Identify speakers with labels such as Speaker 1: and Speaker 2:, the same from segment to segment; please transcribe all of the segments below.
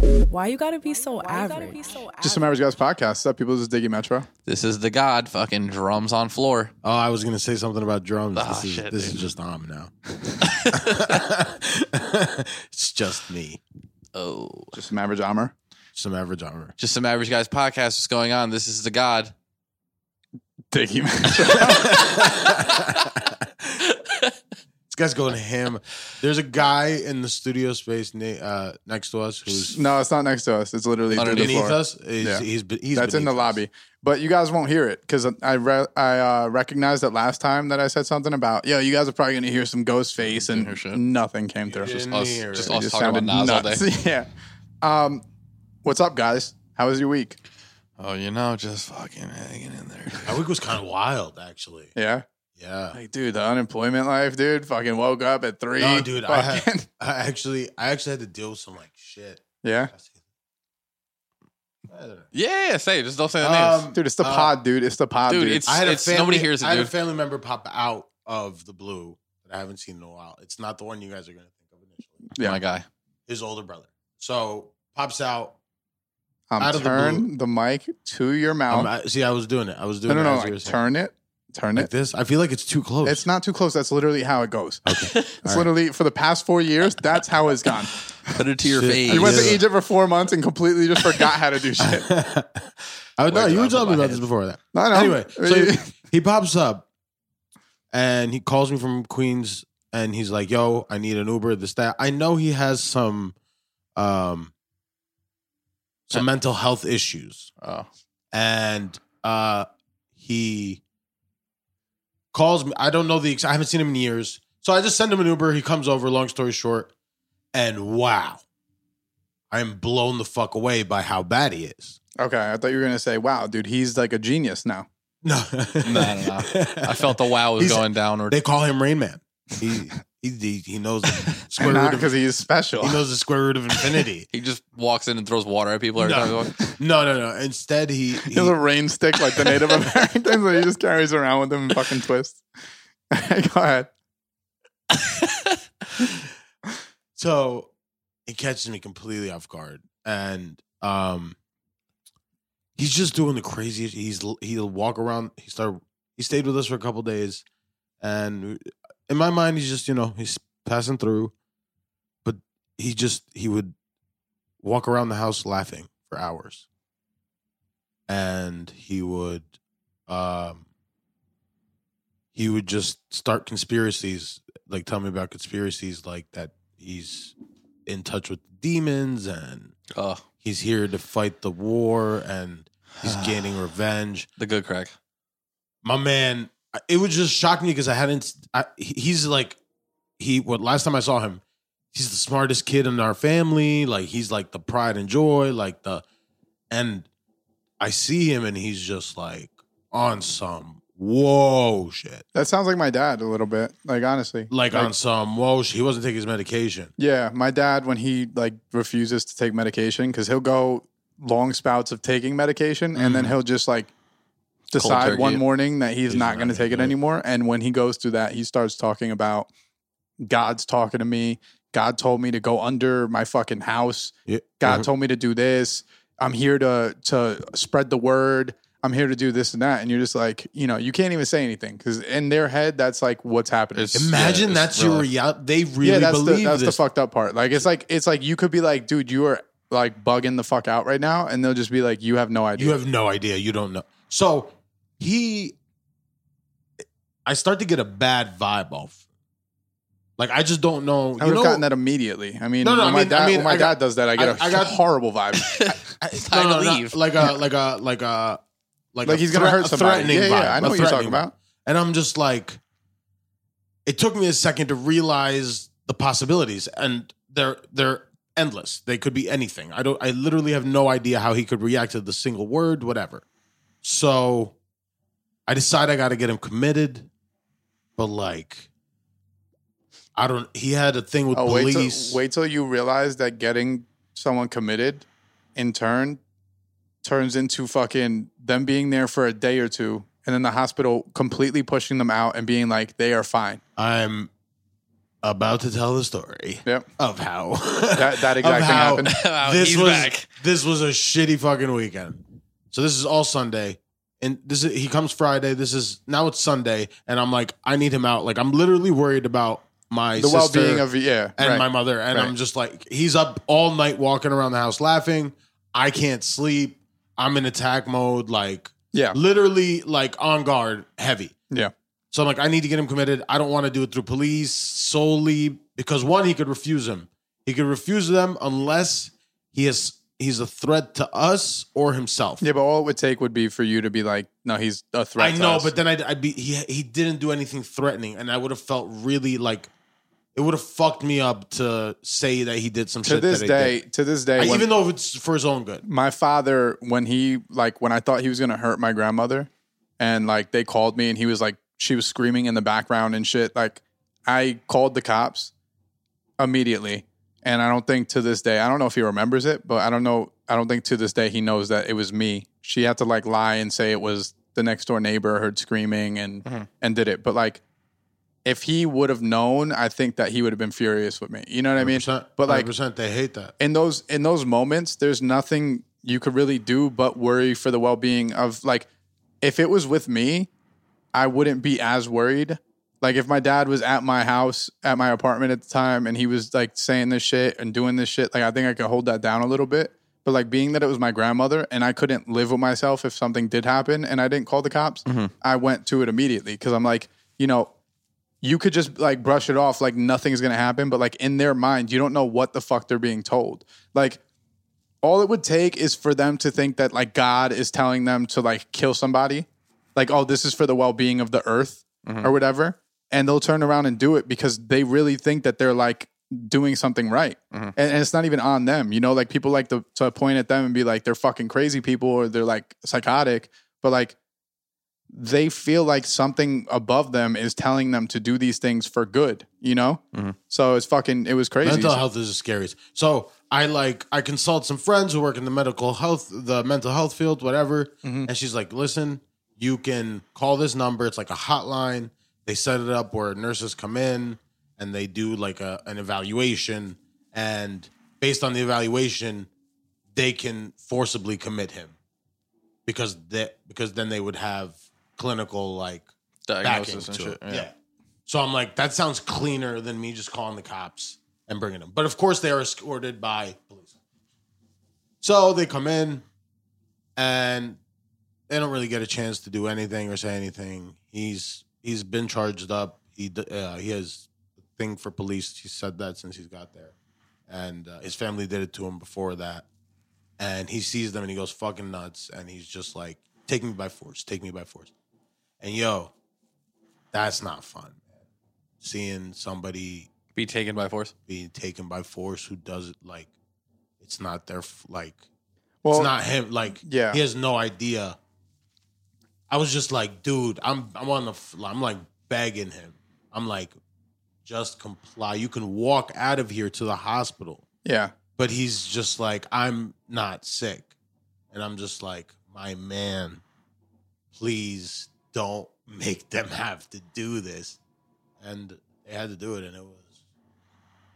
Speaker 1: gotta be so average?
Speaker 2: Just some average guys podcast stuff. People just digging Metro.
Speaker 3: This is the god fucking drums on floor.
Speaker 4: Oh, I was gonna say something about drums.
Speaker 3: Ah,
Speaker 4: this is
Speaker 3: shit,
Speaker 4: this
Speaker 3: dude.
Speaker 4: is just Om now. it's just me,
Speaker 3: Oh.
Speaker 2: Just some average armor.
Speaker 4: some average armor.
Speaker 3: Just some average guys podcast is going on. This is the god.
Speaker 2: Digging Metro.
Speaker 4: This guy's going ham. There's a guy in the studio space ne- uh, next to us who's
Speaker 2: no, it's not next to us. It's literally through the
Speaker 3: Underneath
Speaker 4: beneath
Speaker 2: floor.
Speaker 4: us. He's,
Speaker 2: Yeah.
Speaker 4: he's, be- he's
Speaker 2: That's in the
Speaker 4: beneath us.
Speaker 2: lobby, but you guys won't hear it because I re- I uh, recognized that last time that I said something about yo, you guys are probably gonna hear some ghost face and
Speaker 3: hear shit.
Speaker 2: nothing came through.
Speaker 4: didn't.
Speaker 2: It
Speaker 3: Us,
Speaker 4: Near.
Speaker 3: just
Speaker 4: It
Speaker 3: us
Speaker 2: just
Speaker 3: talking
Speaker 2: sounded
Speaker 3: about Nas all day.
Speaker 2: nuts. yeah. Um, what's up, guys? How was your week?
Speaker 3: Oh, you know, just fucking hanging in there.
Speaker 4: That week was kind of wild, actually.
Speaker 2: Yeah,
Speaker 4: Yeah.
Speaker 2: like dude, the unemployment life, dude. Fucking woke up at three.
Speaker 4: No, dude, I had-
Speaker 2: Fucking-
Speaker 4: I actually, I actually had to deal with some like shit.
Speaker 2: yeah,
Speaker 4: I don't know.
Speaker 3: Yeah, say it. Just don't say the names.
Speaker 4: Um,
Speaker 2: dude, it's the
Speaker 4: uh,
Speaker 2: pod, dude. It's the pod,
Speaker 3: dude,
Speaker 2: dude.
Speaker 3: it's-
Speaker 4: I had a
Speaker 3: It's-
Speaker 4: family,
Speaker 3: nobody hears it,
Speaker 4: I had a
Speaker 3: dude.
Speaker 4: family member pop out of the blue that I haven't seen in a while. It's not the one you guys are going to think of initially.
Speaker 2: yeah.
Speaker 3: My guy.
Speaker 4: His older brother. So pops out.
Speaker 2: Um,
Speaker 4: out of the
Speaker 2: turn the, mic to your mouth.
Speaker 4: Um, I, see, I was doing it. I was
Speaker 2: no,
Speaker 4: doing
Speaker 2: no,
Speaker 4: it.
Speaker 2: no.
Speaker 4: as you were
Speaker 2: Like,
Speaker 4: saying.
Speaker 2: turn it. Turn
Speaker 4: like
Speaker 2: it.
Speaker 4: this. I feel like it's too close.
Speaker 2: It's not too close. That's literally how it goes. It's
Speaker 4: All right.
Speaker 2: literally for the past four years. That's how it's gone.
Speaker 3: Put it to your
Speaker 4: Shit,
Speaker 3: face.
Speaker 4: I
Speaker 2: You went to
Speaker 4: Yeah.
Speaker 2: Egypt for four months and completely just forgot how to do shit.
Speaker 4: I would, no,
Speaker 3: Wait,
Speaker 4: you
Speaker 3: did I
Speaker 4: were
Speaker 3: put
Speaker 4: telling me
Speaker 3: my
Speaker 4: about
Speaker 3: head?
Speaker 4: this before that.
Speaker 2: No, no.
Speaker 4: Anyway, so he pops up and he calls me from Queens and he's like, yo, I need an Uber, this, that. I know he has some um some mental health issues.
Speaker 3: Oh.
Speaker 4: And uh he calls me. I don't know the ex- I haven't seen him in years. So I just send him an Uber. He comes over, long story short, and wow. I'm blown the fuck away by how bad he is.
Speaker 2: okay, I thought you were gonna say, "Wow, dude, he's like a genius now."
Speaker 4: No,
Speaker 3: no, no. I felt the wow was
Speaker 4: He's-
Speaker 3: going downward.
Speaker 4: They call him Rain Man. He he he, he knows the square
Speaker 2: Not
Speaker 4: root of,
Speaker 2: because he's special.
Speaker 4: he knows the square root of infinity.
Speaker 3: he just walks in and throws water at people every time. he
Speaker 4: No.
Speaker 3: walks-
Speaker 4: no, no, no. Instead, he, he
Speaker 2: He has a rain stick like the Native Americans that he just carries around with him and fucking twists. Go ahead.
Speaker 4: so it catches me completely off guard, and um, he's just doing the craziest. He's he'll walk around. He started. He stayed with us for a couple days, and in my mind, he's just you know he's passing through, but he just he would walk around the house laughing for hours, and he would, um, he would just start conspiracies, like tell me about conspiracies, like that he's in touch with demons and
Speaker 3: Oh,
Speaker 4: he's here to fight the war and he's gaining revenge.
Speaker 3: the good crack.
Speaker 4: My man, it would just shock me because I hadn't. I, he's like, he. What last time I saw him, he's the smartest kid in our family. Like he's like the pride and joy, like the, and I see him and he's just like on some whoa shit,
Speaker 2: That sounds like my dad a little bit. Like honestly,
Speaker 4: like, on some whoa. shit. He wasn't taking his medication.
Speaker 2: Yeah, my dad when he like refuses to take medication because he'll go long spouts of taking medication and then he'll just like decide
Speaker 3: turkey.
Speaker 2: one morning that he's,
Speaker 4: He's
Speaker 2: not
Speaker 4: not
Speaker 2: going to
Speaker 4: gonna
Speaker 2: take it
Speaker 4: do it.
Speaker 2: anymore. And when he goes through that, he starts talking about God's talking to me. God told me to go under my fucking house.
Speaker 4: Yeah. mm-hmm.
Speaker 2: God told me to do this. I'm here to to spread the word. I'm here to do this and that. And you're just like, you know, you can't even say anything because in their head, that's like what's happening.
Speaker 3: It's- Yeah,
Speaker 4: Imagine
Speaker 3: it's
Speaker 4: that's your
Speaker 3: rough.
Speaker 4: reality. They really
Speaker 2: yeah, that's
Speaker 4: believe
Speaker 2: the, that's
Speaker 4: this.
Speaker 2: the fucked up part. Like it's like it's like you could be like, dude, you are like bugging the fuck out right now, and they'll just be like, you have no idea.
Speaker 4: You have no idea. You don't know. So he, I start to get a bad vibe off. Like I just don't
Speaker 2: I
Speaker 4: know. you
Speaker 2: would
Speaker 4: know,
Speaker 2: have gotten that immediately. I mean,
Speaker 4: No, no,
Speaker 2: when
Speaker 4: I
Speaker 2: my
Speaker 4: mean- I
Speaker 2: dad,
Speaker 4: mean,
Speaker 2: when my
Speaker 4: I got-
Speaker 2: dad does that, I get a
Speaker 4: I- I got-
Speaker 2: horrible vibe.
Speaker 3: it's
Speaker 4: No,
Speaker 3: time
Speaker 4: no,
Speaker 3: to
Speaker 4: not-
Speaker 3: leave.
Speaker 4: like a like a like a like
Speaker 2: like
Speaker 4: a
Speaker 2: he's gonna
Speaker 4: threat-
Speaker 2: hurt
Speaker 4: a
Speaker 2: somebody.
Speaker 4: Threatening
Speaker 2: Yeah,
Speaker 4: vibe,
Speaker 2: yeah, I
Speaker 4: a
Speaker 2: know what you're talking
Speaker 4: threatening vibe.
Speaker 2: about.
Speaker 4: And I'm just like, it took me a second to realize the possibilities, and they're they're endless. They could be anything. I don't. I literally have no idea how he could react to the single word, whatever. So, I decide I got to get him committed, but like, I don't. He had a thing with
Speaker 2: Oh, wait
Speaker 4: police.
Speaker 2: till, wait till you realize that getting someone committed in turn turns into fucking them being there for a day or two, and then the hospital completely pushing them out and being like, they are fine.
Speaker 4: I'm about to tell the story
Speaker 2: Yep,
Speaker 4: of how
Speaker 2: that that exact thing
Speaker 4: of how
Speaker 2: happened.
Speaker 3: Wow,
Speaker 4: this
Speaker 3: Oh, he's
Speaker 4: was
Speaker 3: back.
Speaker 4: this was a shitty fucking weekend. So this is all Sunday, and this is, he comes Friday. This is now it's Sunday, and I'm like, I need him out. Like I'm literally worried about my
Speaker 2: the well being
Speaker 4: of
Speaker 2: of yeah.
Speaker 4: and
Speaker 2: right.
Speaker 4: my mother. And
Speaker 2: Right.
Speaker 4: I'm just like, he's up all night walking around the house laughing. I can't sleep. I'm in attack mode, like
Speaker 2: yeah.
Speaker 4: literally like on guard, heavy.
Speaker 2: Yeah.
Speaker 4: So I'm like, I need to get him committed. I don't want to do it through police solely because one, he could refuse him. He could refuse them unless he is he's a threat to us or himself.
Speaker 2: Yeah, but all it would take would be for you to be like, no, he's a threat.
Speaker 4: I
Speaker 2: to
Speaker 4: know,
Speaker 2: us.
Speaker 4: but then I'd, I'd be he he didn't do anything threatening, and I would have felt really like it would have fucked me up to say that he did some
Speaker 2: to
Speaker 4: shit.
Speaker 2: this
Speaker 4: that I did.
Speaker 2: day, to this day,
Speaker 4: I-
Speaker 2: when-
Speaker 4: even though if it's for his own good.
Speaker 2: my father when he like when I thought he was gonna hurt my grandmother, and like they called me and he was like she was screaming in the background and shit. Like I called the cops immediately, and I don't think to this day I don't know if he remembers it, but I don't know I don't think to this day he knows that it was me. She had to like lie and say it was the next door neighbor heard screaming and
Speaker 3: Mhm.
Speaker 2: and did it, but like. If he would have known, I think that he would have been furious with me. You know what I mean? but like-
Speaker 4: percent they hate that.
Speaker 2: in those in those moments, there's nothing you could really do but worry for the well being of like if it was with me, I wouldn't be as worried. Like if my dad was at my house at my apartment at the time and he was like saying this shit and doing this shit, like I think I could hold that down a little bit. But like being that it was my grandmother and I couldn't live with myself if something did happen and I didn't call the cops, I went to it immediately because I'm like, you know, you could just like brush it off like nothing's gonna happen, but like in their mind, you don't know what the fuck they're being told. Like all it would take is for them to think that like God is telling them to like kill somebody, like oh this is for the well being of the earth or whatever, and they'll turn around and do it because they really think that they're like doing something right, and, and it's not even on them. You know, like people like to, to point at them and be like they're fucking crazy people or they're like psychotic, but like they feel like something above them is telling them to do these things for good. You know, so it's fucking it was crazy.
Speaker 4: Mental health is the scariest. So I like I consult some friends who work in the medical health, the mental health field, whatever. And she's like, "Listen, you can call this number. It's like a hotline. They set it up where nurses come in and they do like a, an evaluation, and based on the evaluation, they can forcibly commit him because that because then they would have clinical like
Speaker 3: Diagnosis and
Speaker 4: backing to
Speaker 3: shit.
Speaker 4: it. Yeah. So I'm like, that sounds cleaner than me just calling the cops and bringing them. But of course, they are escorted by police. So they come in, and they don't really get a chance to do anything or say anything. He's he's been charged up. He d- uh, he has a thing for police. He said that since he's got there, and uh, his family did it to him before that. And he sees them and he goes fucking nuts. And he's just like, take me by force, take me by force. And yo, that's not fun. man. Seeing somebody
Speaker 3: Be taken by force.
Speaker 4: being taken by force who does it like it's not their f- like
Speaker 2: well,
Speaker 4: it's not him. Like
Speaker 2: yeah.
Speaker 4: he has no idea. I was just like, dude, I'm I'm on the f- I'm like begging him. I'm like, just comply. You can walk out of here to the hospital,
Speaker 2: yeah.
Speaker 4: but he's just like, I'm not sick, and I'm just like, my man, please don't make them have to do this, and they had to do it, and it was,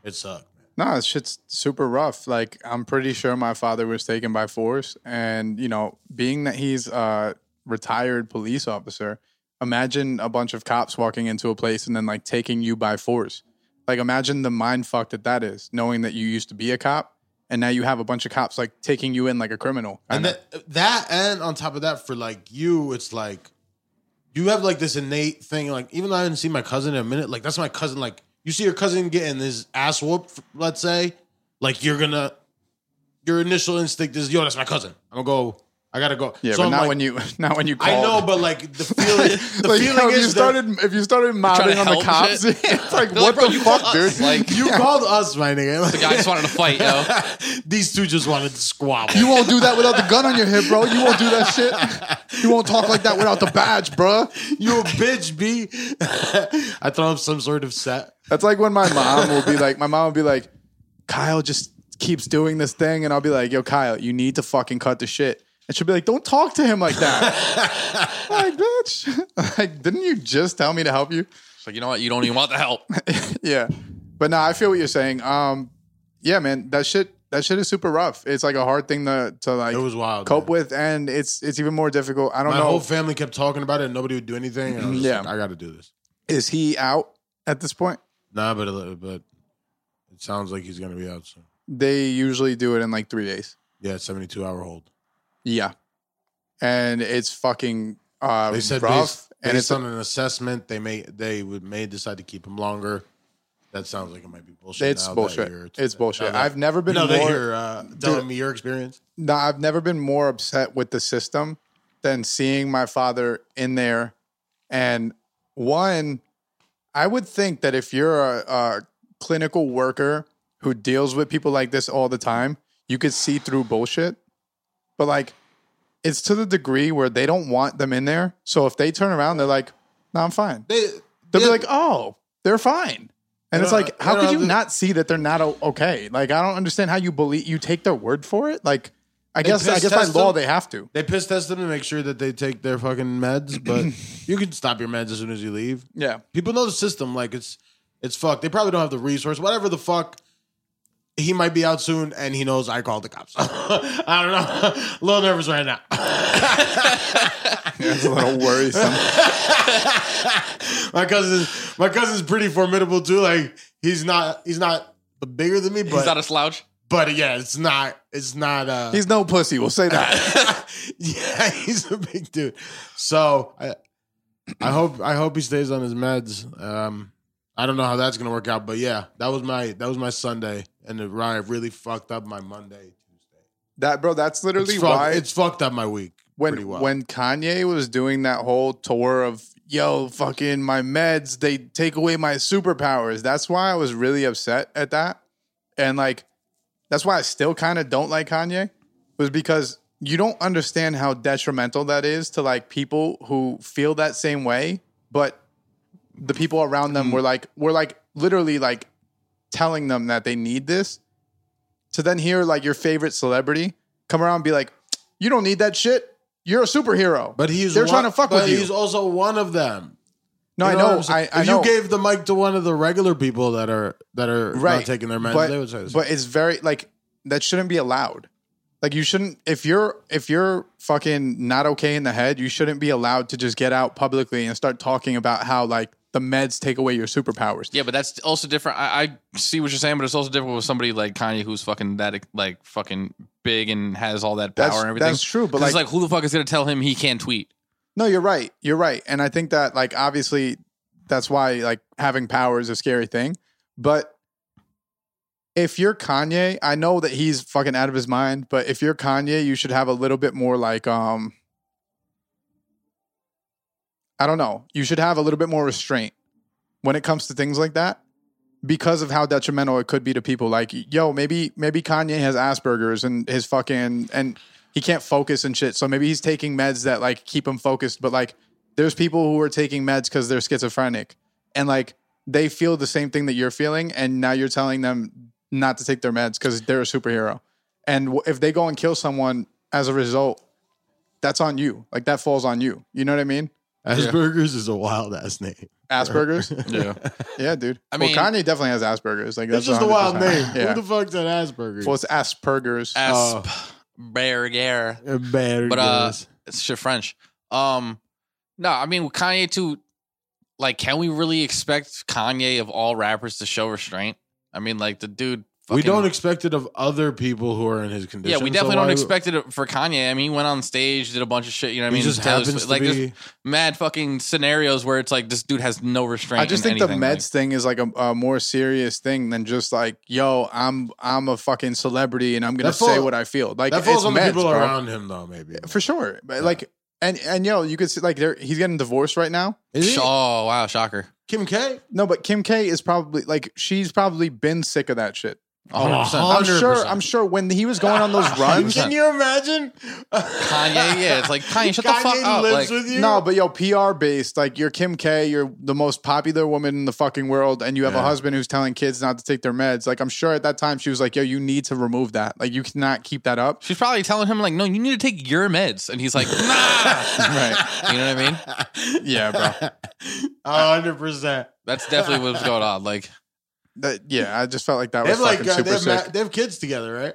Speaker 4: it sucked, man.
Speaker 2: No, this shit's super rough. Like I'm pretty sure my father was taken by force, and you know, being that he's a retired police officer, imagine a bunch of cops walking into a place and then like taking you by force. Like imagine the mind fuck that that is, knowing that you used to be a cop and now you have a bunch of cops like taking you in like a criminal.
Speaker 4: and
Speaker 2: kinda.
Speaker 4: that that and on top of that for like you it's like you have like this innate thing like even though i didn't see my cousin in a minute like that's my cousin like you see your cousin getting his ass whooped let's say like you're gonna your initial instinct is yo that's my cousin i'm gonna go i gotta go
Speaker 2: yeah,
Speaker 4: So
Speaker 2: but
Speaker 4: I'm
Speaker 2: not
Speaker 4: like-
Speaker 2: when you not when you called.
Speaker 4: i know but like the feeling the
Speaker 2: like,
Speaker 4: feeling
Speaker 2: yo, if
Speaker 4: is
Speaker 2: you
Speaker 4: that-
Speaker 2: started if you started mobbing on the
Speaker 3: help
Speaker 2: cops,
Speaker 3: shit.
Speaker 2: it's like
Speaker 3: They're
Speaker 2: what
Speaker 3: like, "Bro,
Speaker 2: the
Speaker 3: you
Speaker 2: fuck,
Speaker 3: called
Speaker 2: dude?
Speaker 3: us." Like-
Speaker 4: you called us my nigga Like,
Speaker 3: I just wanted to fight, yo.
Speaker 4: these two just wanted to squabble
Speaker 2: You won't do that without the gun on your hip, bro. You won't do that shit. You won't talk like that without the badge, bro.
Speaker 4: you a bitch b i throw up some sort of set
Speaker 2: That's like when my mom will be like, my mom will be like, Kyle just keeps doing this thing, and I'll be like, Yo, Kyle, you need to fucking cut the shit. And she'll be like, Don't talk to him like that. I'm like, bitch. Like, didn't you just tell me to help you?
Speaker 3: It's like, you know what? You don't even want the help.
Speaker 2: yeah. But no, I feel what you're saying. Um, yeah, man, that shit that shit is super rough. It's like a hard thing to to like
Speaker 4: it was wild.
Speaker 2: cope
Speaker 4: man.
Speaker 2: with, and it's it's even more difficult. I don't
Speaker 4: My
Speaker 2: know.
Speaker 4: whole family kept talking about it, and nobody would do anything. and I was just
Speaker 2: Yeah.
Speaker 4: like, I got to do this.
Speaker 2: is he out at this point?
Speaker 4: Nah, but it- but it sounds like he's gonna be out soon.
Speaker 2: They usually do it in like three days.
Speaker 4: Yeah, seventy two hour hold.
Speaker 2: Yeah, and it's fucking uh,
Speaker 4: They said
Speaker 2: rough,
Speaker 4: based,
Speaker 2: and
Speaker 4: based
Speaker 2: it's
Speaker 4: on an assessment, they may they would may decide to keep him longer. That sounds like it might be bullshit.
Speaker 2: it's
Speaker 4: now that you're-
Speaker 2: bullshit. It's bullshit.
Speaker 4: Now that-
Speaker 2: I've never been
Speaker 4: now that
Speaker 2: more.
Speaker 4: you're uh, telling me your experience.
Speaker 2: No, I've never been more upset with the system than seeing my father in there. And one, I would think that if you're a, a clinical worker who deals with people like this all the time, you could see through bullshit. But like, it's to the degree where they don't want them in there. So if they turn around, they're like, "No, I'm fine."
Speaker 4: They
Speaker 2: They'll be like, "Oh, they're fine." And it's
Speaker 4: don't-
Speaker 2: like,
Speaker 4: they
Speaker 2: how
Speaker 4: don't
Speaker 2: could
Speaker 4: have
Speaker 2: you
Speaker 4: the-
Speaker 2: not see that they're not o- okay? Like, I don't understand how you believe you take their word for it. Like, I guess I
Speaker 4: piss
Speaker 2: guess by
Speaker 4: test
Speaker 2: law
Speaker 4: them?
Speaker 2: they have to.
Speaker 4: they piss test them to make sure that they take their fucking meds, but you can stop your meds as soon as you leave.
Speaker 2: Yeah,
Speaker 4: People know the system. Like it's it's fucked. They probably don't have the resource. Whatever the fuck. He might be out soon, and he knows I called the cops. I don't know. a little nervous right now.
Speaker 2: it's a little worrisome.
Speaker 4: my cousin, my cousin's pretty formidable too. Like he's not, he's not bigger than me, but
Speaker 3: He's not a slouch.
Speaker 4: but yeah, it's not, it's not. Uh,
Speaker 2: He's no pussy. We'll say that.
Speaker 4: yeah, he's a big dude. So I, I hope I hope he stays on his meds. Um, I don't know how that's gonna work out, but yeah, that was my that was my Sunday, and the riot really fucked up my Monday. Tuesday.
Speaker 2: that bro, that's literally
Speaker 4: It's,
Speaker 2: why
Speaker 4: fucked, it's fucked up my week. pretty
Speaker 2: when
Speaker 4: well.
Speaker 2: when Kanye was doing that whole tour of yo fucking my meds they take away my superpowers that's why I was really upset at that and like that's why I still kind of don't like Kanye was because you don't understand how detrimental that is to like people who feel that same way but the people around them were like were like literally like telling them that they need this to then hear like your favorite celebrity come around and be like you don't need that shit you're a superhero
Speaker 4: but he's
Speaker 2: they're
Speaker 4: one-
Speaker 2: trying to fuck
Speaker 4: but
Speaker 2: with you
Speaker 4: He's also one of them.
Speaker 2: no
Speaker 4: You what
Speaker 2: i
Speaker 4: I'm
Speaker 2: know
Speaker 4: saying?
Speaker 2: i, I
Speaker 4: if
Speaker 2: know
Speaker 4: you gave the mic to one of the regular people that are that are not
Speaker 2: Right.
Speaker 4: taking their meds,
Speaker 2: But-
Speaker 4: they would say this.
Speaker 2: but it's very like that shouldn't be allowed like you shouldn't if you're if you're fucking not okay in the head you shouldn't be allowed to just get out publicly and start talking about how like the meds take away your superpowers
Speaker 3: Yeah, but that's also different. I, I see what you're saying, but it's also different with somebody like Kanye, who's fucking that like fucking big and has all that power
Speaker 2: that's,
Speaker 3: and everything.
Speaker 2: that's true but
Speaker 3: 'Cause
Speaker 2: like,
Speaker 3: it's like, who the fuck is gonna tell him he can't tweet?
Speaker 2: No, you're right. You're right. And I think that like obviously that's why like having power is a scary thing. But if you're Kanye, I know that he's fucking out of his mind, but if you're Kanye, you should have a little bit more like um I don't know. You should have a little bit more restraint when it comes to things like that because of how detrimental it could be to people like yo maybe maybe Kanye has Asperger's and his fucking and he can't focus and shit so maybe he's taking meds that like keep him focused but like there's people who are taking meds cuz they're schizophrenic and like they feel the same thing that you're feeling and now you're telling them not to take their meds cuz they're a superhero and w- if they go and kill someone as a result that's on you like that falls on you you know what i mean
Speaker 4: Asperger's is a wild ass name.
Speaker 2: asperger's
Speaker 3: Yeah.
Speaker 2: yeah dude
Speaker 3: I
Speaker 2: well,
Speaker 3: mean-
Speaker 2: kanye definitely has asperger's like
Speaker 4: That's
Speaker 2: that's
Speaker 4: just a wild
Speaker 2: 100%.
Speaker 4: name.
Speaker 2: yeah.
Speaker 4: Who the Oh, fuck said Asperger's?
Speaker 2: Well, it's Asperger's.
Speaker 4: Uh.
Speaker 3: Asp, Berger.
Speaker 4: Asperger's.
Speaker 3: But, uh, It's shit French. Um, no, I mean with Kanye too. Like, can we really expect Kanye of all rappers to show restraint? I mean, like the dude. Fucking,
Speaker 4: we don't expect it of other people who are in his condition.
Speaker 3: Yeah, we
Speaker 4: so
Speaker 3: definitely
Speaker 4: why-
Speaker 3: don't expect it for Kanye. I mean, he went on stage, did a bunch of shit. You know what I
Speaker 4: He
Speaker 3: mean?
Speaker 4: just
Speaker 3: Taylor
Speaker 4: happens
Speaker 3: Swift-
Speaker 4: to
Speaker 3: like there's
Speaker 4: be.
Speaker 3: mad fucking scenarios where it's like this dude has no restraint.
Speaker 2: I just
Speaker 3: in
Speaker 2: think the
Speaker 3: anything, like-
Speaker 2: meds thing is like a, a more serious thing than just like, yo, I'm I'm a fucking celebrity and I'm gonna
Speaker 4: That fall-
Speaker 2: say what I feel. Like
Speaker 4: That
Speaker 2: it's
Speaker 4: falls on the
Speaker 2: meds,
Speaker 4: people
Speaker 2: bro.
Speaker 4: around him, though. Maybe
Speaker 2: for sure. But like, and and yo, you could see like they're, he's getting divorced right now.
Speaker 4: is he?
Speaker 3: oh wow, shocker!
Speaker 4: Kim K.
Speaker 2: No, but Kim K is probably like she's probably been sick of that shit.
Speaker 3: 100%.
Speaker 4: Oh,
Speaker 2: I'm sure.
Speaker 4: 100%.
Speaker 2: I'm sure when he was going on those runs.
Speaker 4: Can you imagine?
Speaker 3: Kanye, yeah, it's like Kanye, shut the
Speaker 4: Kanye
Speaker 3: fuck up. Like,
Speaker 4: lives with you.
Speaker 2: No, but yo, PR based, like you're Kim K, you're the most popular woman in the fucking world, and you have
Speaker 4: Yeah.
Speaker 2: a husband who's telling kids not to take their meds. Like, I'm sure at that time she was like, yo, you need to remove that. Like, you cannot keep that up.
Speaker 3: she's probably telling him like, no, you need to take your meds, and he's like, nah.
Speaker 2: right.
Speaker 3: You know what I mean?
Speaker 2: Yeah, bro.
Speaker 4: hundred percent.
Speaker 3: That's definitely what's going on. Like,
Speaker 2: That, yeah, I just felt like that
Speaker 4: They
Speaker 2: was
Speaker 4: have like
Speaker 2: fucking
Speaker 4: uh, they
Speaker 2: super
Speaker 4: have, ma-
Speaker 2: sick.
Speaker 4: they have kids together, right?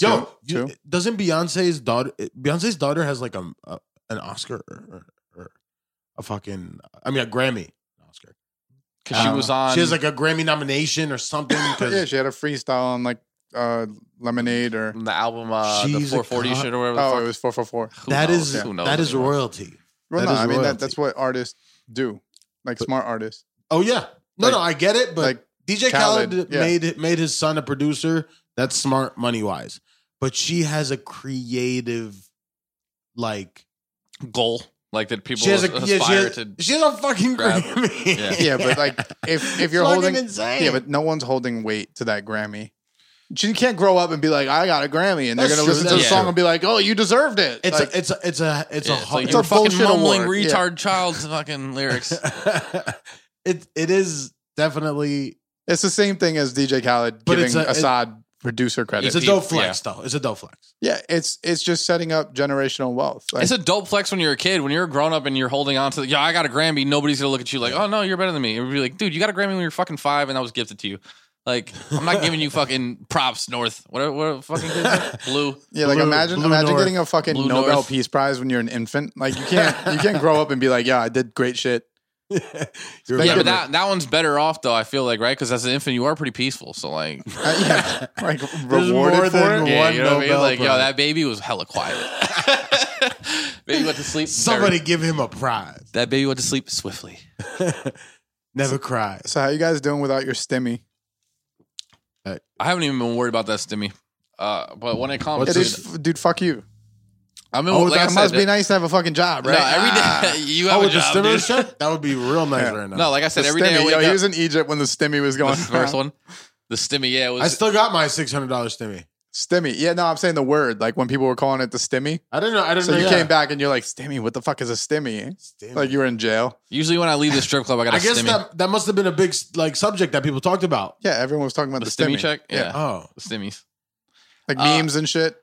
Speaker 4: Yo,
Speaker 2: Two,
Speaker 4: you-
Speaker 2: two.
Speaker 4: doesn't Beyonce's daughter Beyonce's daughter has like a, a an Oscar or, or a fucking I mean a Grammy Oscar. Uh,
Speaker 3: because she
Speaker 2: Um,
Speaker 3: was on.
Speaker 4: she has like a Grammy nomination or something
Speaker 2: yeah,
Speaker 4: because
Speaker 2: she had a freestyle on like uh, Lemonade or
Speaker 3: the album, uh, the
Speaker 4: She's a
Speaker 3: 440
Speaker 4: con-
Speaker 3: shit or whatever. the
Speaker 2: oh,
Speaker 3: fuck.
Speaker 2: it was four four four.
Speaker 3: Who
Speaker 4: that
Speaker 3: knows?
Speaker 4: is
Speaker 3: Who knows
Speaker 4: that is
Speaker 3: anymore?
Speaker 4: royalty.
Speaker 2: Well,
Speaker 4: That
Speaker 2: no,
Speaker 4: is
Speaker 2: I mean that,
Speaker 4: royalty.
Speaker 2: that's what artists do, like
Speaker 4: But-
Speaker 2: smart artists.
Speaker 4: Oh yeah, no,
Speaker 2: Like-
Speaker 4: no, I get it, but
Speaker 2: like
Speaker 4: DJ
Speaker 2: Khaled,
Speaker 4: Khaled,
Speaker 2: yeah.
Speaker 4: made made his son a producer. That's smart money wise, but she has a creative like
Speaker 3: goal. Like that people
Speaker 4: she has a
Speaker 3: aspire
Speaker 4: yeah, she, has,
Speaker 3: to.
Speaker 4: she has a fucking
Speaker 3: grab.
Speaker 4: Grammy.
Speaker 3: Yeah.
Speaker 2: Yeah, but, like, if- if you're
Speaker 4: Fucking
Speaker 2: holding-
Speaker 4: insane.
Speaker 2: Yeah, but no one's holding weight to that Grammy. She can't grow up and be like, I got a Grammy, and they're gonna
Speaker 4: That's true,
Speaker 2: listen to the
Speaker 3: that's
Speaker 2: song
Speaker 4: true.
Speaker 2: and be like, Oh, you deserved it.
Speaker 4: it's
Speaker 2: Like,
Speaker 4: a, it's a, it's a it's
Speaker 3: Yeah,
Speaker 4: a
Speaker 3: it's
Speaker 4: hard-
Speaker 3: like
Speaker 2: it's
Speaker 3: your
Speaker 2: a
Speaker 3: fucking
Speaker 2: bullshit
Speaker 3: mumbling
Speaker 2: award. Yeah.
Speaker 3: retard child's fucking lyrics.
Speaker 4: it it is definitely
Speaker 2: it's the same thing as DJ Khaled
Speaker 4: But
Speaker 2: giving
Speaker 4: it's a- it-
Speaker 2: Assad producer credit.
Speaker 4: it's a
Speaker 3: If
Speaker 4: dope
Speaker 3: you- yeah.
Speaker 4: flex though. It's a dope flex.
Speaker 2: yeah, it's it's just setting up generational wealth. Like,
Speaker 3: it's a dope flex when you're a kid. When you're a grown up and you're holding on to, the, yeah, I got a Grammy. Nobody's gonna look at you like, oh no, you're better than me. It would be like, dude, you got a Grammy when you're fucking five, and that was gifted to you. Like, I'm not giving you fucking props, North. What? are- What? are fucking kids? are? Blue.
Speaker 2: yeah, like
Speaker 4: Blue-
Speaker 2: imagine
Speaker 4: Blue
Speaker 2: imagine
Speaker 4: North.
Speaker 2: getting a fucking
Speaker 3: Blue
Speaker 2: Nobel
Speaker 3: North.
Speaker 2: Peace Prize when you're an infant. Like you can't you can't grow up and be like, Yeah, I did great shit.
Speaker 4: You're
Speaker 2: They
Speaker 3: yeah,
Speaker 4: right.
Speaker 3: but that that one's better off though. I feel like right because as an infant you are pretty peaceful. So like,
Speaker 2: Uh, yeah, like
Speaker 4: There's
Speaker 2: rewarded
Speaker 4: more
Speaker 2: for
Speaker 4: than
Speaker 2: it.
Speaker 4: one
Speaker 3: yeah, you know what I mean.
Speaker 4: Nobel
Speaker 3: Like, yo,
Speaker 4: Prize.
Speaker 3: that baby was hella quiet. baby went to sleep. very-
Speaker 4: Somebody give him a prize.
Speaker 3: That baby went to sleep swiftly.
Speaker 4: Never cries.
Speaker 2: So how you guys doing without your stimmy?
Speaker 3: I haven't even been worried about that stimmy. Uh, but when it comes,
Speaker 4: What's
Speaker 2: It
Speaker 3: to,
Speaker 2: is, dude. Fuck you.
Speaker 3: I'm in,
Speaker 2: Oh,
Speaker 3: like I
Speaker 2: that
Speaker 3: said,
Speaker 2: must be nice to have a fucking job,
Speaker 3: No,
Speaker 2: right?
Speaker 3: every day
Speaker 2: Ah.
Speaker 3: you have
Speaker 4: Oh,
Speaker 3: a
Speaker 4: with the
Speaker 3: job,
Speaker 4: stimulus
Speaker 3: dude.
Speaker 4: check? That would be real nice
Speaker 2: Yeah.
Speaker 4: right now.
Speaker 3: No, like I
Speaker 2: The
Speaker 3: said, every day
Speaker 2: stimmy.
Speaker 3: I wake
Speaker 2: Yo,
Speaker 3: up.
Speaker 2: he was in Egypt when the stimmy was going.
Speaker 3: This is the first
Speaker 2: around.
Speaker 3: one, the stimmy. Yeah, it was.
Speaker 4: I still got my six hundred dollars stimmy.
Speaker 2: Stimmy. Yeah, no, I'm saying the word. Like when people were calling it the stimmy.
Speaker 4: I didn't know. I didn't
Speaker 2: So
Speaker 4: know.
Speaker 2: you
Speaker 4: yeah.
Speaker 2: came back and you're like, stimmy. What the fuck is a stimmy?
Speaker 4: Stimmy.
Speaker 2: Like you were in jail.
Speaker 3: usually when I leave the strip club, I got a
Speaker 4: I guess
Speaker 3: stimmy.
Speaker 4: that that must have been a big like subject that people talked about.
Speaker 2: Yeah, everyone was talking about
Speaker 3: the
Speaker 2: the,
Speaker 3: stimmy check. Yeah,
Speaker 4: Oh,
Speaker 3: the stimmies.
Speaker 2: like
Speaker 3: Uh,
Speaker 2: memes and shit.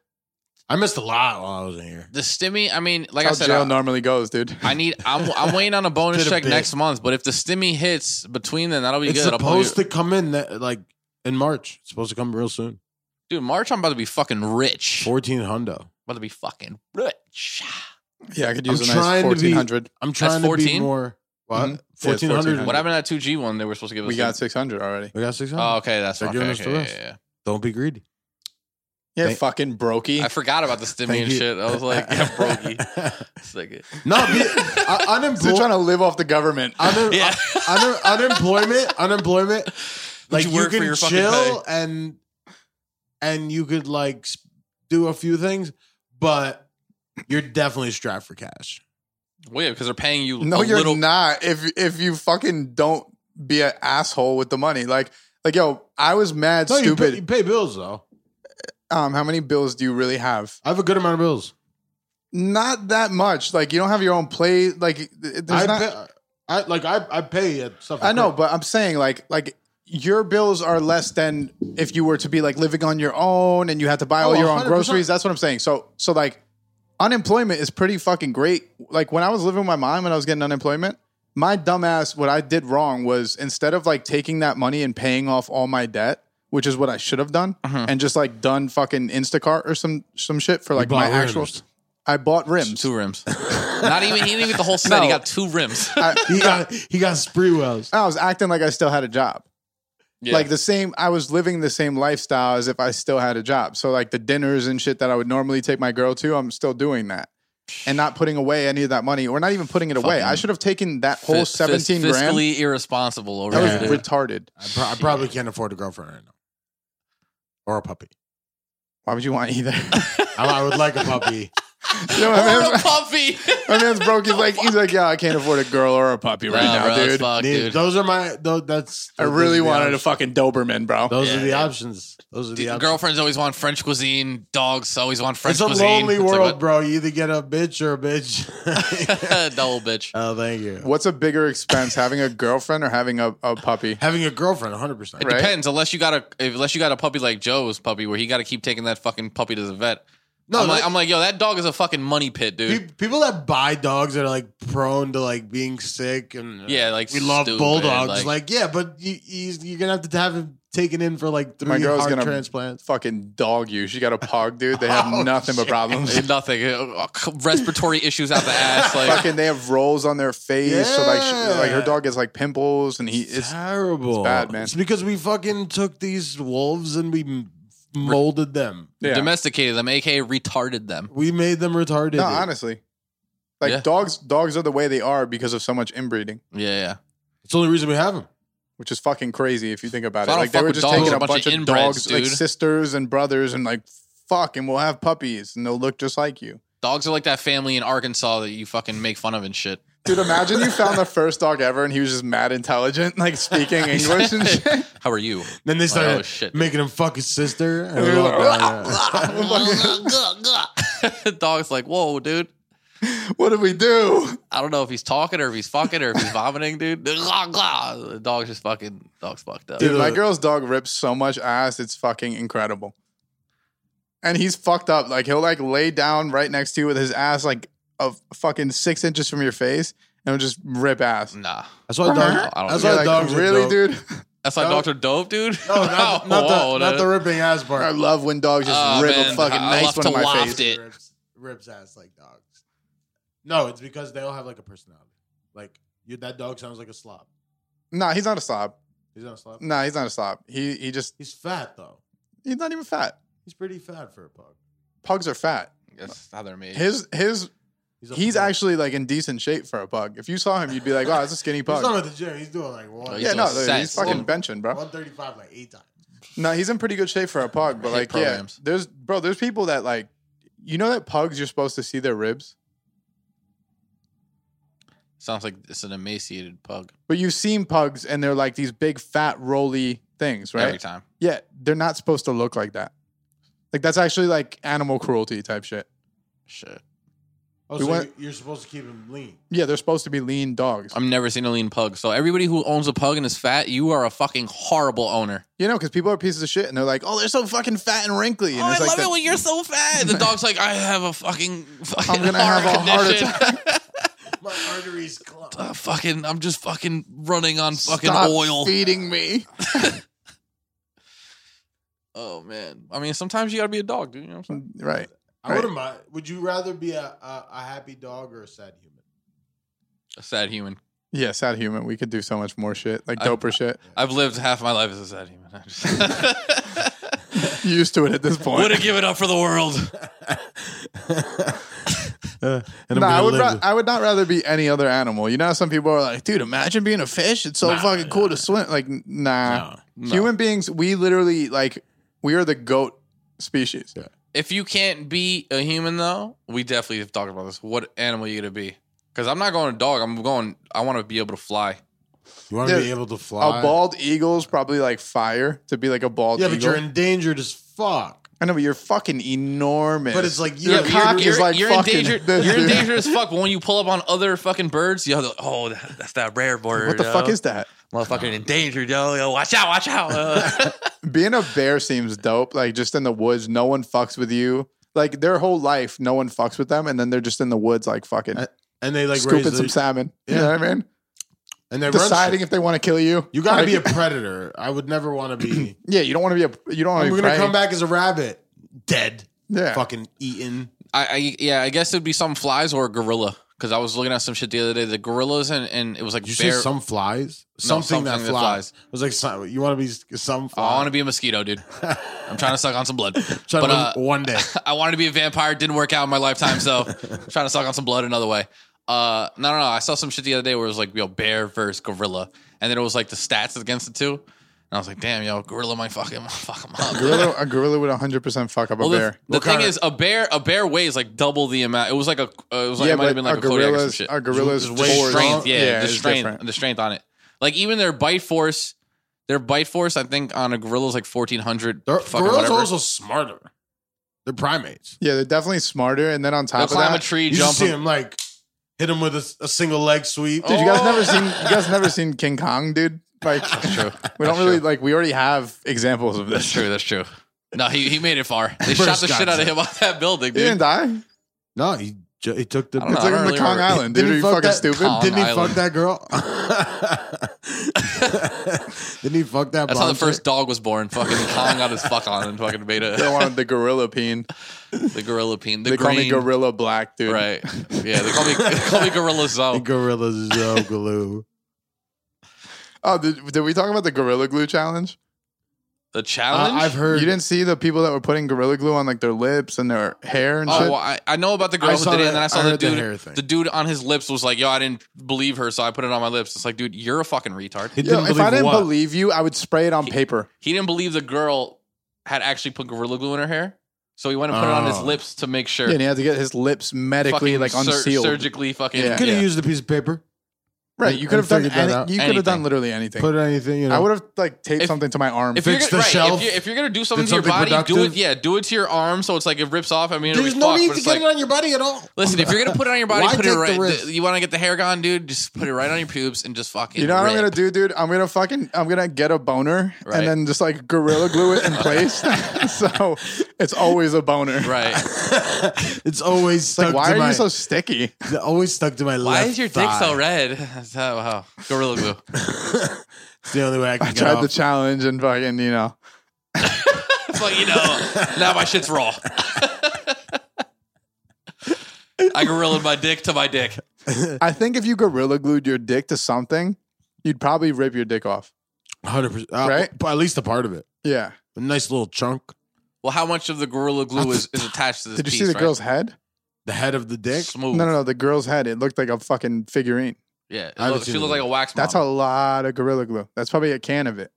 Speaker 4: I missed a lot while I was in here.
Speaker 3: The stimmy. I mean,
Speaker 2: That's
Speaker 3: like I
Speaker 2: how
Speaker 3: said, uh,
Speaker 2: jail
Speaker 3: I-
Speaker 2: normally goes, dude.
Speaker 3: I need. I'm. I'm waiting on a bonus
Speaker 4: Did a
Speaker 3: check
Speaker 4: bit.
Speaker 3: next month. But if the stimmy hits between then, that'll be
Speaker 4: It's
Speaker 3: good. I'll probably-
Speaker 4: supposed to come in that, like in March. It's supposed to come real soon.
Speaker 3: dude. March, I'm about to be fucking rich.
Speaker 4: Fourteen hundo.
Speaker 3: about to be fucking rich.
Speaker 2: yeah, I could use
Speaker 4: I'm
Speaker 2: a nice
Speaker 4: trying to be-
Speaker 2: 1400.
Speaker 4: I'm trying to
Speaker 3: 14?
Speaker 4: be more. What
Speaker 2: Mhm. Yeah, it's
Speaker 4: fourteen hundred?
Speaker 2: 1400.
Speaker 3: What happened at two G one? They were supposed to give us.
Speaker 2: We
Speaker 3: a-
Speaker 2: got 600 already.
Speaker 4: We got six hundred.
Speaker 3: Oh, okay, that's
Speaker 4: They're
Speaker 3: okay,
Speaker 4: giving us the
Speaker 3: okay,
Speaker 4: rest.
Speaker 3: yeah, yeah,
Speaker 4: Don't be greedy.
Speaker 2: Yeah,
Speaker 4: Thank-
Speaker 2: fucking brokey.
Speaker 3: yeah. I forgot about the stimmy
Speaker 4: Thank
Speaker 3: and
Speaker 4: you.
Speaker 3: shit. I was like, yeah, brokey. It's like-
Speaker 4: no, be, uh,
Speaker 2: Still
Speaker 4: unemployed.
Speaker 2: trying to live off the government.
Speaker 4: Unem-
Speaker 3: Yeah.
Speaker 4: un- unemployment, unemployment. Like
Speaker 3: you
Speaker 4: you,
Speaker 3: work for
Speaker 4: can
Speaker 3: your fucking
Speaker 4: chill and and you could like s- do a few things, but you're definitely strapped for cash.
Speaker 3: Well, yeah, because they're paying you
Speaker 2: No,
Speaker 3: a
Speaker 2: you're
Speaker 3: little.
Speaker 2: not. If if you fucking don't be an asshole with the money, like like yo, I was mad
Speaker 4: No, you
Speaker 2: stupid.
Speaker 4: pay, you pay bills though.
Speaker 2: um, how many bills do you really have?
Speaker 4: I have a good amount of bills.
Speaker 2: Not that much. Like you don't have your own play. Like th- there's
Speaker 4: I,
Speaker 2: not.
Speaker 4: pay, I like I I pay at stuff.
Speaker 2: I know, but I'm saying like like your bills are less than if you were to be like living on your own and you had to buy all
Speaker 4: Oh,
Speaker 2: your own
Speaker 4: 100%.
Speaker 2: groceries. That's what I'm saying. So so like unemployment is pretty fucking great. Like when I was living with my mom when I was getting unemployment, my dumbass what I did wrong was instead of like taking that money and paying off all my debt, which is what I should have done,
Speaker 4: Uh-huh.
Speaker 2: and just like done fucking Instacart or some some shit for like
Speaker 4: bought
Speaker 2: my
Speaker 4: rims.
Speaker 2: actual I bought rims.
Speaker 3: Two rims. Not even he didn't even get the whole set. He
Speaker 2: No.
Speaker 3: got two rims.
Speaker 4: he got he got spree wells.
Speaker 2: I was acting like I still had a job.
Speaker 3: Yeah.
Speaker 2: Like the same, I was living the same lifestyle as if I still had a job. So like the dinners and shit that I would normally take my girl to, I'm still doing that, and not putting away any of that money, or not even putting it away. I
Speaker 3: Fucking
Speaker 2: should have taken that whole
Speaker 3: Fis- fis-
Speaker 2: seventeen grand.
Speaker 3: Fiscally irresponsible over
Speaker 2: That was
Speaker 3: here. dude.
Speaker 2: retarded.
Speaker 4: I, pro- I probably can't afford a girlfriend right now, or a puppy.
Speaker 2: Why would you want either?
Speaker 4: I, I would like a puppy.
Speaker 2: you know, my,
Speaker 3: Or a
Speaker 2: man's,
Speaker 3: puppy.
Speaker 2: my man's broke. He's like, he's like, yeah, I can't afford a girl or a puppy right
Speaker 3: Nah,
Speaker 2: now,
Speaker 3: bro, it's
Speaker 2: dude.
Speaker 3: fucked, dude.
Speaker 4: Those are my. Those, that's.
Speaker 2: I really
Speaker 4: those are the
Speaker 2: wanted a
Speaker 4: options.
Speaker 2: fucking Doberman, bro.
Speaker 4: Those
Speaker 3: Yeah,
Speaker 4: are the
Speaker 3: yeah.
Speaker 4: options. Those are the
Speaker 3: Dude,
Speaker 4: options.
Speaker 3: Girlfriends always want French cuisine. Dogs always want French
Speaker 4: it's a
Speaker 3: cuisine.
Speaker 4: lonely
Speaker 3: It's like,
Speaker 4: world,
Speaker 3: what?
Speaker 4: bro. You either get a bitch or a bitch.
Speaker 3: Double bitch.
Speaker 4: oh, thank you.
Speaker 2: What's a bigger expense, having a girlfriend or having a, a puppy?
Speaker 4: Having a girlfriend, 100%.
Speaker 3: It
Speaker 2: Right?
Speaker 3: depends. Unless you got a if- unless you got a puppy like Joe's puppy, where he got to keep taking that fucking puppy to the vet.
Speaker 4: No,
Speaker 3: I'm like,
Speaker 4: like-
Speaker 3: I'm like, yo, that dog is a fucking money pit, dude.
Speaker 4: Pe- People that buy dogs that are like prone to like being sick and uh,
Speaker 3: Yeah, like
Speaker 4: we love
Speaker 3: stupid,
Speaker 4: bulldogs.
Speaker 3: like-
Speaker 4: Like, yeah, but you, he's, you're gonna have to have him taken in for like three
Speaker 2: My girl's
Speaker 4: heart
Speaker 2: gonna-
Speaker 4: transplants.
Speaker 2: Fucking dog you. She got a pug, dude. They have
Speaker 4: Oh,
Speaker 2: nothing but
Speaker 4: shit.
Speaker 2: problems.
Speaker 3: Nothing. Uh, uh, Respiratory issues out the ass. Like
Speaker 2: fucking they have rolls on their face. So like, she, like her
Speaker 4: Yeah.
Speaker 2: dog gets like pimples, and he it's
Speaker 4: terrible.
Speaker 2: it's bad, man.
Speaker 4: It's because we fucking took these wolves and we m- molded them.
Speaker 2: yeah.
Speaker 3: domesticated them, aka retarded them.
Speaker 4: We made them retarded.
Speaker 2: No, honestly, like
Speaker 3: Yeah.
Speaker 2: dogs, dogs are the way they are because of so much inbreeding,
Speaker 3: Yeah, yeah.
Speaker 4: it's the only reason we have them.
Speaker 2: which is fucking crazy if you think about
Speaker 3: So I
Speaker 2: it.
Speaker 3: don't
Speaker 2: Like they
Speaker 3: fuck
Speaker 2: were
Speaker 3: with
Speaker 2: just
Speaker 3: dogs,
Speaker 2: taking
Speaker 3: a
Speaker 2: a
Speaker 3: bunch
Speaker 2: bunch
Speaker 3: of
Speaker 2: of
Speaker 3: inbreds,
Speaker 2: dogs, like
Speaker 3: dude.
Speaker 2: sisters and brothers, and like fuck, and we'll have puppies, and they'll look just like you,
Speaker 3: Dogs are like that family in Arkansas that you fucking make fun of and shit.
Speaker 2: dude. Imagine you found the first dog ever, and he was just mad intelligent, like speaking English and shit.
Speaker 3: How are you?
Speaker 4: Then they started
Speaker 3: oh, shit.
Speaker 4: making him fuck his sister. And
Speaker 2: You're
Speaker 4: we're
Speaker 2: like,
Speaker 4: like, "Oh, yeah."
Speaker 3: Dog's like, whoa, dude.
Speaker 2: What did we do?
Speaker 3: I don't know if he's talking or if he's fucking or if he's vomiting, dude. The dog's just fucking. Dog's fucked up.
Speaker 2: Dude,
Speaker 4: Dude,
Speaker 2: my
Speaker 4: uh,
Speaker 2: girl's dog rips so much ass, it's fucking incredible. And he's fucked up. Like he'll like lay down right next to you with his ass like of fucking six inches from your face, and he'll just rip ass.
Speaker 3: Nah,
Speaker 4: That's why dogs.
Speaker 3: I don't
Speaker 4: Mm. That's
Speaker 3: know.
Speaker 4: why
Speaker 2: You're like,
Speaker 4: dogs. are
Speaker 2: really,
Speaker 4: dope.
Speaker 2: dude?
Speaker 3: that's why
Speaker 4: No.
Speaker 3: dogs are dope, dude.
Speaker 4: No, not, not,
Speaker 3: Whoa,
Speaker 4: the, not the
Speaker 3: dude.
Speaker 4: ripping ass part.
Speaker 2: I love when dogs just
Speaker 3: Oh,
Speaker 2: rip
Speaker 3: man,
Speaker 2: a fucking
Speaker 3: I
Speaker 2: nice
Speaker 3: love
Speaker 2: one
Speaker 3: to
Speaker 2: in my
Speaker 3: waft
Speaker 2: face.
Speaker 3: it.
Speaker 4: rips, rips ass like dogs. No, it's because they all have like a personality. Like you, that dog sounds like a slob.
Speaker 2: Nah, he's not a slob.
Speaker 4: He's not a slob.
Speaker 2: Nah, he's not a slob. He he just
Speaker 4: He's fat though.
Speaker 2: he's not even fat.
Speaker 4: He's pretty fat for a pug.
Speaker 2: Pugs are fat.
Speaker 3: That's how they're made.
Speaker 2: His his
Speaker 4: a
Speaker 2: he's
Speaker 4: pug.
Speaker 2: actually like in decent shape for a pug. If you saw him, you'd be like, "Oh, it's a skinny
Speaker 4: He's
Speaker 2: pug."
Speaker 4: not at the gym. He's doing like one.
Speaker 3: Oh,
Speaker 2: Yeah, no,
Speaker 3: doing
Speaker 2: dude, he's
Speaker 3: sets.
Speaker 2: fucking benching, bro.
Speaker 4: one thirty-five like eight times.
Speaker 2: No, he's in pretty good shape for a pug, but
Speaker 3: Hit
Speaker 2: like,
Speaker 3: programs.
Speaker 2: yeah, there's bro, there's people that like, you know that pugs you're supposed to see their ribs,
Speaker 3: Sounds like it's an emaciated pug
Speaker 2: but you've seen pugs and they're like these big fat roly things, right?
Speaker 3: every time.
Speaker 2: Yeah, they're not supposed to look like that. Like that's actually like animal cruelty type shit.
Speaker 3: Shit,
Speaker 4: Oh,
Speaker 2: We
Speaker 4: so
Speaker 2: went-
Speaker 4: you- you're supposed to keep him lean.
Speaker 2: Yeah, they're supposed to be lean dogs.
Speaker 3: I've never seen a lean pug. So everybody who owns a pug and is fat, you are a fucking horrible owner.
Speaker 2: You know, because people are pieces of shit and they're like, oh, they're so fucking fat and wrinkly.
Speaker 3: Oh,
Speaker 2: And it's like the-
Speaker 3: you're so fat. The dog's like, I have a fucking, fucking
Speaker 2: I'm gonna
Speaker 3: heart
Speaker 2: have a heart
Speaker 3: condition.
Speaker 4: My arteries clump.
Speaker 3: Uh, fucking, I'm just fucking running on fucking
Speaker 2: Stop
Speaker 3: oil.
Speaker 2: feeding me.
Speaker 3: Oh man, I mean, sometimes you gotta be a dog, dude. You know what I'm saying?
Speaker 2: right.
Speaker 4: I wouldn't mind. Would you rather be a, a a happy dog or a sad human?
Speaker 3: A sad human.
Speaker 2: Yeah, sad human. We could do so much more shit, like
Speaker 3: I-
Speaker 2: doper shit.
Speaker 3: I've lived half my life as a sad human. I just
Speaker 2: You're used to it at this point.
Speaker 3: would have given up for the world.
Speaker 4: Uh, and
Speaker 2: No, I
Speaker 4: gonna
Speaker 2: would.
Speaker 4: live
Speaker 2: Ra-
Speaker 4: with-
Speaker 2: I would not rather be any other animal. You know, how some people are like, dude, imagine being a fish. It's so
Speaker 4: Nah,
Speaker 2: fucking cool to swim. Like, n- nah.
Speaker 3: No.
Speaker 2: Human beings, we literally like, we are the goat species.
Speaker 3: If you can't be a human, though, we definitely have talked about this. What animal you gonna be? Because I'm not going to dog. I'm going. I want to be able to fly.
Speaker 4: You want to
Speaker 2: Dude,
Speaker 4: be able to fly?
Speaker 2: A bald eagle's probably like fire to be like a bald
Speaker 4: Yeah,
Speaker 2: eagle.
Speaker 4: but you're endangered as fuck.
Speaker 2: I know, but you're fucking enormous.
Speaker 4: But it's like you
Speaker 2: Your
Speaker 3: but
Speaker 2: cock is like
Speaker 3: you're
Speaker 2: fucking
Speaker 3: endangered.
Speaker 2: this,
Speaker 3: you're
Speaker 2: dude.
Speaker 3: endangered as fuck. But when you pull up on other fucking birds, you have to, oh, that, that's that rare bird.
Speaker 2: what the
Speaker 3: yo.
Speaker 2: fuck is that?
Speaker 3: motherfucking endangered? Yo, yo, watch out, watch out. uh.
Speaker 2: Being a bear seems dope. Like just in the woods, no one fucks with you. Like their whole life, no one fucks with them, and then they're just in the woods, like fucking
Speaker 4: Uh, and they like raise
Speaker 2: scooping
Speaker 4: their-
Speaker 2: some salmon. You
Speaker 4: Yeah.
Speaker 2: know what I mean?
Speaker 4: and they run
Speaker 2: Deciding
Speaker 4: shit.
Speaker 2: if they want to kill you.
Speaker 4: You gotta
Speaker 2: Like-
Speaker 4: be a predator. I would never want to be.
Speaker 2: Yeah, you don't want to be a. You don't want
Speaker 4: I'm
Speaker 2: to
Speaker 4: gonna
Speaker 2: be.
Speaker 4: come
Speaker 2: back.
Speaker 4: back as a rabbit, dead,
Speaker 2: Yeah,
Speaker 4: fucking eaten.
Speaker 3: I, I yeah, I guess it'd be some flies or a gorilla. Because I was looking at some shit the other day. The gorillas and, and it was like
Speaker 4: Did you
Speaker 3: bear.
Speaker 4: say some flies?
Speaker 3: No,
Speaker 4: Something, that,
Speaker 3: something that
Speaker 4: flies.
Speaker 3: flies.
Speaker 4: I was like, some, you want to be s- some fly?
Speaker 3: I want to be a mosquito, dude. I'm trying to suck on some blood.
Speaker 4: Trying
Speaker 3: but,
Speaker 4: to
Speaker 3: uh,
Speaker 4: live one day.
Speaker 3: I wanted to be a vampire. Didn't work out in my lifetime, so I'm trying to suck on some blood another way. Uh, no, no, no. I saw some shit the other day where it was like, yo, bear versus gorilla, and then it was like the stats against the two, and I was like, damn, yo, gorilla might fuck him, fuck him up.
Speaker 2: gorilla, a gorilla would 100 percent fuck up
Speaker 3: Well,
Speaker 2: a
Speaker 3: the,
Speaker 2: bear.
Speaker 3: the
Speaker 4: What
Speaker 3: thing
Speaker 4: kinda-
Speaker 3: is, a bear, a bear weighs like double the amount. It was like a, uh, it was like it might have been like a, Kodiak or some
Speaker 2: gorilla's
Speaker 3: shit.
Speaker 2: a gorilla's way
Speaker 4: Just weight
Speaker 3: the
Speaker 4: force.
Speaker 3: strength, yeah, the
Speaker 2: it's
Speaker 3: strength,
Speaker 2: different.
Speaker 3: the strength on it. Like even their bite force, their bite force, I think on a gorilla is like 1400.
Speaker 4: They're-
Speaker 3: fucking
Speaker 4: gorillas
Speaker 3: whatever.
Speaker 4: are also smarter. They're primates.
Speaker 2: Yeah, they're definitely smarter. And then on
Speaker 3: They'll
Speaker 2: top of
Speaker 3: climb a
Speaker 2: that,
Speaker 3: tree,
Speaker 4: You
Speaker 3: jump.
Speaker 4: just see
Speaker 3: a-
Speaker 4: him like hit him with a, s- a single leg sweep.
Speaker 2: dude, you guys
Speaker 3: Oh.
Speaker 2: never seen you guys never seen King Kong, dude. Like
Speaker 3: True.
Speaker 2: we don't
Speaker 3: That's
Speaker 2: really
Speaker 3: true.
Speaker 2: like we already have examples of
Speaker 3: That's
Speaker 2: this.
Speaker 3: true. That's true. No, he, he made it far. They
Speaker 4: First
Speaker 3: shot the shit out of
Speaker 4: contact.
Speaker 3: him off that building,
Speaker 2: He didn't
Speaker 3: dude.
Speaker 2: die.
Speaker 4: No, he Ju- He took the.
Speaker 3: I don't
Speaker 2: It's
Speaker 3: know.
Speaker 2: like on the
Speaker 3: really
Speaker 2: Kong
Speaker 3: remember.
Speaker 2: Island, dude.
Speaker 4: Didn't
Speaker 2: Are you
Speaker 4: fuck
Speaker 2: fucking
Speaker 4: that-
Speaker 2: stupid?
Speaker 3: Kong.
Speaker 4: Didn't he
Speaker 3: Island.
Speaker 4: fuck that girl? Didn't he fuck that?
Speaker 3: That's how the
Speaker 4: blonde
Speaker 3: first
Speaker 4: chick?
Speaker 3: dog was born. Fucking Kong got his fuck on and fucking made
Speaker 2: They
Speaker 3: a
Speaker 2: wanted the gorilla peen.
Speaker 3: the gorilla peen. The
Speaker 2: They call me
Speaker 3: green,
Speaker 2: gorilla black, dude.
Speaker 3: right? Yeah, they call me they call me gorilla
Speaker 4: The
Speaker 3: zone.
Speaker 4: gorilla's so glue.
Speaker 2: Oh, did, did we talk about the gorilla glue challenge?
Speaker 3: The
Speaker 4: Uh,
Speaker 3: challenge.
Speaker 4: I've heard.
Speaker 2: You didn't see the people that were putting gorilla glue on like their lips and their hair and
Speaker 3: Oh,
Speaker 2: shit.
Speaker 3: well, I, I know about the
Speaker 4: I
Speaker 3: girl who
Speaker 4: saw
Speaker 3: did it,
Speaker 4: that-
Speaker 3: and then I saw the
Speaker 4: heard
Speaker 3: dude.
Speaker 4: hair thing.
Speaker 3: the dude on his lips was like, "Yo, I didn't believe her, so I put it on my lips." It's like, dude, you're a fucking retard.
Speaker 4: He
Speaker 2: Yo,
Speaker 4: didn't
Speaker 2: if I didn't
Speaker 4: what?
Speaker 2: believe you, I would spray it on paper.
Speaker 3: He didn't believe the girl had actually put gorilla glue in her hair, so he went and put it on his
Speaker 4: Oh.
Speaker 3: lips to make sure.
Speaker 2: Yeah, and he had to get his lips medically
Speaker 3: Fucking
Speaker 2: like
Speaker 3: sur-
Speaker 2: unsealed.
Speaker 3: surgically, fucking.
Speaker 2: Yeah.
Speaker 4: could have
Speaker 3: yeah.
Speaker 4: used a piece of paper.
Speaker 2: right, you
Speaker 4: and
Speaker 2: could have done
Speaker 4: figured that
Speaker 2: any,
Speaker 4: out.
Speaker 2: you could have done
Speaker 3: Anything.
Speaker 2: literally anything.
Speaker 4: Put anything. You know.
Speaker 2: I would have like taped
Speaker 3: If-
Speaker 2: something to my arm.
Speaker 3: If you're,
Speaker 4: Fix
Speaker 3: gonna,
Speaker 4: the
Speaker 3: right,
Speaker 4: shelf.
Speaker 3: If, you're, if you're gonna do something
Speaker 4: Did
Speaker 3: to your
Speaker 4: something
Speaker 3: body, do it.
Speaker 4: productive.
Speaker 3: Yeah, do it to your arm so it's like it rips off. I mean,
Speaker 4: There's no need to get
Speaker 3: like,
Speaker 4: it on your body at all.
Speaker 3: Listen, if you're gonna put it on your body,
Speaker 4: Why
Speaker 3: put it
Speaker 4: take the
Speaker 3: right.
Speaker 4: risk?
Speaker 3: you want to get the hair gone, dude? Just put it right on your pubes and just fucking.
Speaker 2: you know what I'm
Speaker 3: rip.
Speaker 2: gonna do, dude? I'm gonna fucking I'm gonna get a boner
Speaker 3: Right.
Speaker 2: and then just like gorilla glue it in place. so it's always a boner.
Speaker 3: Right.
Speaker 4: it's always
Speaker 2: It's like
Speaker 4: stuck
Speaker 2: why
Speaker 4: to
Speaker 2: are
Speaker 4: my.
Speaker 2: you so sticky?
Speaker 4: it's always stuck to my left.
Speaker 3: Why is your dick
Speaker 4: thigh.
Speaker 3: so red? That's how- wow. Gorilla glue.
Speaker 4: It's the only way I can
Speaker 2: I
Speaker 4: get
Speaker 2: tried
Speaker 4: off.
Speaker 2: the challenge and fucking you know.
Speaker 3: It's like, you know, now my shit's raw. I gorillaed my dick to my dick.
Speaker 2: I think if you gorilla glued your dick to something, you'd probably rip your dick off.
Speaker 4: Hundred percent. Uh,
Speaker 2: Right?
Speaker 4: At least a part of it.
Speaker 2: Yeah.
Speaker 4: A nice little chunk.
Speaker 3: Well, how much of the gorilla glue is, is attached to this
Speaker 2: Did you
Speaker 3: piece?
Speaker 2: see the
Speaker 3: right?
Speaker 2: girl's head?
Speaker 4: The head of the dick.
Speaker 3: Smooth.
Speaker 2: No, no, no. The girl's head. It looked like a fucking figurine.
Speaker 3: Yeah, it
Speaker 4: I haven't
Speaker 3: looks- she
Speaker 4: seen
Speaker 3: looks
Speaker 4: it.
Speaker 3: like a wax.
Speaker 2: That's
Speaker 3: model.
Speaker 2: a lot of gorilla glue. That's probably a can of it.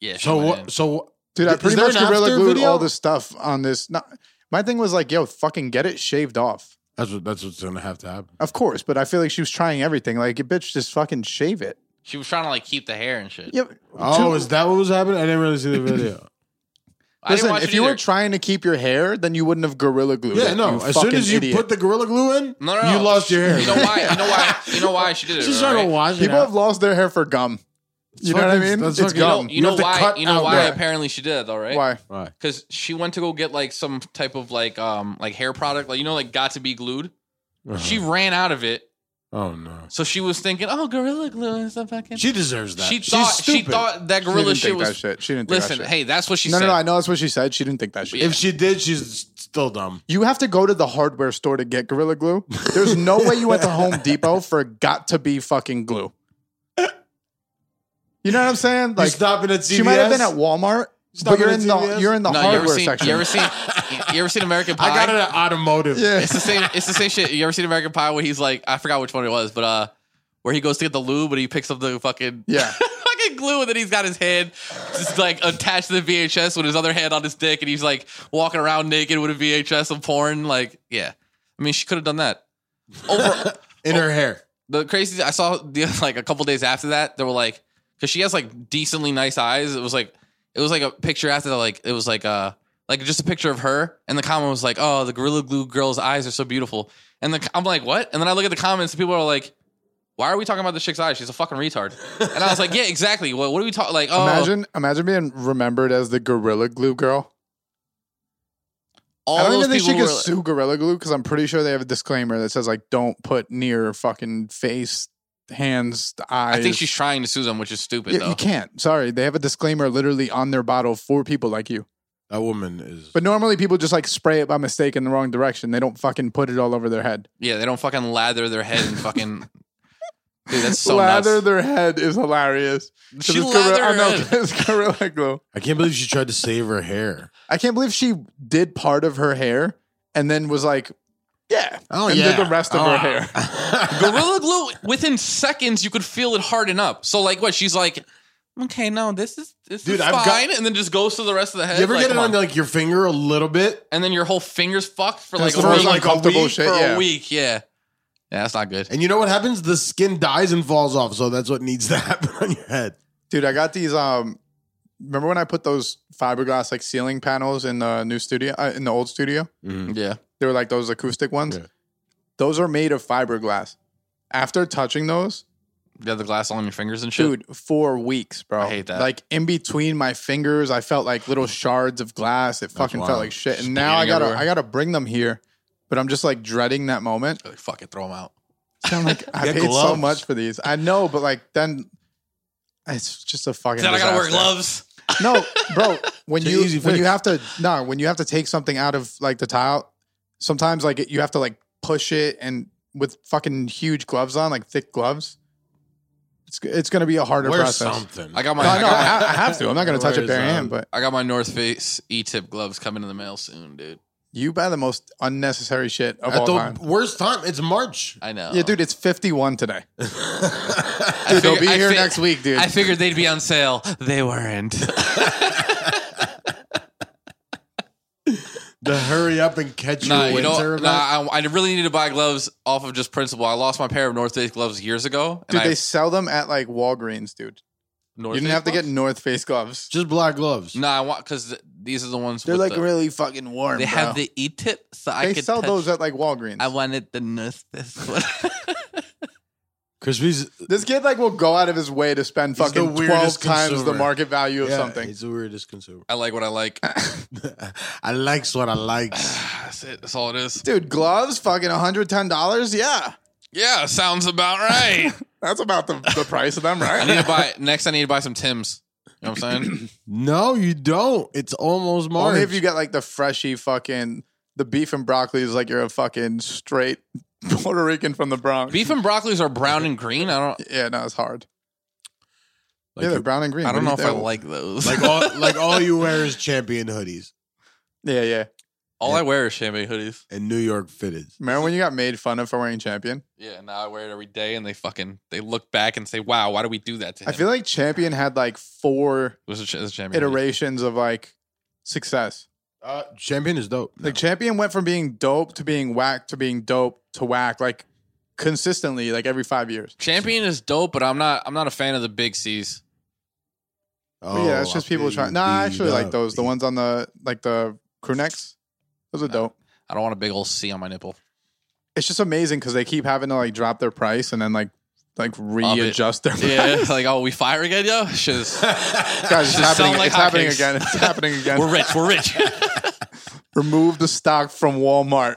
Speaker 3: Yeah. she
Speaker 4: So
Speaker 3: went
Speaker 4: what?
Speaker 3: in.
Speaker 4: So what-
Speaker 2: Dude, I
Speaker 4: Is
Speaker 2: pretty
Speaker 4: there
Speaker 2: much
Speaker 4: an
Speaker 2: gorilla
Speaker 4: after
Speaker 2: glued
Speaker 4: video?
Speaker 2: all the stuff on this. No, my thing was like, yo, fucking get it shaved off.
Speaker 4: that's what that's what's gonna have to happen.
Speaker 2: Of course, but I feel like she was trying everything. Like, bitch, just fucking shave it.
Speaker 3: She was trying to like keep the hair and shit.
Speaker 2: Yep.
Speaker 4: Oh,
Speaker 2: Dude,
Speaker 4: is that what was happening? I didn't really see the video.
Speaker 3: I didn't
Speaker 2: listen,
Speaker 3: watch
Speaker 2: if
Speaker 3: it
Speaker 2: you
Speaker 3: either.
Speaker 2: were trying to keep your hair, then you wouldn't have gorilla glued
Speaker 4: yeah,
Speaker 2: it,
Speaker 4: no.
Speaker 2: you
Speaker 4: As soon
Speaker 2: fucking
Speaker 4: as you
Speaker 2: idiot.
Speaker 4: put the gorilla glue in,
Speaker 3: no, no, no,
Speaker 4: you lost your hair.
Speaker 3: You know why? You know why? You know why she did it?
Speaker 4: She's trying
Speaker 3: right?
Speaker 4: to wash it
Speaker 2: People
Speaker 4: out.
Speaker 2: have lost their hair for gum. You know what I
Speaker 4: fucking-
Speaker 2: mean?
Speaker 4: that's
Speaker 2: It's
Speaker 4: fucking-
Speaker 3: You
Speaker 2: gum.
Speaker 3: know, you
Speaker 4: You
Speaker 3: know
Speaker 4: have to
Speaker 3: why?
Speaker 4: cut
Speaker 3: You know
Speaker 4: out
Speaker 3: why?
Speaker 4: that.
Speaker 3: Apparently, she did it though, right?
Speaker 2: Why?
Speaker 4: Why?
Speaker 3: Because she went to go get like some type of like um like hair product, like you know, like got to be glued.
Speaker 2: Uh-huh.
Speaker 3: She ran out of it,
Speaker 4: Oh no.
Speaker 3: so she was thinking, "Oh, gorilla glue is the fucking." She,
Speaker 4: She deserves that. She's
Speaker 3: thought she
Speaker 4: stupid.
Speaker 3: thought that
Speaker 2: She
Speaker 3: gorilla
Speaker 2: didn't
Speaker 3: shit
Speaker 2: think that
Speaker 3: was.
Speaker 2: shit. She didn't think
Speaker 3: Listen,
Speaker 2: that shit.
Speaker 3: hey, that's what she
Speaker 2: no,
Speaker 3: said.
Speaker 2: no, no. I know that's what she said. She didn't think that shit.
Speaker 4: If she did, she's still dumb.
Speaker 2: You have to go to the hardware store to get Gorilla Glue. There's no way you went to Home Depot for got to be fucking glue. You know what I'm saying?
Speaker 4: Like
Speaker 2: Like
Speaker 4: stopping at CVS.
Speaker 2: she might have been at Walmart,
Speaker 4: Stop
Speaker 2: but you're
Speaker 4: it at
Speaker 2: in the
Speaker 4: CVS?
Speaker 2: you're in the
Speaker 3: No, you
Speaker 2: hardware
Speaker 3: ever seen?
Speaker 2: section.
Speaker 3: You ever seen? You ever seen American Pie?
Speaker 4: I got it at automotive.
Speaker 2: yeah.
Speaker 3: It's the same. It's the same shit. You ever seen American Pie where he's like, I forgot which one it was, but uh, where he goes to get the lube, but he picks up the fucking
Speaker 2: Yeah.
Speaker 3: fucking glue, and then he's got his hand just like attached to the VHS with his other hand on his dick, and he's like walking around naked with a VHS of porn. Like, yeah, I mean, she could have done that. Over
Speaker 4: In her hair.
Speaker 3: the crazy, I saw the, like a couple days after that, they were like, because she has like decently nice eyes. It was like, it was like a picture after that, like it was like uh like just a picture of her, and the comment was like, oh, the gorilla glue girl's eyes are so beautiful, and the, I'm like, what? And then I look at the comments, and people are like. Why are we talking about the chick's eyes? She's a fucking retard. And I was like, yeah, exactly. What, what are we talking? Like, oh,
Speaker 2: Imagine imagine being remembered as the Gorilla Glue girl.
Speaker 3: all
Speaker 2: I don't
Speaker 3: those
Speaker 2: even think
Speaker 3: people
Speaker 2: she
Speaker 3: were
Speaker 2: could sue Gorilla Glue because I'm pretty sure they have a disclaimer that says like don't put near fucking face, hands, eyes.
Speaker 3: I think she's trying to sue them, which is stupid
Speaker 2: you,
Speaker 3: though.
Speaker 2: you can't. Sorry, they have a disclaimer literally on their bottle for people like you.
Speaker 4: That woman is.
Speaker 2: But normally people just like spray it by mistake in the wrong direction. They don't fucking put it all over their head.
Speaker 3: Yeah, they don't fucking lather their head and fucking. Dude, that's so
Speaker 2: Lather
Speaker 3: nuts.
Speaker 2: their head is hilarious. 'Cause
Speaker 3: She
Speaker 2: it's
Speaker 3: lathered
Speaker 2: gorilla- I know,
Speaker 3: her head.
Speaker 2: 'cause it's gorilla glue.
Speaker 4: I can't believe she tried to save her hair.
Speaker 2: I can't believe she did part of her hair and then was like, yeah.
Speaker 4: Oh
Speaker 2: and
Speaker 4: yeah.
Speaker 2: did the rest of
Speaker 4: Oh,
Speaker 2: her
Speaker 4: wow.
Speaker 2: hair.
Speaker 3: Gorilla glue within seconds, you could feel it harden up. So like, what? She's like, okay, no, this is this
Speaker 4: Dude,
Speaker 3: is
Speaker 4: I've got-
Speaker 3: fine, and then just goes to the rest of the head.
Speaker 4: You ever
Speaker 3: like,
Speaker 4: get it
Speaker 3: come
Speaker 4: on like your finger a little bit?
Speaker 3: and then your whole fingers fucked for like
Speaker 2: That's
Speaker 3: a
Speaker 2: the most
Speaker 3: week.
Speaker 2: uncomfortable
Speaker 4: week
Speaker 2: shit.
Speaker 3: for
Speaker 2: Yeah.
Speaker 3: a week. Yeah, yeah, that's not good.
Speaker 4: And you know what happens? The skin dies and falls off. So that's what needs to happen on your head.
Speaker 2: Dude, I got these. Um, remember when I put those fiberglass like ceiling panels in the new studio, uh, in the old studio?
Speaker 3: Yeah,
Speaker 2: They were like those acoustic ones.
Speaker 4: Yeah.
Speaker 2: Those are made of fiberglass. After touching those,
Speaker 3: you have the glass all on your fingers and shit.
Speaker 2: dude, four weeks, bro.
Speaker 3: I hate that.
Speaker 2: Like in between my fingers, I felt like little shards of glass. It fucking
Speaker 4: wild.
Speaker 2: felt like shit.
Speaker 3: Just
Speaker 2: And now I
Speaker 3: bleeding
Speaker 2: gotta,
Speaker 3: everywhere.
Speaker 2: I gotta bring them here. but I'm just like dreading that moment.
Speaker 3: Like, fuck it, throw them out.
Speaker 2: I'm like, I
Speaker 4: Get
Speaker 2: paid so
Speaker 4: gloves.
Speaker 2: much for these. I know, but like then it's just a fucking.
Speaker 3: Then I gotta wear
Speaker 2: disaster.
Speaker 3: gloves.
Speaker 2: No, bro. When
Speaker 4: It's an
Speaker 2: you
Speaker 4: easy
Speaker 2: when
Speaker 4: fix.
Speaker 2: you have to no when you have to take something out of like the tile, sometimes like you have to like push it and with fucking huge gloves on, like thick gloves. It's it's gonna be a harder
Speaker 4: Wear
Speaker 2: process.
Speaker 4: something.
Speaker 3: I got my
Speaker 2: No,
Speaker 3: I,
Speaker 2: no,
Speaker 3: got,
Speaker 2: I, I have to. I'm not gonna touch
Speaker 4: Wear
Speaker 2: it bare hand,
Speaker 4: some.
Speaker 2: but
Speaker 3: I got my North Face E-tip gloves coming in the mail soon, dude.
Speaker 2: you buy the most unnecessary shit of
Speaker 4: At
Speaker 2: all
Speaker 4: the
Speaker 2: time.
Speaker 4: worst time. It's March.
Speaker 3: I know.
Speaker 2: Yeah, dude, it's 51 today.
Speaker 3: I
Speaker 2: Dude, they'll be
Speaker 3: figure- I
Speaker 2: here
Speaker 3: fi-
Speaker 2: next week, dude.
Speaker 3: I figured they'd be on sale. They weren't.
Speaker 4: the hurry up and catch
Speaker 3: Nah,
Speaker 4: your
Speaker 3: you know,
Speaker 4: winter.
Speaker 3: nah, I, I really need to buy gloves off of just principle. I lost my pair of North Face gloves years ago.
Speaker 2: dude,
Speaker 3: I,
Speaker 2: they sell them at like Walgreens, dude.
Speaker 3: North
Speaker 2: you didn't
Speaker 3: Face
Speaker 2: have to get
Speaker 3: gloves?
Speaker 2: North Face gloves.
Speaker 4: Just black gloves.
Speaker 3: No, I want because th- these are the ones.
Speaker 2: They're
Speaker 3: with
Speaker 2: like
Speaker 3: the,
Speaker 2: really fucking warm.
Speaker 3: They
Speaker 2: bro.
Speaker 3: have the E tip, so I
Speaker 2: They
Speaker 3: could
Speaker 2: sell
Speaker 3: touch-
Speaker 2: those at like Walgreens.
Speaker 3: I wanted the North Face one.
Speaker 4: Crispy's
Speaker 2: This kid like will go out of his way to spend
Speaker 4: He's
Speaker 2: fucking
Speaker 4: the
Speaker 2: twelve
Speaker 4: weirdest
Speaker 2: times the
Speaker 4: consumer.
Speaker 2: market value of
Speaker 4: yeah,
Speaker 2: something.
Speaker 4: He's the weirdest consumer.
Speaker 3: I like what I like.
Speaker 4: I likes what I likes.
Speaker 3: That's it. That's all it is.
Speaker 2: Dude, gloves, fucking one hundred ten dollars. Yeah,
Speaker 3: Yeah, sounds about right.
Speaker 2: that's about the, the price of them,
Speaker 3: I need
Speaker 2: right?
Speaker 3: to buy next. I need to buy some Tim's. You know what I'm saying?
Speaker 4: No, you don't. It's almost March.
Speaker 2: Only if you get like the freshy fucking the beef and broccoli is like you're a fucking straight Puerto Rican from the Bronx.
Speaker 3: Beef and broccolis are brown and green. I don't.
Speaker 2: Yeah, no, it's hard.
Speaker 4: like,
Speaker 2: yeah, they're brown and green.
Speaker 3: I don't know
Speaker 2: What
Speaker 3: if
Speaker 2: do
Speaker 3: I
Speaker 2: you think?
Speaker 3: like those.
Speaker 4: like all like all you wear is champion hoodies
Speaker 2: Yeah, yeah.
Speaker 3: all I wear is champagne hoodies.
Speaker 4: and New York fitted.
Speaker 2: Remember when you got made fun of for wearing champion?
Speaker 3: Yeah, now I wear it every day, and they fucking they look back and say, "Wow, why do we do that to him?"
Speaker 2: I feel like champion had like four
Speaker 3: it was a, ch- it was a champagne hoodie.
Speaker 2: iterations of like success.
Speaker 4: Uh, champion is dope.
Speaker 2: Like Champion went from being dope to being whack to being dope to whack like consistently like every 5 years.
Speaker 3: Champion is dope, but I'm not. I'm not a fan of the big C's.
Speaker 2: But yeah,
Speaker 4: Oh,
Speaker 2: it's just people trying. Nah, I actually like those. The ones on the like the crew necks. Those are dope.
Speaker 3: I don't want a big old C on my nipple.
Speaker 2: It's just amazing cuz they keep having to like drop their price and then like like readjust their price.
Speaker 3: Yeah, it's like oh, we fire again, yo. It's just-
Speaker 2: Guys, it's
Speaker 3: Just
Speaker 2: happening,
Speaker 3: sound like
Speaker 2: it's happening
Speaker 3: hotcakes.
Speaker 2: again. It's happening again.
Speaker 3: we're rich. We're rich.
Speaker 2: Remove the stock from Walmart.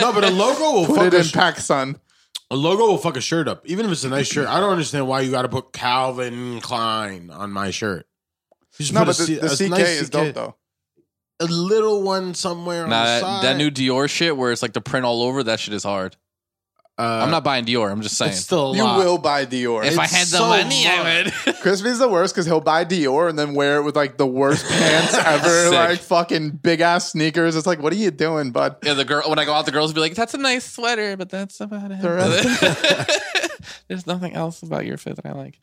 Speaker 4: No, but a logo will
Speaker 2: Put
Speaker 4: fuck
Speaker 2: it
Speaker 4: a
Speaker 2: in
Speaker 4: sh-
Speaker 2: Pakistan.
Speaker 4: A logo will fuck a shirt up, even if it's a nice shirt. I don't understand why you got to put Calvin Klein on my shirt. You just
Speaker 2: No,
Speaker 4: put
Speaker 2: but
Speaker 4: a C-
Speaker 2: the, the
Speaker 4: a
Speaker 2: CK
Speaker 4: nice
Speaker 2: is
Speaker 4: CK
Speaker 2: dope though.
Speaker 4: A little one
Speaker 3: nah,
Speaker 4: somewhere. on the
Speaker 3: that,
Speaker 4: side.
Speaker 3: that new Dior shit where it's like the print all over. That shit is hard.
Speaker 4: Uh,
Speaker 3: I'm not buying Dior. I'm just saying.
Speaker 4: It's still a
Speaker 2: You
Speaker 4: lot.
Speaker 2: will buy Dior.
Speaker 3: if I
Speaker 4: it's
Speaker 3: had the
Speaker 4: so
Speaker 3: money, I
Speaker 4: hard.
Speaker 3: would.
Speaker 2: Crispy's the worst because he'll buy Dior and then wear it with like the worst pants ever,
Speaker 3: Sick.
Speaker 2: like fucking big ass sneakers. It's like, what are you doing, bud?
Speaker 3: yeah, the girl. When I go out, the girls be like, "That's a nice sweater, but that's about it."
Speaker 2: The
Speaker 3: There's nothing else about your fit that I like.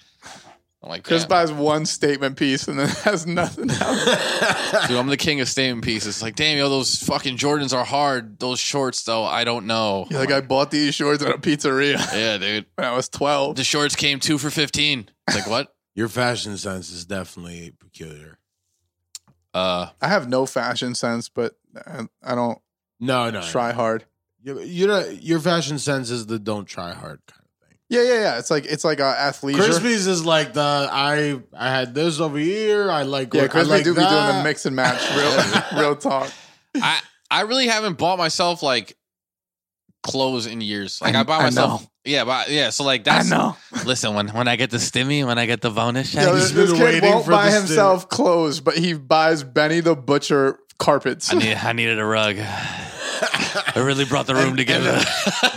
Speaker 3: I'm like,
Speaker 2: Chris
Speaker 3: "Damn."
Speaker 2: buys one statement piece and then has nothing else.
Speaker 3: Dude, I'm the king of statement pieces. Like, damn, yo, those fucking Jordans are hard. Those shorts, though, I don't know.
Speaker 2: You're like, I bought these shorts at a pizzeria
Speaker 3: yeah, dude.
Speaker 2: when I was 12.
Speaker 3: The shorts came two for 15. It's like, what?
Speaker 4: Your fashion sense is definitely peculiar.
Speaker 3: Uh,
Speaker 2: I have no fashion sense, but I, I don't
Speaker 4: No, no.
Speaker 2: try hard.
Speaker 4: You, you know, your fashion sense is the don't try hard kind of thing.
Speaker 2: Yeah, yeah, yeah. It's like, it's like uh, athleisure.
Speaker 4: Crispies is like the I I had this over here. I like
Speaker 2: yeah,
Speaker 4: what- I
Speaker 2: Crispy
Speaker 4: like
Speaker 2: do be doing the
Speaker 4: that.
Speaker 2: mix and match. Real, real talk.
Speaker 3: I, I really haven't bought myself, like, clothes in years. Like, I,
Speaker 2: I-
Speaker 3: buy
Speaker 2: I
Speaker 3: myself.
Speaker 2: know.
Speaker 3: Yeah, but, yeah, so, like, that's.
Speaker 2: know.
Speaker 3: Listen, when, when I get the stimmy, when I get the bonus check,
Speaker 2: Yo,
Speaker 4: he's
Speaker 2: this this
Speaker 4: been
Speaker 2: kid
Speaker 4: waiting
Speaker 2: won't
Speaker 4: for
Speaker 2: buy
Speaker 4: this to-
Speaker 2: himself clothes, but he buys Benny the Butcher carpets.
Speaker 3: I, need, I needed a rug. It really brought the room
Speaker 4: And-
Speaker 3: together.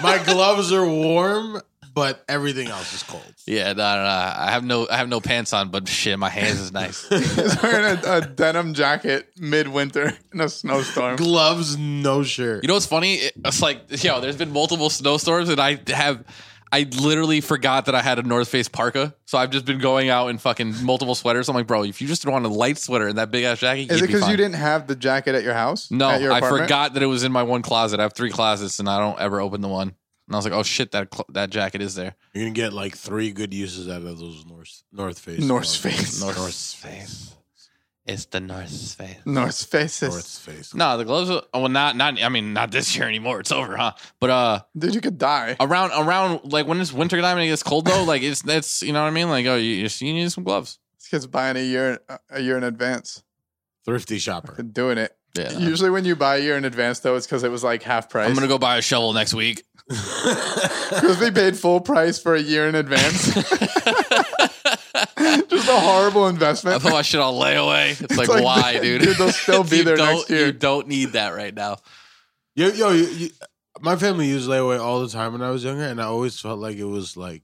Speaker 4: My gloves are warm, but everything else is cold.
Speaker 3: yeah, no, no, no. I have no, I have no pants on, but shit, my hands is nice.
Speaker 2: He's wearing a, a denim jacket midwinter in a snowstorm.
Speaker 4: Gloves, no shirt.
Speaker 3: You know what's funny? It- It's like, yo, there's been multiple snowstorms, and I have, I literally forgot that I had a North Face parka. So I've just been going out in fucking multiple sweaters. I'm like, bro, if you just throw on a light sweater and that big ass jacket,
Speaker 2: Is it
Speaker 3: you'd be
Speaker 2: because you
Speaker 3: fine.
Speaker 2: didn't have the jacket at your house?
Speaker 3: No,
Speaker 2: at your
Speaker 3: I
Speaker 2: apartment?
Speaker 3: forgot that it was in my one closet. I have three closets, and I don't ever open the one. And I was like, oh shit, that cl- that jacket is there.
Speaker 4: You're gonna get like three good uses out of those North North Face.
Speaker 2: North
Speaker 4: gloves.
Speaker 2: Face.
Speaker 4: North,
Speaker 3: Face. It's the North Face.
Speaker 2: North faces.
Speaker 4: North Face.
Speaker 3: No, the gloves. Are, well, not not. I mean, not this year anymore. It's over, huh? But uh,
Speaker 2: Dude, you could die.
Speaker 3: around around like when it's winter time and it gets cold though, like it's that's you know what I mean. Like oh, you, you just- you need some gloves.
Speaker 2: This kid's buying a year a year in advance.
Speaker 4: Thrifty shopper.
Speaker 2: Been doing it.
Speaker 3: Yeah.
Speaker 2: Usually, when you buy a year in advance, though, it's because it was like half price.
Speaker 3: I'm gonna go buy a shovel next week.
Speaker 2: because we paid full price for a year in advance. Just a horrible
Speaker 3: I
Speaker 2: investment.
Speaker 3: put my shit on layaway. It's, like,
Speaker 2: like,
Speaker 3: why,
Speaker 2: dude,
Speaker 3: dude?
Speaker 2: they'll still be
Speaker 3: You
Speaker 2: there
Speaker 3: don't-
Speaker 2: next year.
Speaker 3: You don't need that right now.
Speaker 4: Yo, yo, you, you, my family used layaway all the time when I was younger, and I always felt like it was like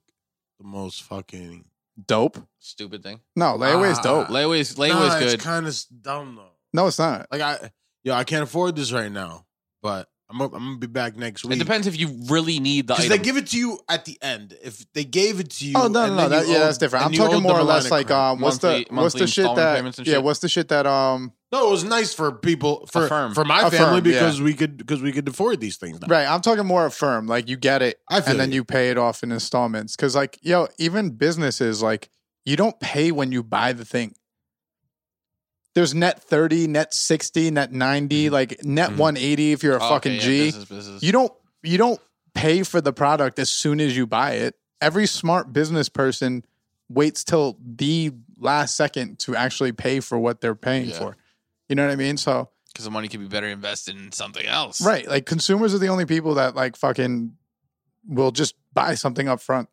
Speaker 4: the most fucking.
Speaker 2: Dope.
Speaker 3: Stupid thing.
Speaker 2: No, layaway is
Speaker 4: Ah.
Speaker 2: dope.
Speaker 3: Uh, Layaway's layaway's good.
Speaker 4: It's kind of dumb though.
Speaker 2: No, it's not.
Speaker 4: Like I, yo, I can't afford this right now, but I'm i I'm gonna be back next
Speaker 3: it
Speaker 4: week.
Speaker 3: depends if you really need the
Speaker 4: Because
Speaker 3: item.
Speaker 4: they give it to you at the end. If they gave it to you,
Speaker 2: Oh no, no, no.
Speaker 4: and then
Speaker 2: That,
Speaker 4: you
Speaker 2: yeah,
Speaker 4: owed-
Speaker 2: that's different. I'm
Speaker 4: and you owed
Speaker 2: talking
Speaker 4: them
Speaker 2: more
Speaker 4: a
Speaker 2: or
Speaker 4: line
Speaker 2: less
Speaker 4: of
Speaker 2: like
Speaker 4: credit.
Speaker 2: um, what's
Speaker 3: Monthly-
Speaker 2: the what's
Speaker 3: monthly
Speaker 2: the shit
Speaker 3: installment
Speaker 2: that
Speaker 3: payments and
Speaker 2: yeah,
Speaker 3: shit.
Speaker 2: what's the shit that um
Speaker 4: no, it was nice for people for
Speaker 3: firm.
Speaker 4: for my
Speaker 2: A
Speaker 4: family
Speaker 2: firm, yeah.
Speaker 4: because we could because we could afford these things. Now.
Speaker 2: right? I'm talking more of firm. Like you get it,
Speaker 4: I feel
Speaker 2: and then
Speaker 4: you.
Speaker 2: you pay it off in installments. Because like yo, even businesses like you don't pay when you buy the thing. There's net thirty, net sixty, net 90 like net
Speaker 4: Mhm.
Speaker 2: one eighty if you're a
Speaker 3: Oh, okay,
Speaker 2: fucking
Speaker 3: yeah,
Speaker 2: G.
Speaker 3: business, business.
Speaker 2: you don't you don't pay for the product as soon as you buy it every smart business person waits till the last second to actually pay for what they're paying
Speaker 3: Yeah.
Speaker 2: for you know what i mean so
Speaker 3: because the money could be better invested in something else.
Speaker 2: right like consumers are the only people that like fucking will just buy something up front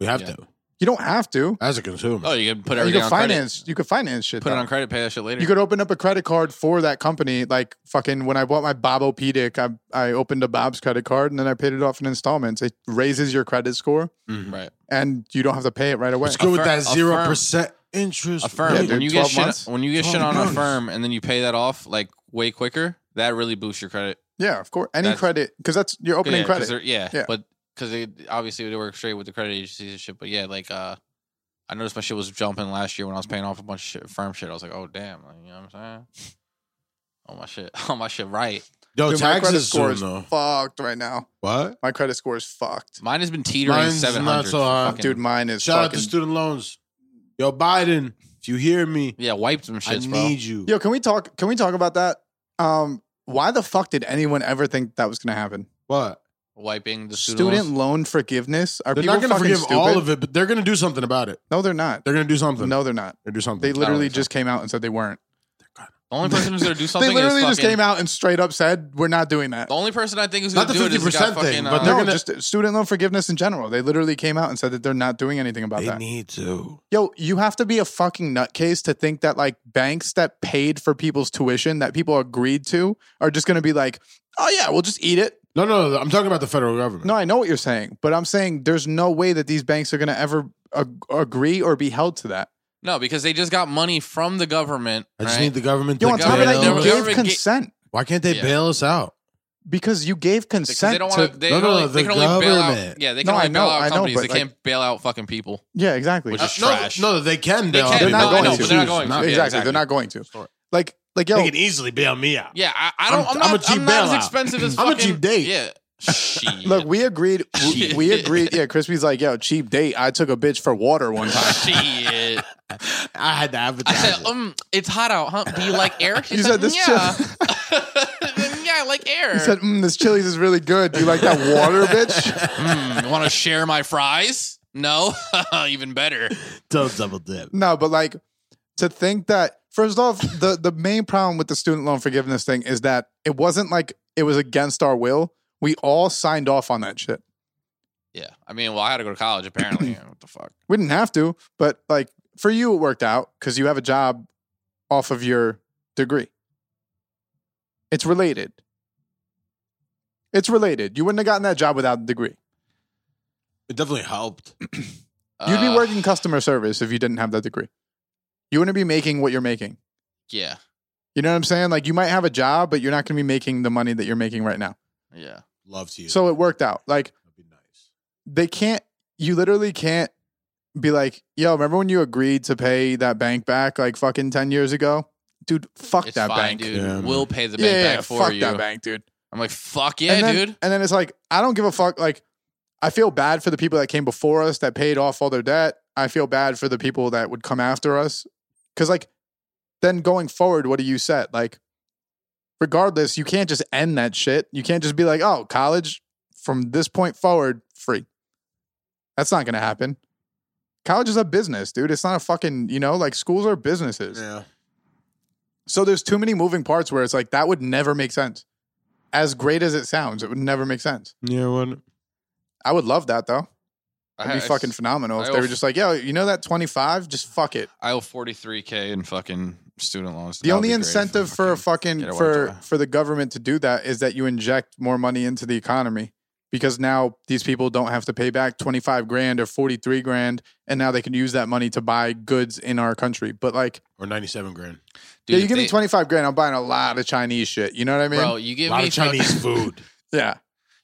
Speaker 4: We have
Speaker 3: Yeah.
Speaker 4: to
Speaker 2: you don't have to
Speaker 4: as a consumer.
Speaker 3: Oh, you can put
Speaker 2: you
Speaker 3: everything
Speaker 2: can
Speaker 3: on
Speaker 2: finance you can finance shit
Speaker 3: credit. Put it
Speaker 2: though.
Speaker 3: on credit. Pay that shit later.
Speaker 2: You could open up a credit card for that company. Like fucking when I bought my Bobopedic, I I opened a Bob's credit card and then I paid it off in installments. It raises your credit score
Speaker 4: Mhm.
Speaker 3: right.
Speaker 2: and you don't have to pay it right away.
Speaker 4: Let's go with
Speaker 3: Affirm-
Speaker 4: that zero
Speaker 3: affirm.
Speaker 4: percent interest.
Speaker 3: A firm.
Speaker 2: Yeah,
Speaker 4: rate.
Speaker 2: dude,
Speaker 3: when you get
Speaker 2: 12
Speaker 3: shit,
Speaker 2: months.
Speaker 3: when you get shit
Speaker 4: 12
Speaker 3: on a
Speaker 4: months.
Speaker 3: firm and then you pay that off like way quicker, that really boosts your credit.
Speaker 2: Yeah, of course. Any
Speaker 3: That's-
Speaker 2: credit because that's your opening
Speaker 3: yeah, 'cause
Speaker 2: credit.
Speaker 3: they're- Yeah,
Speaker 2: Yeah.
Speaker 3: but because they obviously they work straight with the credit agencies and shit. But yeah, like uh, I noticed my shit was jumping last year when I was paying off a bunch of shit, firm shit. I was like, oh damn, like, you know what I'm saying? Oh my shit, oh my shit, right.
Speaker 4: Yo,
Speaker 2: Dude, my credit
Speaker 4: Oh, taxes
Speaker 2: score
Speaker 4: soon
Speaker 2: is
Speaker 4: though.
Speaker 2: fucked right now.
Speaker 4: What?
Speaker 2: My credit score is fucked.
Speaker 3: Mine has been teetering
Speaker 4: Mine's not
Speaker 3: seven hundred.
Speaker 4: so high.
Speaker 2: Dude, mine is
Speaker 4: Shout out to
Speaker 2: fucking.
Speaker 4: student loans. Yo, Biden, if you hear me,
Speaker 3: yeah, wiped some
Speaker 4: I
Speaker 3: shit,
Speaker 4: need
Speaker 3: bro.
Speaker 4: you.
Speaker 2: Yo, can we talk? Can we talk about that? Um, why the fuck did anyone ever think that was going to happen?
Speaker 4: What?
Speaker 3: Wiping the
Speaker 2: Student,
Speaker 3: student.
Speaker 2: loan forgiveness? Are
Speaker 4: They're
Speaker 2: people
Speaker 4: not going to
Speaker 2: fucking
Speaker 4: forgive
Speaker 2: stupid?
Speaker 4: all of it, but they're going to do something about it.
Speaker 2: No, they're not.
Speaker 4: They're going to do something.
Speaker 2: No, they're not.
Speaker 4: They're going to do something.
Speaker 2: They literally
Speaker 3: think so.
Speaker 2: just came out and said they weren't.
Speaker 3: The only person who's gonna do something.
Speaker 2: they literally
Speaker 3: is
Speaker 2: just
Speaker 3: fucking-
Speaker 2: came out and straight up said we're not doing that.
Speaker 3: The only person I think who's
Speaker 4: Not
Speaker 3: gonna
Speaker 4: the
Speaker 3: do it is the guy
Speaker 4: 50%
Speaker 3: fucking.
Speaker 4: thing,
Speaker 3: uh,
Speaker 4: but
Speaker 2: no,
Speaker 4: they're gonna-
Speaker 2: just student loan forgiveness in general. They literally came out and said that they're not doing anything about
Speaker 4: They
Speaker 2: that.
Speaker 4: need to.
Speaker 2: Yo, you have to be a fucking nutcase to think that like banks that paid for people's tuition that people agreed to are just going to be like, oh yeah, we'll just eat it.
Speaker 4: No, no, no, I'm talking about the federal government.
Speaker 2: No, I know what you're saying, but I'm saying there's no way that these banks are going to ever ag- agree or be held to that.
Speaker 3: no, because they just got money from the government.
Speaker 4: I just
Speaker 3: right?
Speaker 4: need the government
Speaker 2: Yo,
Speaker 4: to
Speaker 2: on top of
Speaker 4: bail
Speaker 2: that, you
Speaker 4: us-
Speaker 3: The
Speaker 2: gave
Speaker 3: government ga-
Speaker 2: consent
Speaker 4: Why can't they
Speaker 3: Yeah.
Speaker 4: bail us out?
Speaker 2: because you gave
Speaker 3: because
Speaker 2: consent
Speaker 3: they don't
Speaker 2: to.
Speaker 3: want to. They,
Speaker 4: No,
Speaker 3: can
Speaker 4: no,
Speaker 3: only-
Speaker 4: the
Speaker 3: they can only bail out.
Speaker 4: government.
Speaker 3: Yeah, they
Speaker 2: No,
Speaker 3: can
Speaker 2: I
Speaker 3: only
Speaker 2: know,
Speaker 3: bail
Speaker 2: I
Speaker 3: out
Speaker 2: know,
Speaker 3: companies.
Speaker 2: but,
Speaker 3: they
Speaker 2: like-
Speaker 3: can't bail out fucking people.
Speaker 2: yeah, exactly.
Speaker 3: Which is
Speaker 4: Uh, no,
Speaker 3: trash.
Speaker 4: No, they can
Speaker 3: They
Speaker 4: bail.
Speaker 3: can.
Speaker 4: people
Speaker 2: They're not
Speaker 4: out.
Speaker 2: going
Speaker 3: I know,
Speaker 2: to.
Speaker 3: but they're not going. to.
Speaker 4: Not-
Speaker 3: Yeah,
Speaker 2: exactly. They're not going to.
Speaker 3: Sure.
Speaker 2: Like, like yo,
Speaker 4: They can easily bail me out.
Speaker 3: Yeah, I, I don't.
Speaker 4: I'm-
Speaker 3: I'm,
Speaker 4: I'm a
Speaker 3: not.
Speaker 4: cheap
Speaker 3: I'm not as
Speaker 4: bailout.
Speaker 3: expensive as.
Speaker 4: I'm a
Speaker 3: fucking-
Speaker 4: cheap date.
Speaker 3: Yeah. Shit.
Speaker 2: Look, we agreed. We, we agreed. Yeah, Crispy's like, yo, cheap date. I took a bitch for water one time.
Speaker 3: Shit.
Speaker 4: I had to
Speaker 3: I
Speaker 4: advertise.
Speaker 3: said,
Speaker 4: it.
Speaker 3: um, it's hot out, huh? Do you like air? She
Speaker 2: You said this
Speaker 3: Yeah.
Speaker 2: chill-
Speaker 3: yeah, I like air.
Speaker 2: He said, mm, this Chili's is really good. Do you like that water, bitch?
Speaker 3: mm, want to share my fries? No, even better.
Speaker 4: Don't double dip.
Speaker 2: No, but like to think that first off, the the main problem with the student loan forgiveness thing is that it wasn't like it was against our will. We all signed off on that shit.
Speaker 3: Yeah, I mean, well, I had to go to college apparently. what the fuck?
Speaker 2: We didn't have to, but like for you, it worked out because you have a job off of your degree. It's related. It's related. You wouldn't have gotten that job without the degree.
Speaker 4: It definitely helped.
Speaker 2: You'd be
Speaker 3: Uh,
Speaker 2: working customer service if you didn't have that degree. You wouldn't be making what you're making.
Speaker 3: Yeah,
Speaker 2: You know what I'm saying? Like you might have a job, but you're not going to be making the money that you're making right now.
Speaker 3: yeah.
Speaker 4: Love to you.
Speaker 2: So it worked out. Like
Speaker 4: That'd be nice.
Speaker 2: they can't. You literally can't be like, yo, remember when you agreed to pay that bank back like fucking ten years ago, dude? Fuck
Speaker 3: It's
Speaker 2: that
Speaker 3: fine,
Speaker 2: bank,
Speaker 3: dude.
Speaker 4: Yeah, man.
Speaker 3: we'll pay the
Speaker 2: yeah,
Speaker 3: bank
Speaker 2: yeah,
Speaker 3: back for
Speaker 2: fuck
Speaker 3: you.
Speaker 2: that bank, dude.
Speaker 3: I'm like, fuck yeah,
Speaker 2: and then,
Speaker 3: dude.
Speaker 2: And then it's like, I don't give a fuck. Like, I feel bad for the people that came before us that paid off all their debt. I feel bad for the people that would come after us. Cause, like, then going forward, what do you set? Like, regardless, you can't just end that shit. You can't just be like, oh, college from this point forward, free. That's not going to happen. College is a business, dude. It's not a fucking, you know, like schools are businesses.
Speaker 4: Yeah.
Speaker 2: So there's too many moving parts where it's like that would never make sense. As great as it sounds, it would never make sense.
Speaker 4: Yeah, what?
Speaker 2: I would love that though.
Speaker 3: I-
Speaker 2: That'd be
Speaker 3: I-
Speaker 2: fucking phenomenal if they
Speaker 3: I
Speaker 2: were
Speaker 3: also-
Speaker 2: just like, yo, you know that 25? Just fuck it.
Speaker 3: I owe forty three k in fucking student loans.
Speaker 2: The
Speaker 3: That would
Speaker 2: only
Speaker 3: be great if I
Speaker 2: incentive for a fucking
Speaker 3: get it
Speaker 2: for
Speaker 3: worked out.
Speaker 2: for the government to do that is that you inject more money into the economy because now these people don't have to pay back 25 grand or 43 grand and now they can use that money to buy goods in our country. But like,
Speaker 4: Or ninety-seven grand.
Speaker 3: Dude,
Speaker 2: yeah, you
Speaker 3: if
Speaker 2: give me
Speaker 3: they-
Speaker 2: 25 grand, I'm buying a lot of Chinese shit. You know what I mean?
Speaker 3: bro. You
Speaker 4: A
Speaker 3: give
Speaker 4: lot
Speaker 3: me
Speaker 4: of Chinese
Speaker 3: fucking-
Speaker 4: food.
Speaker 2: Yeah.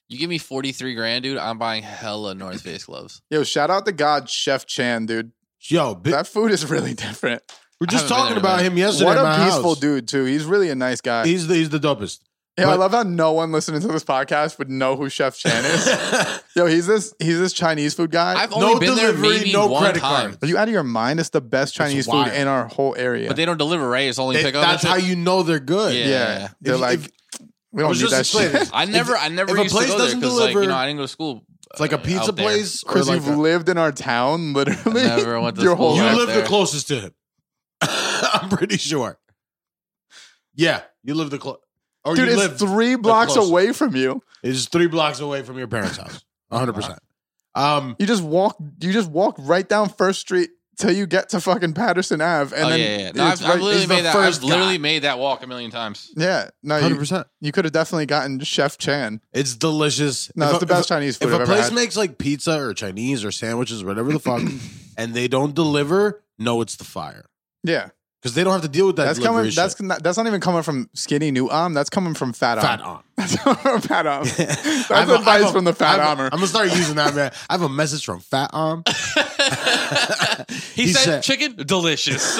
Speaker 3: You give me forty three grand, dude. I'm buying hella North Face gloves.
Speaker 2: Yo, shout out to God Chef Chan, dude.
Speaker 4: Yo, bi-
Speaker 2: That food is really different.
Speaker 4: we're just
Speaker 3: haven't been
Speaker 4: talking
Speaker 3: there,
Speaker 4: about
Speaker 3: man.
Speaker 4: him yesterday.
Speaker 2: what
Speaker 4: at
Speaker 2: a
Speaker 4: my
Speaker 2: peaceful
Speaker 4: house.
Speaker 2: dude, too. He's really a nice guy.
Speaker 4: He's the he's the dopest.
Speaker 2: Yo, I
Speaker 4: But-
Speaker 2: love how no one listening to this podcast would know who Chef Chan is. Yo, he's this he's this Chinese food guy.
Speaker 3: I've only
Speaker 4: no
Speaker 3: been there
Speaker 4: delivery,
Speaker 3: maybe
Speaker 4: no
Speaker 3: one
Speaker 4: credit
Speaker 3: time,
Speaker 4: card.
Speaker 2: Are you out of your mind? It's the best Chinese food
Speaker 4: wild.
Speaker 2: in our whole area.
Speaker 3: but they don't deliver. Right? It's only
Speaker 4: They-
Speaker 3: pickup. and
Speaker 4: that's how
Speaker 3: shit?
Speaker 4: you know they're good.
Speaker 3: Yeah.
Speaker 2: yeah. They're
Speaker 4: If-
Speaker 2: like,
Speaker 4: if-
Speaker 2: we don't
Speaker 4: was
Speaker 2: need
Speaker 4: just
Speaker 2: that
Speaker 4: explaining
Speaker 2: shit.
Speaker 4: this.
Speaker 3: I never, I
Speaker 4: if
Speaker 3: never
Speaker 4: a
Speaker 3: used to
Speaker 4: place
Speaker 3: go there
Speaker 4: doesn't
Speaker 3: because, like, you
Speaker 4: deliver-
Speaker 3: know, I didn't go to school.
Speaker 4: It's like a
Speaker 3: uh,
Speaker 4: pizza
Speaker 3: out there.
Speaker 4: place. or
Speaker 2: Chris,
Speaker 4: like
Speaker 2: you've
Speaker 4: a-
Speaker 2: lived in our town literally
Speaker 3: I never went to
Speaker 2: your
Speaker 3: school
Speaker 2: whole
Speaker 4: you
Speaker 3: out
Speaker 2: life.
Speaker 4: live
Speaker 3: there.
Speaker 4: the closest to him. I'm pretty sure. Yeah, you live the close. Or
Speaker 2: Dude,
Speaker 4: you
Speaker 2: it's
Speaker 4: live.
Speaker 2: three blocks
Speaker 4: close.
Speaker 2: away from you.
Speaker 4: it's three blocks away from your parents' house. 100. percent Um,
Speaker 2: You just walk you just walk right down First Street till you get to fucking Patterson Ave. And
Speaker 3: oh
Speaker 2: then
Speaker 3: yeah, yeah, yeah. No, I've,
Speaker 2: it's
Speaker 3: I've
Speaker 2: right-
Speaker 3: literally
Speaker 4: he's the
Speaker 3: made that.
Speaker 4: first
Speaker 3: I've literally
Speaker 4: guy.
Speaker 3: made that walk a million times.
Speaker 2: yeah. No,
Speaker 4: 100.
Speaker 2: you,
Speaker 4: percent
Speaker 2: you could have definitely gotten Chef Chan.
Speaker 4: It's delicious.
Speaker 2: No,
Speaker 4: If
Speaker 2: it's
Speaker 4: a-
Speaker 2: the
Speaker 4: if a-
Speaker 2: best Chinese food
Speaker 4: If
Speaker 2: I've
Speaker 4: a
Speaker 2: ever
Speaker 4: place
Speaker 2: had.
Speaker 4: makes like pizza or Chinese or sandwiches or whatever the fuck, and they don't deliver, no, it's the fire
Speaker 2: Yeah.
Speaker 4: because they don't have to deal with that.
Speaker 2: That's coming
Speaker 4: delivery
Speaker 2: that's
Speaker 4: shit.
Speaker 2: not, that's not even coming from skinny new arm, that's coming from fat arm.
Speaker 4: fat on.
Speaker 2: That's coming from fat arm. That's
Speaker 4: I have a- I
Speaker 2: advice
Speaker 4: have a-
Speaker 2: from the fat
Speaker 4: I have a-
Speaker 2: armor.
Speaker 4: I'm gonna start using that, man. I have a message from Fat Arm.
Speaker 3: he,
Speaker 4: He
Speaker 3: said,
Speaker 4: said-
Speaker 3: chicken delicious.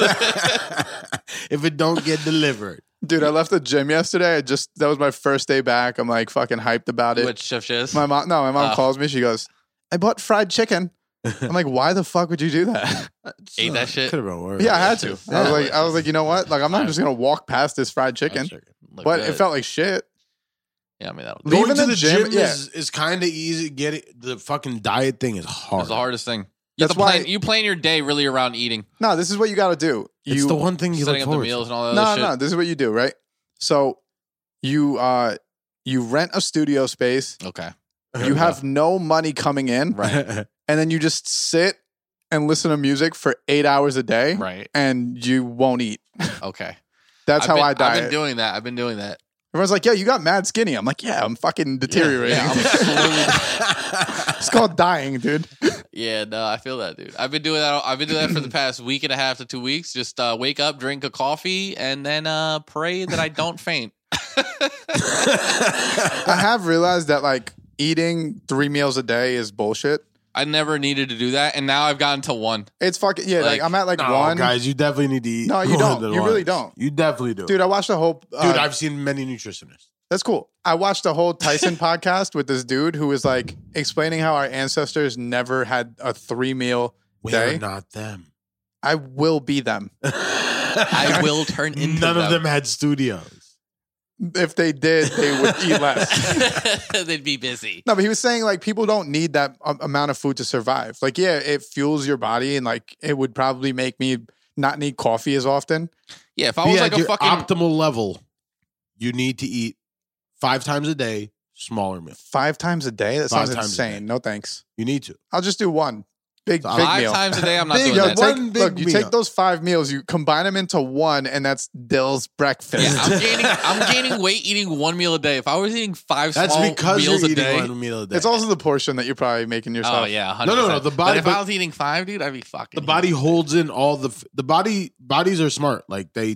Speaker 4: if it don't get delivered,
Speaker 2: Dude, I left the gym yesterday. I just that was my first day back. I'm like fucking hyped about it.
Speaker 3: Which chef is?
Speaker 2: my mom no, my mom
Speaker 3: Oh.
Speaker 2: calls me. She goes, "I bought fried chicken." I'm like, "Why the fuck would you do that?"
Speaker 3: Ate that shit?
Speaker 4: Could have been worse.
Speaker 2: yeah, I had to. I was
Speaker 3: Yeah.
Speaker 2: like, I was like, "You know what? Like I'm not just going to walk past this fried chicken."
Speaker 3: Look
Speaker 2: But it
Speaker 3: good.
Speaker 2: felt like shit.
Speaker 3: yeah, I mean that was,
Speaker 2: Leaving
Speaker 4: Going to
Speaker 2: the
Speaker 4: the
Speaker 2: gym,
Speaker 4: gym,
Speaker 2: yeah.
Speaker 4: is, is kind of easy. Getting the fucking diet thing is
Speaker 3: that
Speaker 4: hard.
Speaker 3: was the hardest thing. You have
Speaker 2: That's
Speaker 3: to plan,
Speaker 2: why-
Speaker 3: you plan your day really around eating,
Speaker 2: No, this is what you got to do. You
Speaker 4: It's the one thing you look
Speaker 3: setting up the
Speaker 4: forward. to.
Speaker 3: meals and all that
Speaker 2: no,
Speaker 3: other
Speaker 2: no.
Speaker 3: shit.
Speaker 2: This is what you do, right? So you uh you rent a studio space.
Speaker 3: Okay,
Speaker 2: You have no money coming in, and then you just sit and listen to music for eight hours a day,
Speaker 3: right,
Speaker 2: and you won't eat.
Speaker 3: okay.
Speaker 2: That's
Speaker 3: I've
Speaker 2: how
Speaker 3: been-
Speaker 2: I
Speaker 3: I've been
Speaker 2: diet.
Speaker 3: doing that. I've been doing that.
Speaker 2: Everyone's like, "Yo, you got mad skinny." I'm like, "Yeah, I'm fucking deteriorating.
Speaker 3: yeah, I'm
Speaker 2: it's called dying, dude."
Speaker 3: Yeah, no, I feel that, dude. I've been doing that. I've been doing that for the past week and a half to two weeks. Just uh, wake up, drink a coffee, and then uh, pray that I don't faint.
Speaker 2: I have realized that like eating three meals a day is bullshit.
Speaker 3: I never needed to do that, and now I've gotten to one.
Speaker 2: It's fucking yeah. Like,
Speaker 3: Like,
Speaker 2: I'm at like
Speaker 4: No,
Speaker 2: one,
Speaker 4: guys, you definitely need to eat.
Speaker 2: No, you
Speaker 4: more
Speaker 2: don't.
Speaker 4: than
Speaker 2: You really
Speaker 4: once.
Speaker 2: don't.
Speaker 4: You definitely do,
Speaker 2: dude. I watched a whole uh,
Speaker 4: Dude, I've seen many nutritionists.
Speaker 2: That's cool. I watched a whole Tyson podcast with this dude who was like explaining how our ancestors never had a three meal.
Speaker 4: We're
Speaker 2: They?
Speaker 4: not them.
Speaker 2: I will be them.
Speaker 3: I will turn into
Speaker 4: None of them had studios.
Speaker 2: If they did, they would eat less.
Speaker 3: They'd be busy.
Speaker 2: No, but he was saying like people don't need that um, amount of food to survive. Like, yeah, it fuels your body and like it would probably make me not need coffee as often.
Speaker 3: Yeah, if I
Speaker 4: Be
Speaker 3: was
Speaker 4: at
Speaker 3: like a
Speaker 4: your
Speaker 3: fucking
Speaker 4: optimal level, you need to eat five times a day, smaller meal.
Speaker 2: Five times a day? That
Speaker 4: Five
Speaker 2: sounds
Speaker 4: times a day.
Speaker 2: insane. No thanks.
Speaker 4: You need to.
Speaker 2: I'll just do one. Big,
Speaker 4: So
Speaker 2: big
Speaker 3: five
Speaker 2: meal.
Speaker 3: times a day, I'm not
Speaker 4: Big
Speaker 3: doing
Speaker 2: Yo,
Speaker 4: up.
Speaker 3: that.
Speaker 2: take,
Speaker 4: One big
Speaker 2: look, you take
Speaker 4: meal.
Speaker 2: those five meals, you combine them into one, and that's Dill's breakfast.
Speaker 3: Yeah, I'm gaining I'm gaining weight eating one meal a day. If I was eating five
Speaker 4: That's
Speaker 3: small
Speaker 4: because
Speaker 3: meals
Speaker 4: you're
Speaker 3: a
Speaker 4: eating
Speaker 3: day.
Speaker 4: one meal a day.
Speaker 2: It's also the portion that you're probably making yourself.
Speaker 3: Oh yeah, 100%.
Speaker 4: No, no, no, the body-
Speaker 3: But if I was eating five, dude, I'd be fucking.
Speaker 4: the body holds in all the f- the body bodies are smart. Like they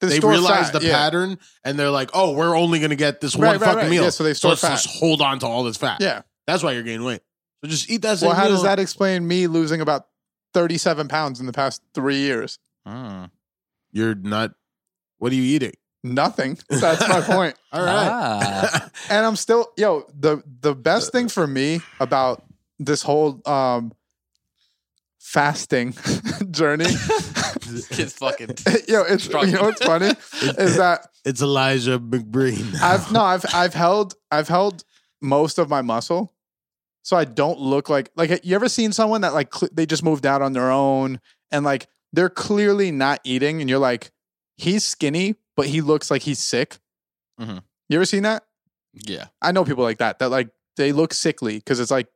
Speaker 2: They,
Speaker 4: they
Speaker 2: store
Speaker 4: realize
Speaker 2: fat,
Speaker 4: the
Speaker 2: yeah.
Speaker 4: pattern and they're like, oh, we're only gonna get this
Speaker 2: Right,
Speaker 4: one
Speaker 2: right,
Speaker 4: fucking
Speaker 2: right.
Speaker 4: meal.
Speaker 2: Yeah, so they store
Speaker 4: let's
Speaker 2: fat.
Speaker 4: just hold on to all this fat.
Speaker 2: Yeah.
Speaker 4: that's why you're gaining weight. So just eat that.
Speaker 2: Well,
Speaker 4: same
Speaker 2: how does
Speaker 4: meal.
Speaker 2: that explain me losing about 37 pounds in the past three years?
Speaker 3: Mm.
Speaker 4: You're not. What are you eating?
Speaker 2: Nothing. That's my point.
Speaker 4: All right.
Speaker 3: Ah.
Speaker 2: And I'm still, yo, the the best thing for me about this whole um fasting journey,
Speaker 3: Kids fucking.
Speaker 2: yo, it's you know what's funny is that
Speaker 4: it's Elijah McBreen. now.
Speaker 2: I've no, I've I've held I've held most of my muscle, so I don't look like like you ever seen someone that like cl- they just moved out on their own and like they're clearly not eating, and you're like, he's skinny, but he looks like he's sick.
Speaker 3: Mhm.
Speaker 2: You ever seen that?
Speaker 3: Yeah.
Speaker 2: I know people like that. That like they look sickly because it's like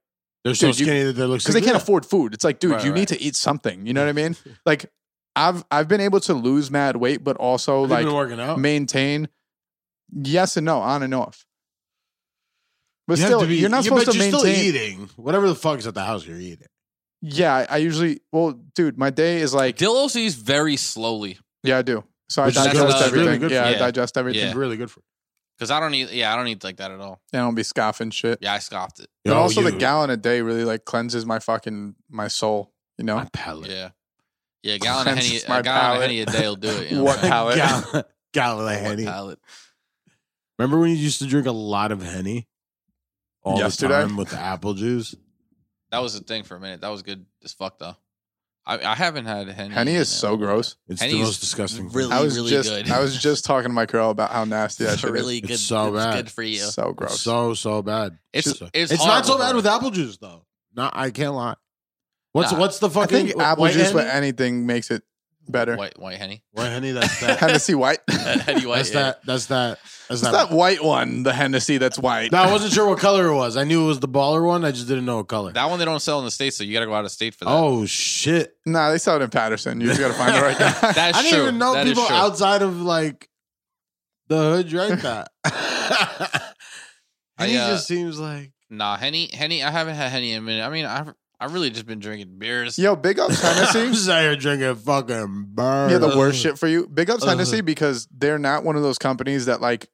Speaker 4: They're so
Speaker 2: Dude, you-
Speaker 4: skinny that they look
Speaker 2: because they can't afford food. It's like, dude,
Speaker 3: Right,
Speaker 2: you
Speaker 3: right.
Speaker 2: need to eat something. You know what I mean? Like, I've I've been able to lose mad weight, but also
Speaker 4: Like,
Speaker 2: like
Speaker 4: been working out.
Speaker 2: maintain. Yes and no, on and off. But
Speaker 4: You have
Speaker 2: still,
Speaker 4: be-
Speaker 2: you're not
Speaker 4: yeah,
Speaker 2: supposed
Speaker 4: but
Speaker 2: to
Speaker 4: you're
Speaker 2: maintain.
Speaker 4: Still eating whatever the fuck is at the house. You're eating.
Speaker 2: Yeah, I- I usually. Well, dude, my day is like.
Speaker 3: Dillos eats very slowly
Speaker 2: Yeah, I do. So I
Speaker 4: Which is
Speaker 3: good.
Speaker 2: digest
Speaker 3: That's really
Speaker 2: everything.
Speaker 4: good for
Speaker 2: yeah,
Speaker 3: you.
Speaker 2: I digest everything.
Speaker 3: Yeah.
Speaker 4: It's really good for.
Speaker 3: because I don't eat. Yeah, I don't eat like that at all.
Speaker 2: And I don't be scoffing shit.
Speaker 3: Yeah, I scoffed it.
Speaker 2: But
Speaker 4: Oh,
Speaker 2: also, the gallon a day really like cleanses my fucking my soul. You know,
Speaker 4: My palate.
Speaker 3: Yeah, yeah. A gallon of henny,
Speaker 2: Cleanses
Speaker 3: a
Speaker 2: my
Speaker 3: gallon of
Speaker 2: palate.
Speaker 3: henny a day will do it. You know
Speaker 2: What
Speaker 3: I'm saying?
Speaker 2: palate?
Speaker 4: Gallon, gallon of
Speaker 3: What
Speaker 4: henny.
Speaker 3: palate?
Speaker 4: Remember when you used to drink a lot of henny? All
Speaker 2: Yesterday?
Speaker 4: the time with the apple juice.
Speaker 3: That was the thing for a minute. That was good as fuck though. I, I haven't had henny.
Speaker 2: henny
Speaker 3: in
Speaker 2: is
Speaker 3: a-
Speaker 2: so gross.
Speaker 4: It's
Speaker 3: Henny's
Speaker 4: the most disgusting. thing.
Speaker 3: really-
Speaker 2: I was
Speaker 3: really
Speaker 2: just
Speaker 3: good.
Speaker 2: I was just talking to my girl about how nasty that
Speaker 3: It's
Speaker 2: shit
Speaker 3: really
Speaker 4: It's
Speaker 3: good.
Speaker 4: so
Speaker 3: it's
Speaker 4: bad.
Speaker 3: good for you.
Speaker 2: is. So gross.
Speaker 4: So so bad.
Speaker 3: It's
Speaker 4: It's
Speaker 3: it's,
Speaker 4: not so
Speaker 3: horrible.
Speaker 4: bad with apple juice though. Not I can't lie. What's
Speaker 3: Nah.
Speaker 4: what's the
Speaker 2: I
Speaker 4: fucking
Speaker 2: think apple
Speaker 4: white
Speaker 2: juice
Speaker 4: henny?
Speaker 2: with anything makes it better.
Speaker 3: white white henny.
Speaker 4: White henny. That's that.
Speaker 2: Hennessy white.
Speaker 3: That
Speaker 2: it's
Speaker 3: henny white.
Speaker 4: that's
Speaker 3: yeah.
Speaker 4: that. That's that. That's that.
Speaker 2: that white one, the Hennessy that's white.
Speaker 4: No, I wasn't sure what color it was. I knew it was the baller one. I just didn't know what color.
Speaker 3: That one they don't sell in the states, so you got to go out of state for that.
Speaker 4: oh shit!
Speaker 2: Nah, they sell it in Patterson. You just gotta find the right guy.
Speaker 3: That's
Speaker 4: I didn't
Speaker 3: true.
Speaker 4: even know
Speaker 3: That is
Speaker 4: people
Speaker 3: true.
Speaker 4: outside of like the hood drank that.
Speaker 3: I,
Speaker 4: and he
Speaker 3: uh,
Speaker 4: just seems like
Speaker 3: Nah, henny henny. I haven't had henny in a minute. I mean, I've I really just been drinking beers.
Speaker 2: Yo, big ups
Speaker 4: I'm
Speaker 2: Hennessy.
Speaker 4: just out here drinking fucking burn.
Speaker 2: yeah, the
Speaker 3: Uh-huh.
Speaker 2: worst shit for you. Big ups
Speaker 4: Ugh.
Speaker 2: Hennessy because they're not one of those companies that like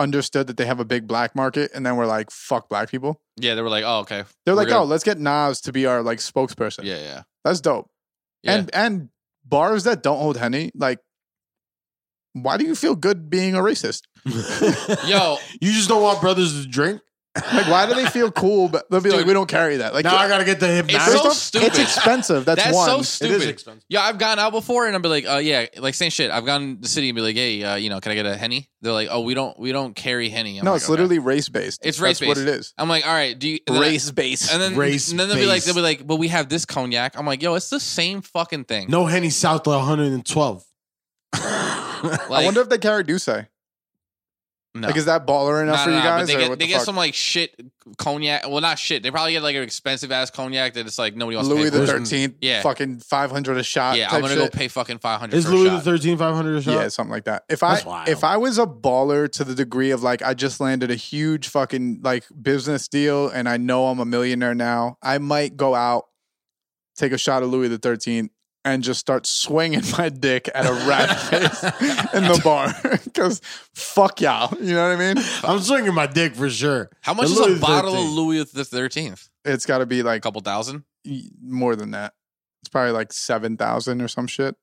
Speaker 2: understood that they have a big black market and then we're like, fuck black people.
Speaker 3: Yeah, they were like, oh okay.
Speaker 2: They're
Speaker 3: We're
Speaker 2: like,
Speaker 3: gonna-
Speaker 2: oh, let's get Nas to be our like spokesperson.
Speaker 3: yeah, yeah,
Speaker 2: That's dope.
Speaker 3: yeah.
Speaker 2: And and bars that don't hold henny, like, why do you feel good being a racist?
Speaker 3: Yo.
Speaker 4: you just don't want brothers to drink.
Speaker 2: Like, why do they feel cool? But they'll be like,
Speaker 3: Dude.
Speaker 2: we don't carry that. Like,
Speaker 4: now I gotta get the
Speaker 3: It's
Speaker 4: hypnotic.
Speaker 2: First
Speaker 3: so
Speaker 2: off,
Speaker 3: stupid.
Speaker 2: It's expensive. That's,
Speaker 3: That's
Speaker 2: one.
Speaker 3: so
Speaker 4: It
Speaker 3: stupid.
Speaker 4: is expensive.
Speaker 3: Yeah, I've gone out before and I've been like, uh, yeah, like same shit. I've gone to the city and be like, hey, uh, you know, can I get a henny? They're like, oh, we don't, we don't carry henny. I'm
Speaker 2: no,
Speaker 3: like,
Speaker 2: it's
Speaker 3: okay.
Speaker 2: literally race based.
Speaker 3: It's
Speaker 2: That's
Speaker 3: race-based.
Speaker 2: what it is.
Speaker 3: I'm like, all right, do you and then I-
Speaker 2: based.
Speaker 3: And then,
Speaker 4: race
Speaker 3: and then they'll be like,
Speaker 4: based.
Speaker 3: they'll be like, but we have this cognac. I'm like, yo, it's the same fucking thing.
Speaker 4: No henny south of 112.
Speaker 3: like,
Speaker 2: I wonder if they carry Duce. Like,
Speaker 3: no.
Speaker 2: is that baller
Speaker 3: No,
Speaker 2: enough for
Speaker 3: no,
Speaker 2: you
Speaker 3: no, but
Speaker 2: guys?
Speaker 3: they
Speaker 2: or
Speaker 3: get,
Speaker 2: what
Speaker 3: they
Speaker 2: the
Speaker 3: get
Speaker 2: fuck?
Speaker 3: some like shit cognac. Well, not shit. They probably get like an expensive ass cognac that it's like nobody wants
Speaker 2: Louis
Speaker 3: to pay
Speaker 2: the
Speaker 3: for.
Speaker 4: Thir-
Speaker 2: Thirteenth,
Speaker 3: Yeah.
Speaker 2: fucking five hundred a shot.
Speaker 3: yeah,
Speaker 2: type
Speaker 3: I'm gonna
Speaker 2: shit.
Speaker 3: go pay fucking five hundred.
Speaker 4: Is
Speaker 3: for
Speaker 4: Louis
Speaker 3: a
Speaker 4: the
Speaker 3: shot.
Speaker 4: 13 500 a shot?
Speaker 2: Yeah, something like that. If
Speaker 4: That's
Speaker 2: I
Speaker 4: wild.
Speaker 2: if I was a baller to the degree of like I just landed a huge fucking like business deal and I know I'm a millionaire now, I might go out, take a shot of Louis the Thirteenth, and just start swinging my dick at a rat face in the bar because fuck y'all, you know what I mean?
Speaker 4: I'm swinging my dick for sure.
Speaker 3: How much
Speaker 4: The
Speaker 3: is
Speaker 4: Louis
Speaker 3: a
Speaker 4: the
Speaker 3: bottle
Speaker 4: 13th.
Speaker 3: of Louis the Thirteenth?
Speaker 2: It's got to be
Speaker 3: A
Speaker 2: like
Speaker 3: couple thousand.
Speaker 2: y- more than that. It's probably like seven thousand or some shit.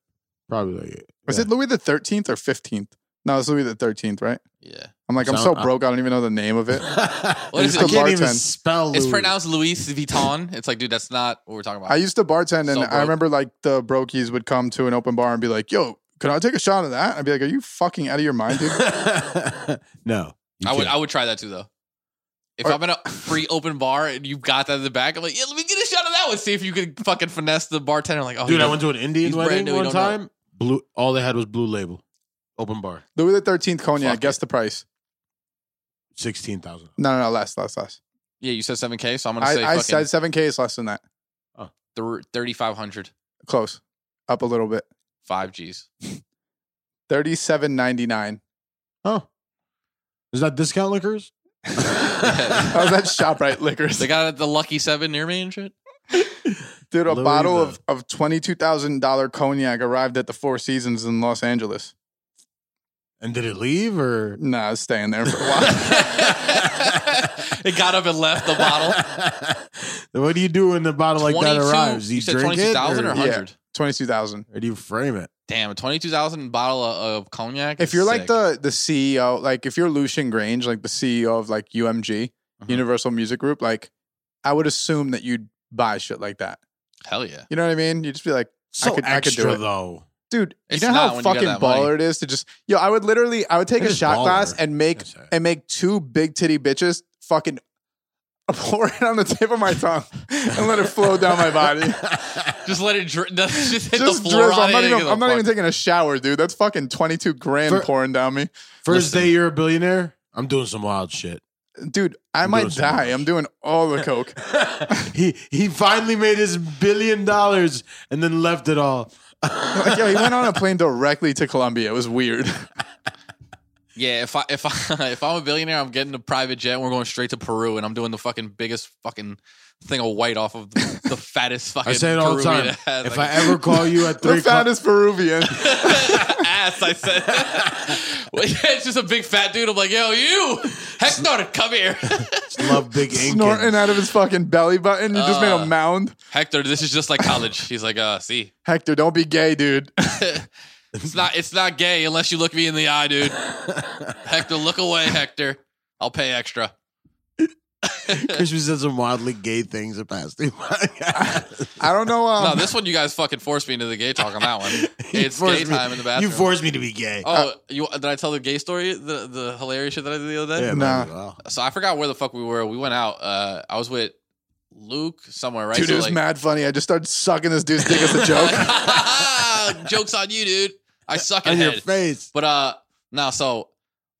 Speaker 4: Probably like it.
Speaker 2: Was
Speaker 4: Yeah.
Speaker 2: it Louis the Thirteenth or Fifteenth? No, it's Louis the Thirteenth, right?
Speaker 3: Yeah,
Speaker 2: I'm like, I'm
Speaker 4: So-
Speaker 2: so broke, I don't even know the name of it.
Speaker 3: What is
Speaker 4: I
Speaker 3: it?
Speaker 4: can't even
Speaker 2: Bartend.
Speaker 4: spell.
Speaker 3: it's
Speaker 4: Louis.
Speaker 3: pronounced Louis Vuitton. It's like, dude, that's not what we're talking about.
Speaker 2: I used to bartend, and
Speaker 3: So broke.
Speaker 2: I remember like the brokies would come to an open bar and be like, "Yo, can I take a shot of that?" I'd be like, "Are you fucking out of your mind, dude?"
Speaker 4: no, you
Speaker 3: I would
Speaker 4: can't.
Speaker 3: I would try that too though. If
Speaker 2: Or-
Speaker 3: I'm in a free open bar and you've got that in the back, I'm like, yeah, let me get a shot of that one. See if you can fucking finesse the bartender. Like, oh,
Speaker 4: Dude,
Speaker 3: you
Speaker 4: I went to an Indian
Speaker 3: He's brand
Speaker 4: wedding
Speaker 3: new, you
Speaker 4: one
Speaker 3: don't know.
Speaker 4: time. Blue. All they had was blue label, open bar,
Speaker 2: Louis the Thirteenth cognac.
Speaker 3: Fuck
Speaker 2: guess the price.
Speaker 4: sixteen thousand.
Speaker 2: No, no, no, less, less, less.
Speaker 3: yeah, you said seven k, so I'm gonna say
Speaker 2: I, I
Speaker 3: fucking
Speaker 2: said seven k is less than that.
Speaker 3: thirty five hundred
Speaker 2: Close, up a little bit.
Speaker 3: five G's.
Speaker 2: Thirty seven ninety nine.
Speaker 4: Oh, is that discount liquors?
Speaker 2: I was at Shoprite Liquors,
Speaker 3: They got it at the Lucky Seven near me and shit.
Speaker 2: dude. A
Speaker 4: Louis
Speaker 2: bottle
Speaker 4: the-
Speaker 2: of of twenty two thousand dollar cognac arrived at the Four Seasons in Los Angeles.
Speaker 4: and did it leave or?
Speaker 2: Nah, it's staying there for a while.
Speaker 3: it got up and left the bottle.
Speaker 4: what do you do when the bottle like that
Speaker 3: 22
Speaker 4: arrives? Do
Speaker 3: you
Speaker 4: you,
Speaker 3: said
Speaker 4: drink
Speaker 3: twenty two
Speaker 4: it,
Speaker 3: thousand or
Speaker 4: or,
Speaker 3: hundred?
Speaker 2: twenty two thousand.
Speaker 4: or do you frame it?
Speaker 3: Damn, a twenty two thousand bottle of, of cognac.
Speaker 2: if
Speaker 3: is
Speaker 2: you're like
Speaker 3: sick.
Speaker 2: the the CEO, like if you're Lucian Grange, like the CEO of like UMG,
Speaker 3: Mhm.
Speaker 2: Universal Music Group, like I would assume that you'd buy shit like that.
Speaker 3: hell yeah,
Speaker 2: You know what I mean? You'd just be like,
Speaker 4: So
Speaker 2: could- I could do
Speaker 4: extra
Speaker 2: it.
Speaker 4: though.
Speaker 2: dude,
Speaker 3: It's
Speaker 2: you know
Speaker 3: not
Speaker 2: how
Speaker 3: when you got
Speaker 2: fucking
Speaker 3: that
Speaker 2: baller
Speaker 3: money.
Speaker 2: it is to just yo. I would literally, I would take
Speaker 4: It
Speaker 2: a
Speaker 4: is
Speaker 2: shot glass
Speaker 4: baller.
Speaker 2: and make
Speaker 4: That's it.
Speaker 2: and make two big titty bitches fucking pour it on the tip of my tongue and let it flow down my body.
Speaker 3: Just let it dri- just hit
Speaker 2: Just
Speaker 3: the floor.
Speaker 2: drizzle.
Speaker 3: on
Speaker 2: I'm not
Speaker 3: it,
Speaker 2: even.
Speaker 3: give a
Speaker 2: I'm not
Speaker 3: fuck.
Speaker 2: even taking a shower, dude. That's fucking 22 grand
Speaker 4: For-
Speaker 2: pouring down me,
Speaker 4: First
Speaker 3: Listen.
Speaker 4: day you're a billionaire, I'm doing some wild shit.
Speaker 2: dude. I
Speaker 4: I'm doing
Speaker 2: might
Speaker 4: so
Speaker 2: die.
Speaker 4: much.
Speaker 2: I'm doing all the coke.
Speaker 4: he he finally made his billion dollars and then left it all.
Speaker 2: like, yo, he went on a plane directly to Colombia. It was weird.
Speaker 3: Yeah, if I if I if I'm a billionaire, I'm getting a private jet. and We're going straight to Peru, and I'm doing the fucking biggest fucking thing of white off of the, the fattest fucking.
Speaker 4: I say it all the
Speaker 3: Peruvian
Speaker 4: time.
Speaker 3: Ass.
Speaker 4: If I
Speaker 3: Like,
Speaker 4: ever call you at
Speaker 2: the
Speaker 4: three o'clock,
Speaker 2: fattest Peruvian.
Speaker 3: ass, I said. well, yeah, it's just a big fat dude. I'm like, yo, you Hector, come here.
Speaker 4: love big
Speaker 2: snorting
Speaker 4: ink.
Speaker 2: out of his fucking belly button. You just made
Speaker 3: Uh.
Speaker 2: a mound.
Speaker 3: Hector, this is just like college. He's like, uh, see,
Speaker 2: Hector, don't be gay, dude.
Speaker 3: it's not it's not gay unless you look me in the eye, dude. Hector, look away, Hector. I'll pay extra.
Speaker 4: Christmas said some wildly gay things that passed me.
Speaker 2: I don't know. Um,
Speaker 3: No, this one you guys fucking forced me into the gay talk on that one. It's gay time in the bathroom.
Speaker 4: You forced me to be gay.
Speaker 3: Oh, you, did I tell the gay story? The the hilarious shit that I did the other day.
Speaker 4: Yeah,
Speaker 2: nah.
Speaker 4: man, wow.
Speaker 3: So I forgot where the fuck we were. We went out. Uh, I was with Luke somewhere, right?
Speaker 2: dude,
Speaker 3: So,
Speaker 2: it was
Speaker 3: like-
Speaker 2: mad funny. I just started sucking this dude's dick as a joke.
Speaker 3: Jokes on you, dude. I suck at
Speaker 4: On your
Speaker 3: head.
Speaker 4: face.
Speaker 3: But uh, now so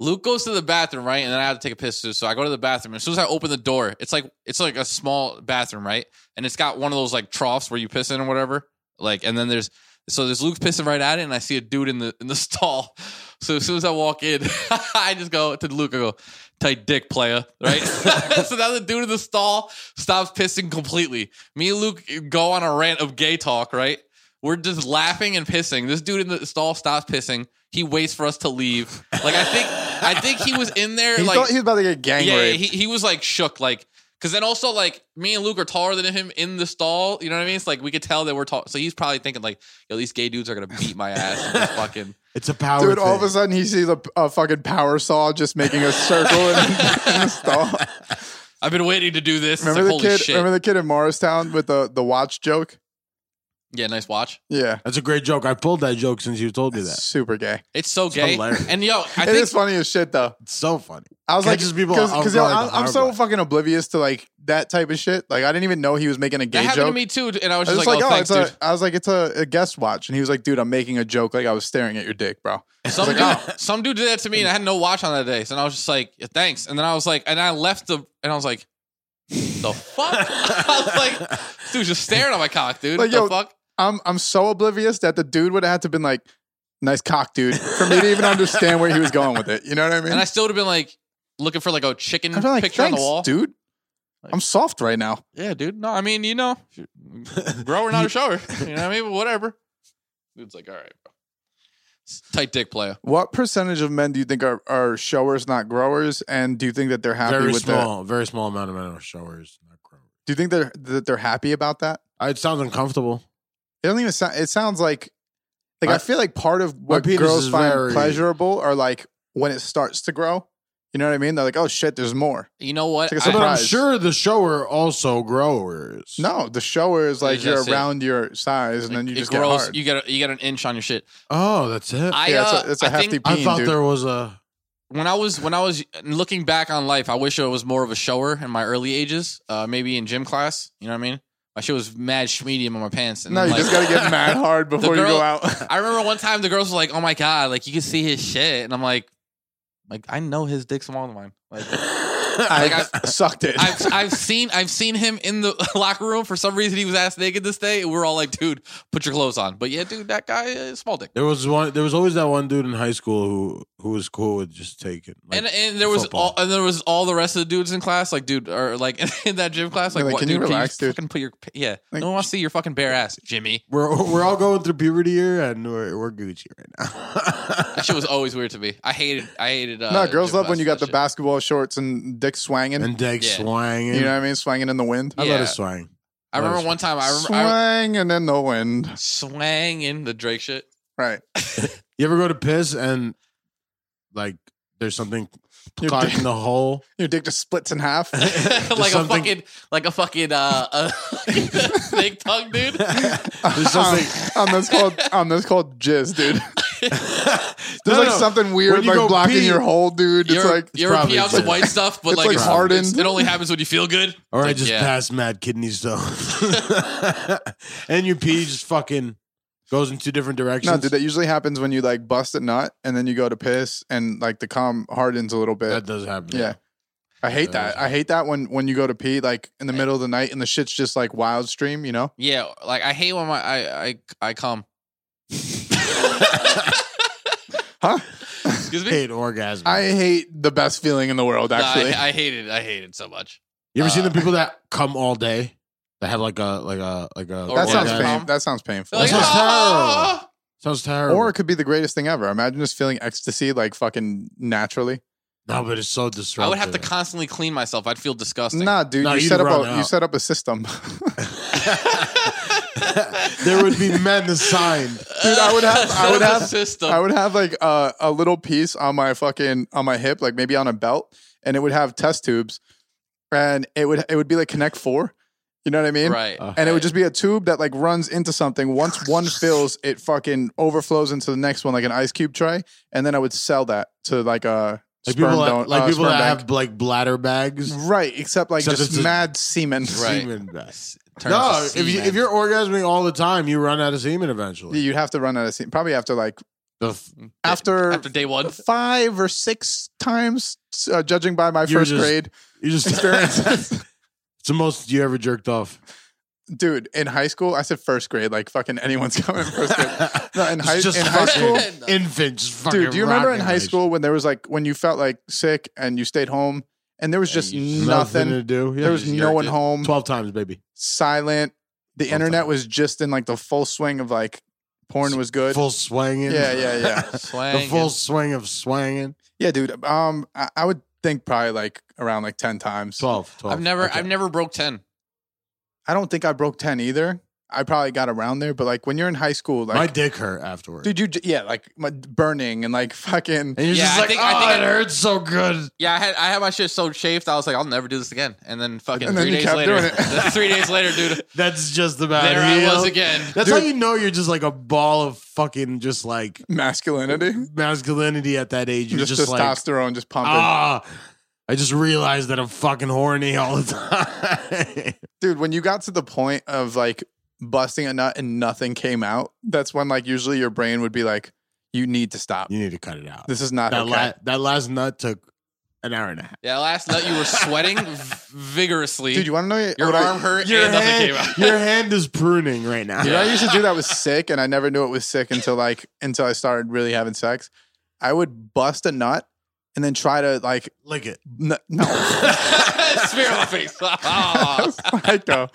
Speaker 3: Luke goes to the bathroom, right? And then I have to take a piss too. So I go to the bathroom. As soon as I open the door, it's like it's like a small bathroom, right? And it's got one of those like troughs where you piss in or whatever. Like, and then there's so there's Luke pissing right at it, and I see a dude in the in the stall. So as soon as I walk in, I just go to Luke. I go, "Tight dick, player." Right. so now the dude in the stall stops pissing completely. Me and Luke go on a rant of gay talk. Right. We're just laughing and pissing. This dude in the stall stops pissing. He waits for us to leave. Like I think, I think he was in there.
Speaker 2: He
Speaker 3: like
Speaker 2: thought he was about to get gang
Speaker 3: yeah, yeah,
Speaker 2: raped.
Speaker 3: he, he was like shook, like because then also like me and Luke are taller than him in the stall. You know what I mean? It's like we could tell that we're tall. So he's probably thinking like, yo, these gay dudes are gonna beat my ass. in this fucking
Speaker 4: It's a power.
Speaker 2: Dude, all of
Speaker 4: thing.
Speaker 2: a sudden he sees a, a fucking power saw just making a circle in, in the stall.
Speaker 3: I've been waiting to do this. It's
Speaker 2: Remember
Speaker 3: like,
Speaker 2: the
Speaker 3: holy
Speaker 2: kid?
Speaker 3: shit.
Speaker 2: Remember the kid in Morristown with the, the watch joke?
Speaker 3: yeah, nice watch.
Speaker 2: Yeah,
Speaker 4: That's a great joke. I pulled that joke since you told me that.
Speaker 2: super gay.
Speaker 3: It's so gay.
Speaker 4: hilarious.
Speaker 3: and yo,
Speaker 2: It
Speaker 3: I
Speaker 2: is
Speaker 3: think
Speaker 2: funny as shit though.
Speaker 4: It's so funny.
Speaker 2: I was like,
Speaker 4: Catches people off
Speaker 2: because
Speaker 4: guard
Speaker 2: I'm,
Speaker 4: the
Speaker 2: I'm
Speaker 4: hard
Speaker 2: so
Speaker 4: way.
Speaker 2: fucking oblivious to like that type of shit. Like I didn't even know he was making a
Speaker 3: that
Speaker 2: gay
Speaker 3: happened
Speaker 2: joke.
Speaker 3: to me too. And I was
Speaker 2: I was
Speaker 3: just
Speaker 2: just
Speaker 3: like, oh,
Speaker 2: like,
Speaker 3: thanks,
Speaker 2: oh, it's
Speaker 3: dude.
Speaker 2: a, I was like, it's a, a guest watch, and he was like, dude, I'm making a joke. Like I was staring at your dick, bro.
Speaker 3: Some
Speaker 2: like, oh.
Speaker 3: dude, some dude did that to me, and I had no watch on that day. So I was just like, yeah, "Thanks." And then I was like, and I left the, and I was like, "The fuck?" I was like, this "Dude, just staring at my cock, dude."
Speaker 2: Like,
Speaker 3: the
Speaker 2: yo,
Speaker 3: fuck?
Speaker 2: I'm I'm so oblivious that the dude would have had to been like, nice cock, dude, for me to even understand where he was going with it. You know what I mean?
Speaker 3: And I still would have been like looking for like a chicken
Speaker 2: I'd be like,
Speaker 3: picture on the wall.
Speaker 2: dude. I'm soft right now.
Speaker 3: Yeah, dude. No, I mean, you know, grower not a shower. You know what I mean? Whatever. Dude's like, all right, bro. It's tight dick player.
Speaker 2: What percentage of men do you think are, are showers, not growers? And do you think that they're happy
Speaker 4: very
Speaker 2: with that?
Speaker 4: small, very small amount of men are showers. Not growers.
Speaker 2: Do you think they're that they're happy about that?
Speaker 4: Uh, It sounds uncomfortable.
Speaker 2: It doesn't even sound. It sounds like like
Speaker 4: My-
Speaker 2: I feel like part of what
Speaker 4: penis
Speaker 2: girls
Speaker 4: is
Speaker 2: find
Speaker 4: very-
Speaker 2: pleasurable are like when it starts to grow. You know what I mean? They're like, oh shit, there's more.
Speaker 3: You know what?
Speaker 2: Take a
Speaker 3: I-
Speaker 4: So, but I'm
Speaker 2: Surprise.
Speaker 4: sure the shower also growers.
Speaker 2: No, the shower is like
Speaker 3: It's
Speaker 2: you're
Speaker 3: just it.
Speaker 2: around your size, and then you
Speaker 3: it
Speaker 2: just
Speaker 3: grows.
Speaker 2: get hard.
Speaker 3: You get a, you get an inch on your shit.
Speaker 4: Oh, that's it. I,
Speaker 3: I,
Speaker 2: yeah,
Speaker 3: uh,
Speaker 2: it's a, it's a
Speaker 3: I
Speaker 2: hefty
Speaker 3: think
Speaker 2: peen,
Speaker 4: thought
Speaker 2: dude.
Speaker 4: there was a.
Speaker 3: when I was when I was uh, looking back on life, I wish I was more of a shower in my early ages. Uh, maybe in gym class. You know what I mean? My shit was mad schmedium on my pants. And
Speaker 2: No,
Speaker 3: then,
Speaker 2: you
Speaker 3: like,
Speaker 2: just gotta get mad hard before you
Speaker 3: girl-
Speaker 2: go out.
Speaker 3: I remember one time the girls were like, "Oh my god, like you can see his shit," and I'm like, "Like I know his dick's smaller than mine." Like,
Speaker 2: I,
Speaker 3: Like, I-
Speaker 2: sucked it.
Speaker 3: I've I've seen I've seen him in the locker room. For some reason, he was ass naked this day. and We're all like, "Dude, put your clothes on." But yeah, dude, that guy is small dick.
Speaker 4: There was one. There was always that one dude in high school who who was cool with just taking. Like,
Speaker 3: and and there was
Speaker 4: football.
Speaker 3: all and there was all the rest of the dudes in class, like dude, or like in that gym class, like,
Speaker 2: Like,
Speaker 3: what,
Speaker 2: can you
Speaker 3: dude,
Speaker 2: relax,
Speaker 3: can you
Speaker 2: dude?
Speaker 3: fucking put your yeah.
Speaker 2: Like,
Speaker 3: no one wants to see your fucking bare ass, Jimmy.
Speaker 4: we're we're all going through puberty here, and we're we're Gucci right now.
Speaker 3: That shit was always weird to me. I hated I hated. Uh,
Speaker 2: no, girls
Speaker 3: gym
Speaker 2: love
Speaker 3: class
Speaker 2: when you
Speaker 3: for
Speaker 2: got the
Speaker 3: that shit.
Speaker 2: basketball shorts and dick swanging.
Speaker 4: and Dag
Speaker 3: Yeah.
Speaker 4: swanging.
Speaker 2: you know what I mean? Swanging in the wind.
Speaker 4: I
Speaker 3: Yeah.
Speaker 4: love a swang.
Speaker 3: I remember one time I remember I,
Speaker 2: Swanging in the wind.
Speaker 3: swang in the Drake shit.
Speaker 2: Right.
Speaker 4: You ever go to piss and like there's something
Speaker 2: Your
Speaker 4: clogged
Speaker 2: dick-
Speaker 4: in the hole?
Speaker 2: Your dick just splits in half.
Speaker 3: like a
Speaker 4: something-
Speaker 3: fucking like a fucking uh, uh snake tongue dude.
Speaker 4: There's something.
Speaker 2: um, um, that's called um, that's called jizz, dude. There's like something weird
Speaker 4: When you
Speaker 2: like
Speaker 4: go
Speaker 2: blocking
Speaker 4: pee-
Speaker 2: your hole, dude. It's
Speaker 3: you ever,
Speaker 2: like
Speaker 3: you ever
Speaker 4: probably
Speaker 3: pee out some
Speaker 4: better.
Speaker 3: white stuff, but
Speaker 2: It's
Speaker 3: like,
Speaker 2: like
Speaker 3: it's-
Speaker 2: hardened.
Speaker 3: it's- It only happens when you feel good.
Speaker 4: Or I
Speaker 3: Like,
Speaker 4: just
Speaker 3: yeah.
Speaker 4: passed mad kidney stone. and your pee just fucking goes in two different directions.
Speaker 2: no, dude. That usually happens when you like bust a nut and then you go to piss and like the cum hardens a little bit.
Speaker 4: that does happen.
Speaker 2: yeah. I hate that.
Speaker 4: That is-
Speaker 2: I hate that when when you go to pee like in the middle of the night and the shit's just like wild stream, you know?
Speaker 3: Yeah, like I hate when my I I I come.
Speaker 2: Huh?
Speaker 3: Excuse me.
Speaker 4: Hate orgasm.
Speaker 2: I hate the best feeling in the world
Speaker 3: No,
Speaker 2: actually.
Speaker 3: I, I hate it. I hate it so much.
Speaker 4: you ever seen the
Speaker 3: uh,
Speaker 4: people that come all day? That had like a like a like a.
Speaker 2: that
Speaker 3: Or
Speaker 2: sounds
Speaker 3: orgasm.
Speaker 2: pain, that sounds painful.
Speaker 3: They're like,
Speaker 4: sounds
Speaker 3: "Ah!"
Speaker 4: Sounds terrible.
Speaker 2: or it could be the greatest thing ever. Imagine just feeling ecstasy like fucking naturally.
Speaker 4: no, but it's so disruptive.
Speaker 3: I would have to constantly clean myself. I'd feel disgusting.
Speaker 2: Nah, dude,
Speaker 4: No,
Speaker 2: you
Speaker 4: you'd
Speaker 2: set up
Speaker 4: run
Speaker 2: a
Speaker 4: out.
Speaker 2: you set up a system. dude,
Speaker 4: there would be men assigned.
Speaker 2: I would have
Speaker 3: Set
Speaker 2: I would
Speaker 3: up a
Speaker 2: have
Speaker 3: system.
Speaker 2: I would have like a, a little piece on my fucking on my hip, like maybe on a belt, and it would have test tubes, and it would it would be like Connect Four, you know what I mean?
Speaker 3: right.
Speaker 4: Uh,
Speaker 2: And it would just be a tube that like runs into something. Once one fills, it fucking overflows into the next one, like an ice cube tray, and then I would sell that to like a
Speaker 4: Like
Speaker 2: sperm
Speaker 4: people that,
Speaker 2: don-
Speaker 4: like
Speaker 2: uh,
Speaker 4: people
Speaker 2: sperm
Speaker 4: that
Speaker 2: bank.
Speaker 4: have like bladder bags.
Speaker 2: right, except like
Speaker 4: Except
Speaker 2: just
Speaker 4: it's a-
Speaker 2: mad semen.
Speaker 3: Right.
Speaker 4: Semen bags.
Speaker 3: Turns
Speaker 4: No,
Speaker 3: to
Speaker 4: if, you,
Speaker 3: semen.
Speaker 4: if you're orgasming all the time, you run out of semen eventually.
Speaker 2: You'd have to run out of semen probably after like
Speaker 4: The f-
Speaker 2: after,
Speaker 3: after day one,
Speaker 2: five or six times, uh, judging by my
Speaker 4: You're
Speaker 2: first
Speaker 4: just-
Speaker 2: grade.
Speaker 4: you just
Speaker 2: Experiences.
Speaker 4: it's the most you ever jerked off.
Speaker 2: dude in high school i said first grade like fucking anyone's coming in first grade no in high,
Speaker 4: just
Speaker 2: in high school
Speaker 4: fucking infant. Just fucking
Speaker 2: dude do you remember in
Speaker 4: rocking
Speaker 2: high
Speaker 4: that
Speaker 2: school when there was like when you felt like sick and you stayed home and there was
Speaker 3: Yeah,
Speaker 2: just
Speaker 3: you
Speaker 4: shit?
Speaker 2: nothing,
Speaker 4: nothing, to do. Yeah.
Speaker 2: there was
Speaker 3: just
Speaker 2: no
Speaker 3: jerked
Speaker 2: one
Speaker 3: it.
Speaker 2: home
Speaker 4: twelve times, baby.
Speaker 2: silent the
Speaker 4: Twelve
Speaker 2: internet was
Speaker 4: times.
Speaker 2: just in like the full swing of like porn was good
Speaker 4: Full swinging.
Speaker 2: Yeah, yeah, yeah.
Speaker 4: the
Speaker 3: Slang
Speaker 4: full
Speaker 3: and-
Speaker 4: swing of swinging.
Speaker 2: yeah dude um I, I would think probably like around like 10 times
Speaker 4: 12, 12.
Speaker 3: I've never,
Speaker 4: Okay.
Speaker 3: I've never broke ten.
Speaker 2: i don't think i broke 10 either i probably got around there but like when you're in high school like
Speaker 4: My dick hurt afterwards.
Speaker 2: dude you j- yeah like my, burning and like fucking
Speaker 4: and you're
Speaker 3: Yeah,
Speaker 4: just
Speaker 3: I
Speaker 4: like,
Speaker 3: think-
Speaker 4: oh,
Speaker 3: I think
Speaker 4: it
Speaker 3: I-
Speaker 4: hurts so good.
Speaker 3: Yeah, I had, I had my shit so chafed. I was like, I'll never do this again. And then fucking
Speaker 2: And then
Speaker 3: three
Speaker 2: you
Speaker 3: days
Speaker 2: kept
Speaker 3: later,
Speaker 2: doing it.
Speaker 3: three days later, dude,
Speaker 4: That's just about
Speaker 3: there I
Speaker 4: it.
Speaker 3: was again.
Speaker 4: That's
Speaker 2: Dude.
Speaker 4: how you know you're just like a ball of fucking just like
Speaker 2: masculinity
Speaker 4: masculinity at that age. You're
Speaker 2: just,
Speaker 4: just, like
Speaker 2: testosterone just pumping.
Speaker 4: ah. I just realized that I'm fucking horny all the time.
Speaker 2: Dude, when you got to the point of like busting a nut and nothing came out, that's when like usually your brain would be like, you need to stop.
Speaker 4: you need to cut it out.
Speaker 2: This is not
Speaker 4: That,
Speaker 2: okay.
Speaker 4: la- that last nut took an hour and a half.
Speaker 3: yeah, last night you were sweating v- vigorously.
Speaker 2: Dude, you want to know
Speaker 3: your
Speaker 2: what I-
Speaker 3: arm hurt
Speaker 4: Your
Speaker 3: and nothing
Speaker 4: hand,
Speaker 3: came out.
Speaker 4: your hand is pruning right now.
Speaker 2: Dude, I used to do that with sick, and I never knew it was sick until like until I started really having sex. I would bust a nut and then try to like
Speaker 4: Lick it.
Speaker 2: n- no
Speaker 3: Smear on my face. Ah.
Speaker 2: psycho.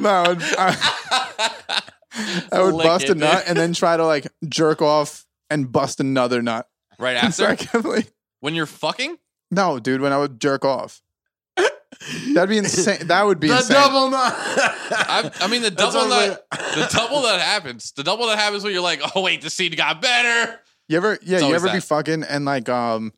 Speaker 2: No, I, I would
Speaker 3: Lick
Speaker 2: bust
Speaker 3: it,
Speaker 2: a nut
Speaker 3: dude.
Speaker 2: and then try to like jerk off and bust another nut.
Speaker 3: Right
Speaker 2: So I
Speaker 3: after,
Speaker 2: can't believe-
Speaker 3: when you're fucking,
Speaker 2: No, dude, when I would jerk off. That'd be insane. That would be
Speaker 4: the
Speaker 2: insane.
Speaker 4: double nut.
Speaker 3: I, I mean the
Speaker 4: That's
Speaker 3: double
Speaker 4: what I was
Speaker 3: that the double that happens, the double that happens when you're like, oh wait, the scene got better.
Speaker 2: You ever yeah, you
Speaker 3: always
Speaker 2: ever be
Speaker 3: that.
Speaker 2: fucking and like um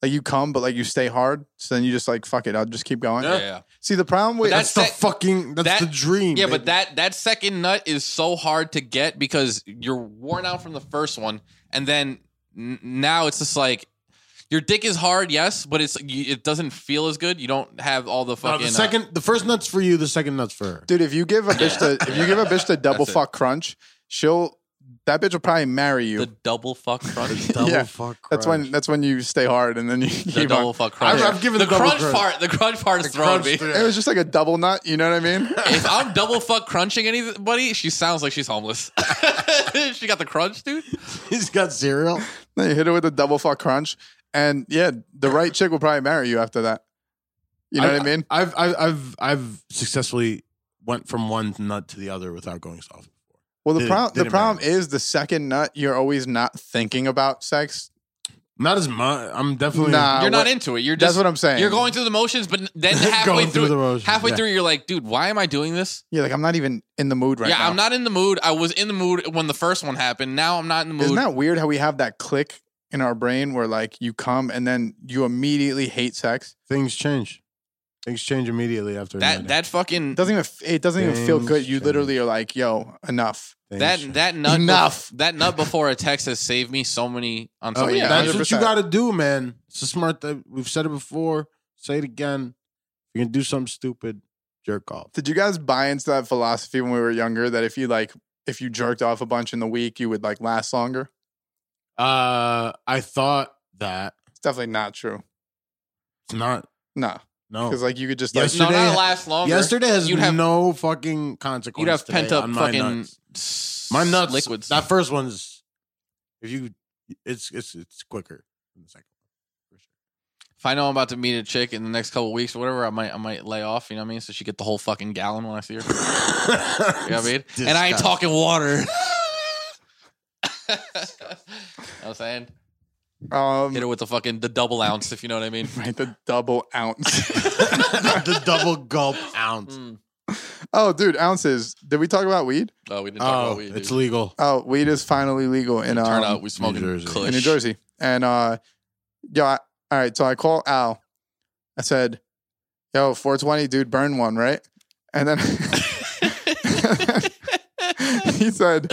Speaker 2: like you come but like you stay hard, so then you just like fuck it, I'll just keep going.
Speaker 3: Yeah, yeah.
Speaker 2: See the problem with
Speaker 3: that's
Speaker 4: that's the
Speaker 3: that-
Speaker 4: fucking. That's
Speaker 3: that-
Speaker 4: the dream.
Speaker 3: Yeah,
Speaker 4: baby.
Speaker 3: but that that second nut is so hard to get because you're worn out from the first one, and then n- now it's just like your dick is hard, yes, but it's you- it doesn't feel as good. You don't have all the
Speaker 4: No,
Speaker 3: fucking
Speaker 4: the
Speaker 3: uh,
Speaker 4: second, the first nut's for you. The second nut's for her.
Speaker 2: dude, if you give a bitch the if you give a bitch the double
Speaker 3: That's it.
Speaker 2: fuck crunch, she'll that bitch will probably marry you.
Speaker 3: the double fuck crunch.
Speaker 4: Double
Speaker 2: Yeah.
Speaker 4: fuck.
Speaker 2: that's
Speaker 4: crunch.
Speaker 2: when that's when you stay hard and then you
Speaker 3: the
Speaker 2: keep
Speaker 3: double
Speaker 2: on.
Speaker 3: fuck crunch.
Speaker 4: I've- I've given
Speaker 3: the
Speaker 4: the double
Speaker 3: crunch
Speaker 4: crunch.
Speaker 3: part. The crunch part is throwing
Speaker 4: Crunch
Speaker 3: me.
Speaker 4: through.
Speaker 2: It was just like a double nut, you know what I mean?
Speaker 3: If I'm double fuck crunching anybody, she sounds like she's homeless. she got the crunch, dude.
Speaker 4: He's got cereal.
Speaker 2: then you hit her with a double fuck crunch and yeah, the right chick will probably marry you after that. You know what I mean?
Speaker 4: I've, I've, I've, I've successfully went from one nut to the other without going soft.
Speaker 2: Well, the
Speaker 4: Did-
Speaker 2: problem the
Speaker 4: didn't
Speaker 2: problem
Speaker 4: matter.
Speaker 2: is the second nut. You're always not thinking about sex.
Speaker 4: Not as much. I'm definitely
Speaker 2: Nah,
Speaker 3: You're not
Speaker 2: what-
Speaker 3: into it. You're
Speaker 2: That's
Speaker 3: just
Speaker 2: what I'm saying.
Speaker 3: you're going through the motions, but then halfway
Speaker 4: going
Speaker 3: through,
Speaker 4: the motions.
Speaker 3: halfway
Speaker 4: Yeah.
Speaker 3: through, you're like, dude, why am I doing this?
Speaker 2: Yeah, like I'm not even in the mood right
Speaker 3: yeah,
Speaker 2: now.
Speaker 3: I'm not in the mood. I was in the mood when the first one happened. Now I'm not in the mood.
Speaker 2: Isn't that weird how we have that click in our brain where like you come and then you immediately hate sex?
Speaker 4: Things change. Things change immediately after
Speaker 3: That that fucking
Speaker 2: It doesn't even f- it doesn't even feel
Speaker 4: Things
Speaker 2: good. You
Speaker 4: change.
Speaker 2: literally are like, yo, enough.
Speaker 3: that that nut
Speaker 2: Enough.
Speaker 3: that nut before a text has saved me so many on so
Speaker 2: Oh,
Speaker 3: many.
Speaker 2: yeah.
Speaker 4: that's
Speaker 3: occasions.
Speaker 4: what you
Speaker 2: 100%.
Speaker 4: got to do, man. It's a smart thing. We've said it before. Say it again. If you're gonna do something stupid, jerk off.
Speaker 2: Did you guys buy into that philosophy when we were younger that if you like if you jerked off a bunch in the week, you would like last longer?
Speaker 4: Uh, I thought that
Speaker 2: It's definitely not true.
Speaker 4: it's not
Speaker 2: No,
Speaker 4: no.
Speaker 2: because like you could just like
Speaker 4: Oh. Yes,
Speaker 3: no,
Speaker 4: yesterday-
Speaker 3: not last longer.
Speaker 4: Yesterday has
Speaker 3: You'd have-
Speaker 4: no fucking consequence.
Speaker 3: You'd have
Speaker 4: today
Speaker 3: pent up
Speaker 4: on my
Speaker 3: fucking
Speaker 4: nuts.
Speaker 3: s-
Speaker 4: My nuts.
Speaker 3: liquids.
Speaker 4: That first one's if you, it's it's it's quicker than the second.
Speaker 3: if I know I'm about to meet a chick in the next couple weeks or whatever, I might I might lay off. You know what I mean? So she get the whole fucking gallon when I see her. You know what I mean? And I ain't talking water. I was saying,
Speaker 2: um
Speaker 3: hit her with the fucking the double ounce, if you know what I mean.
Speaker 2: right the double ounce.
Speaker 4: the double gulp ounce.
Speaker 3: Mm.
Speaker 2: oh, dude, ounces. Did we talk about weed?
Speaker 3: Oh, we didn't talk
Speaker 4: Oh,
Speaker 3: about weed.
Speaker 4: it's
Speaker 3: dude.
Speaker 4: legal.
Speaker 2: Oh, weed is finally legal in um,
Speaker 3: Turn out we smoking
Speaker 4: Jersey.
Speaker 3: Kush.
Speaker 2: in New Jersey. And uh yo, I, all right, so I call Al. I said, "Yo, 420, dude, burn one, right?" And then he said,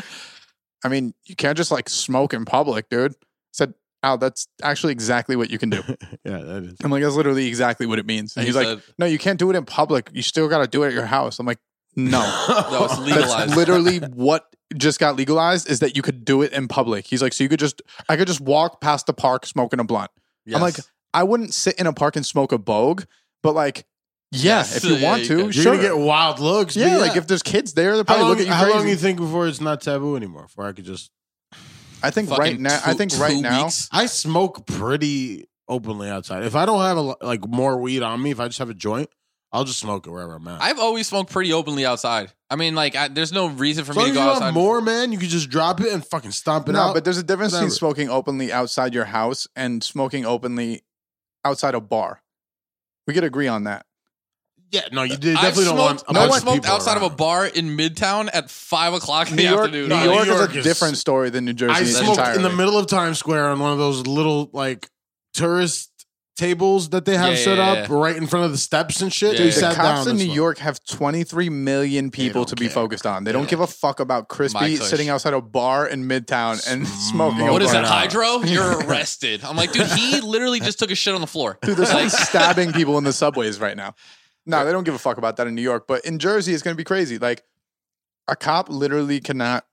Speaker 2: "I mean, you can't just like smoke in public, dude." I said, "Al, that's actually exactly what you can do."
Speaker 4: Yeah, that is.
Speaker 2: I'm like, "That's literally exactly what it means." And
Speaker 3: He
Speaker 2: he's like,
Speaker 3: said,
Speaker 2: "No, you can't do it in public. You still got to do it at your house." I'm like, "No."
Speaker 3: No, it's legal.
Speaker 2: That's
Speaker 3: Legalized.
Speaker 2: literally what just got legalized is that you could do it in public. He's like, so you could just, I could just walk past the park smoking a blunt. I'm like,
Speaker 3: "Yes."
Speaker 2: I wouldn't sit in a park and smoke a bogue, but like, yeah,
Speaker 3: Yes.
Speaker 2: if you
Speaker 3: Yeah,
Speaker 2: want
Speaker 3: you
Speaker 2: to,
Speaker 3: could.
Speaker 4: You're
Speaker 2: sure.
Speaker 4: gonna get wild looks.
Speaker 2: yeah,
Speaker 4: but
Speaker 2: like if there's kids there, they're
Speaker 4: uh, how
Speaker 2: probably
Speaker 4: long,
Speaker 2: looking at
Speaker 4: how
Speaker 2: you
Speaker 4: long
Speaker 2: crazy.
Speaker 4: you think before it's not taboo anymore? Before I could just
Speaker 2: I think right
Speaker 3: Fucking
Speaker 2: now, I
Speaker 3: two-
Speaker 2: think right
Speaker 3: two
Speaker 2: now,
Speaker 3: weeks?
Speaker 4: I smoke pretty openly outside. If I don't have a, lo- like more weed on me, if I just have a joint, I'll just smoke it wherever I'm at.
Speaker 3: I've always smoked pretty openly outside. I mean, like, I, there's no reason for
Speaker 4: as long
Speaker 3: me
Speaker 4: as
Speaker 3: to
Speaker 4: you
Speaker 3: go
Speaker 4: have
Speaker 3: outside.
Speaker 4: more, man, you can just drop it and fucking stomp it
Speaker 2: no,
Speaker 4: out.
Speaker 2: but there's a difference between
Speaker 4: Whatever.
Speaker 2: smoking openly outside your house and smoking openly outside a bar. We could agree on that.
Speaker 4: yeah, no, you did,
Speaker 3: I've
Speaker 4: definitely don't want.
Speaker 3: smoked,
Speaker 4: a
Speaker 3: I've
Speaker 4: bunch of
Speaker 3: smoked
Speaker 4: people
Speaker 3: outside of a
Speaker 4: around.
Speaker 3: bar in Midtown at five o'clock in
Speaker 2: New
Speaker 3: the
Speaker 2: York,
Speaker 3: afternoon.
Speaker 2: New,
Speaker 3: Like,
Speaker 4: New
Speaker 2: York,
Speaker 4: York
Speaker 2: is a
Speaker 4: is-
Speaker 2: different story than New Jersey.
Speaker 4: I smoked in the
Speaker 2: entirely.
Speaker 4: middle of Times Square on one of those little like tourist tables that they have
Speaker 3: Yeah,
Speaker 4: set
Speaker 3: yeah,
Speaker 4: up
Speaker 3: yeah.
Speaker 4: right in front of the steps and shit.
Speaker 3: Yeah,
Speaker 4: we
Speaker 3: yeah.
Speaker 2: The
Speaker 4: sat
Speaker 2: cops
Speaker 4: down
Speaker 2: in
Speaker 4: this
Speaker 2: New
Speaker 4: one.
Speaker 2: York have 23 million people
Speaker 4: don't
Speaker 2: to be
Speaker 4: care.
Speaker 2: focused on. They,
Speaker 4: They
Speaker 2: don't
Speaker 4: don't
Speaker 2: give a fuck about Crispy
Speaker 3: Kush.
Speaker 2: sitting outside a bar in Midtown and smoking.
Speaker 4: Smoke
Speaker 3: What
Speaker 2: a
Speaker 3: is
Speaker 4: right
Speaker 3: that,
Speaker 2: blunt.
Speaker 4: now.
Speaker 3: Hydro? You're arrested. I'm like, dude, he literally just took a shit on the floor.
Speaker 2: Dude, there's someone
Speaker 3: like,
Speaker 2: stabbing people in the subways right now. No, they don't give a fuck about that in New York. But in Jersey, it's going to be crazy. Like, a cop literally cannot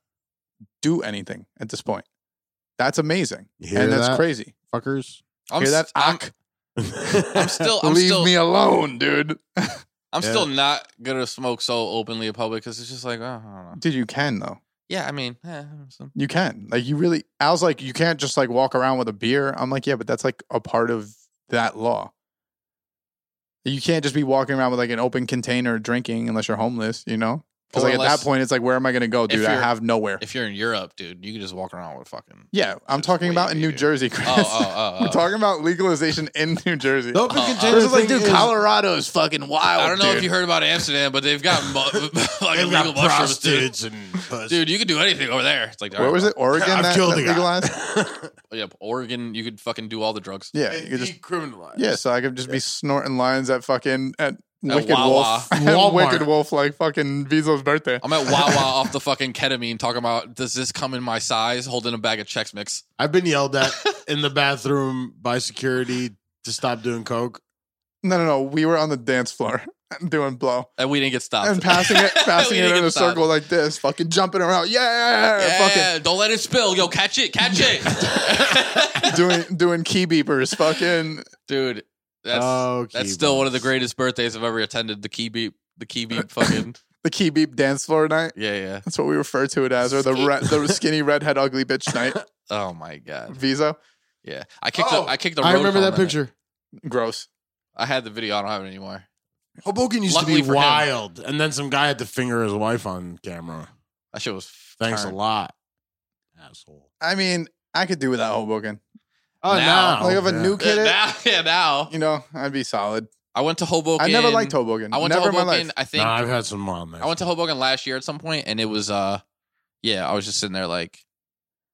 Speaker 2: do anything at this point. That's amazing.
Speaker 4: You hear
Speaker 2: and that's
Speaker 4: that,
Speaker 2: crazy.
Speaker 4: fuckers.
Speaker 3: I'm,
Speaker 2: hear that?
Speaker 3: s- I'm,
Speaker 2: Ak,
Speaker 3: I'm still, I'm
Speaker 2: leave
Speaker 3: still,
Speaker 2: me alone, dude.
Speaker 3: I'm
Speaker 4: Yeah.
Speaker 3: still not gonna smoke so openly in public because it's just like, oh, I don't know.
Speaker 2: Dude, you can, though.
Speaker 3: Yeah, I mean, eh, so-
Speaker 2: You can. Like you really I was like, you can't just like walk around with a beer. I'm like, yeah, but that's like a part of that law. You can't just be walking around with like an open container drinking unless you're homeless, you know? Because
Speaker 3: Or
Speaker 2: like at that
Speaker 3: unless-
Speaker 2: point it's like, where am I gonna go, dude? I
Speaker 3: you're-
Speaker 2: have nowhere.
Speaker 3: if you're in Europe, dude, you can just walk around with fucking.
Speaker 2: Yeah, I'm
Speaker 3: Just
Speaker 2: talking about in
Speaker 3: wavy,
Speaker 2: New
Speaker 3: dude.
Speaker 2: Jersey, Chris.
Speaker 3: Oh, oh, oh, oh.
Speaker 2: We're talking about legalization in New Jersey.
Speaker 4: The open
Speaker 3: Uh, uh,
Speaker 4: container
Speaker 2: This is like,
Speaker 4: thing
Speaker 2: dude,
Speaker 4: is-
Speaker 2: Colorado's fucking wild.
Speaker 3: I don't know
Speaker 2: dude.
Speaker 3: if you heard about Amsterdam, but they've got mu- like
Speaker 4: They've
Speaker 3: illegal
Speaker 4: got
Speaker 3: mushrooms, dude.
Speaker 4: prostitutes and puss-
Speaker 3: Dude, you can do anything over there. It's like, all
Speaker 2: Where
Speaker 3: right,
Speaker 2: was
Speaker 3: well,
Speaker 2: it? Oregon
Speaker 4: I've
Speaker 2: that,
Speaker 4: killed
Speaker 2: that
Speaker 4: a guy.
Speaker 2: legalized?
Speaker 3: Yeah, Oregon, you could fucking do all the drugs.
Speaker 2: Yeah, you
Speaker 4: And
Speaker 2: could just
Speaker 4: decriminalized.
Speaker 2: Yeah, so I could just be snorting lines at fucking at, Wicked
Speaker 3: Wawa.
Speaker 2: Wolf, at
Speaker 4: Walmart.
Speaker 2: Wicked Wolf, like fucking Vizo's birthday.
Speaker 3: I'm at Wawa off the fucking ketamine talking about does this come in my size? Holding a bag of Chex Mix.
Speaker 4: I've been yelled at in the bathroom by security to stop doing coke.
Speaker 2: No, no, no. We were on the dance floor doing blow
Speaker 3: And we didn't get stopped.
Speaker 2: and passing it, passing
Speaker 3: We
Speaker 2: it
Speaker 3: didn't
Speaker 2: in
Speaker 3: get
Speaker 2: a
Speaker 3: stopped.
Speaker 2: circle like this, fucking jumping around. Yeah,
Speaker 3: Yeah, don't let it spill. Yo, catch it, catch it.
Speaker 2: fucking doing doing key beepers, fucking.
Speaker 3: Dude, that's
Speaker 4: Oh, key
Speaker 3: that's still one of the
Speaker 4: bombs.
Speaker 3: greatest birthdays I've ever attended. The key beep, the key beep fucking
Speaker 2: The key beep dance floor night.
Speaker 3: Yeah, yeah.
Speaker 2: That's what we refer to it as, or the re- the skinny redhead ugly bitch night.
Speaker 3: Oh my god.
Speaker 2: Vizo,
Speaker 3: Yeah. I kicked
Speaker 4: Oh,
Speaker 3: the I kicked the
Speaker 4: I
Speaker 3: road
Speaker 4: remember
Speaker 3: cone
Speaker 4: that picture.
Speaker 2: gross.
Speaker 3: I had the video, I don't have it anymore.
Speaker 4: Hoboken used
Speaker 3: Luckily
Speaker 4: to
Speaker 3: for
Speaker 4: be
Speaker 3: him.
Speaker 4: wild, and then some guy had to finger his wife on camera.
Speaker 3: That shit was f-
Speaker 4: Thanks
Speaker 3: turned.
Speaker 4: a lot, asshole.
Speaker 2: I mean, I could do without Hoboken.
Speaker 4: Oh,
Speaker 3: Now.
Speaker 4: now,
Speaker 2: Like if a new kid,
Speaker 3: Now, yeah, now.
Speaker 2: you know, I'd be solid.
Speaker 3: I went to Hoboken.
Speaker 2: I never liked Hoboken.
Speaker 3: I went
Speaker 2: never
Speaker 3: to
Speaker 2: in my life.
Speaker 3: Hoboken, I think
Speaker 4: Nah, I've had some wildness.
Speaker 3: I went to Hoboken last year at some point, and it was uh, yeah, I was just sitting there like,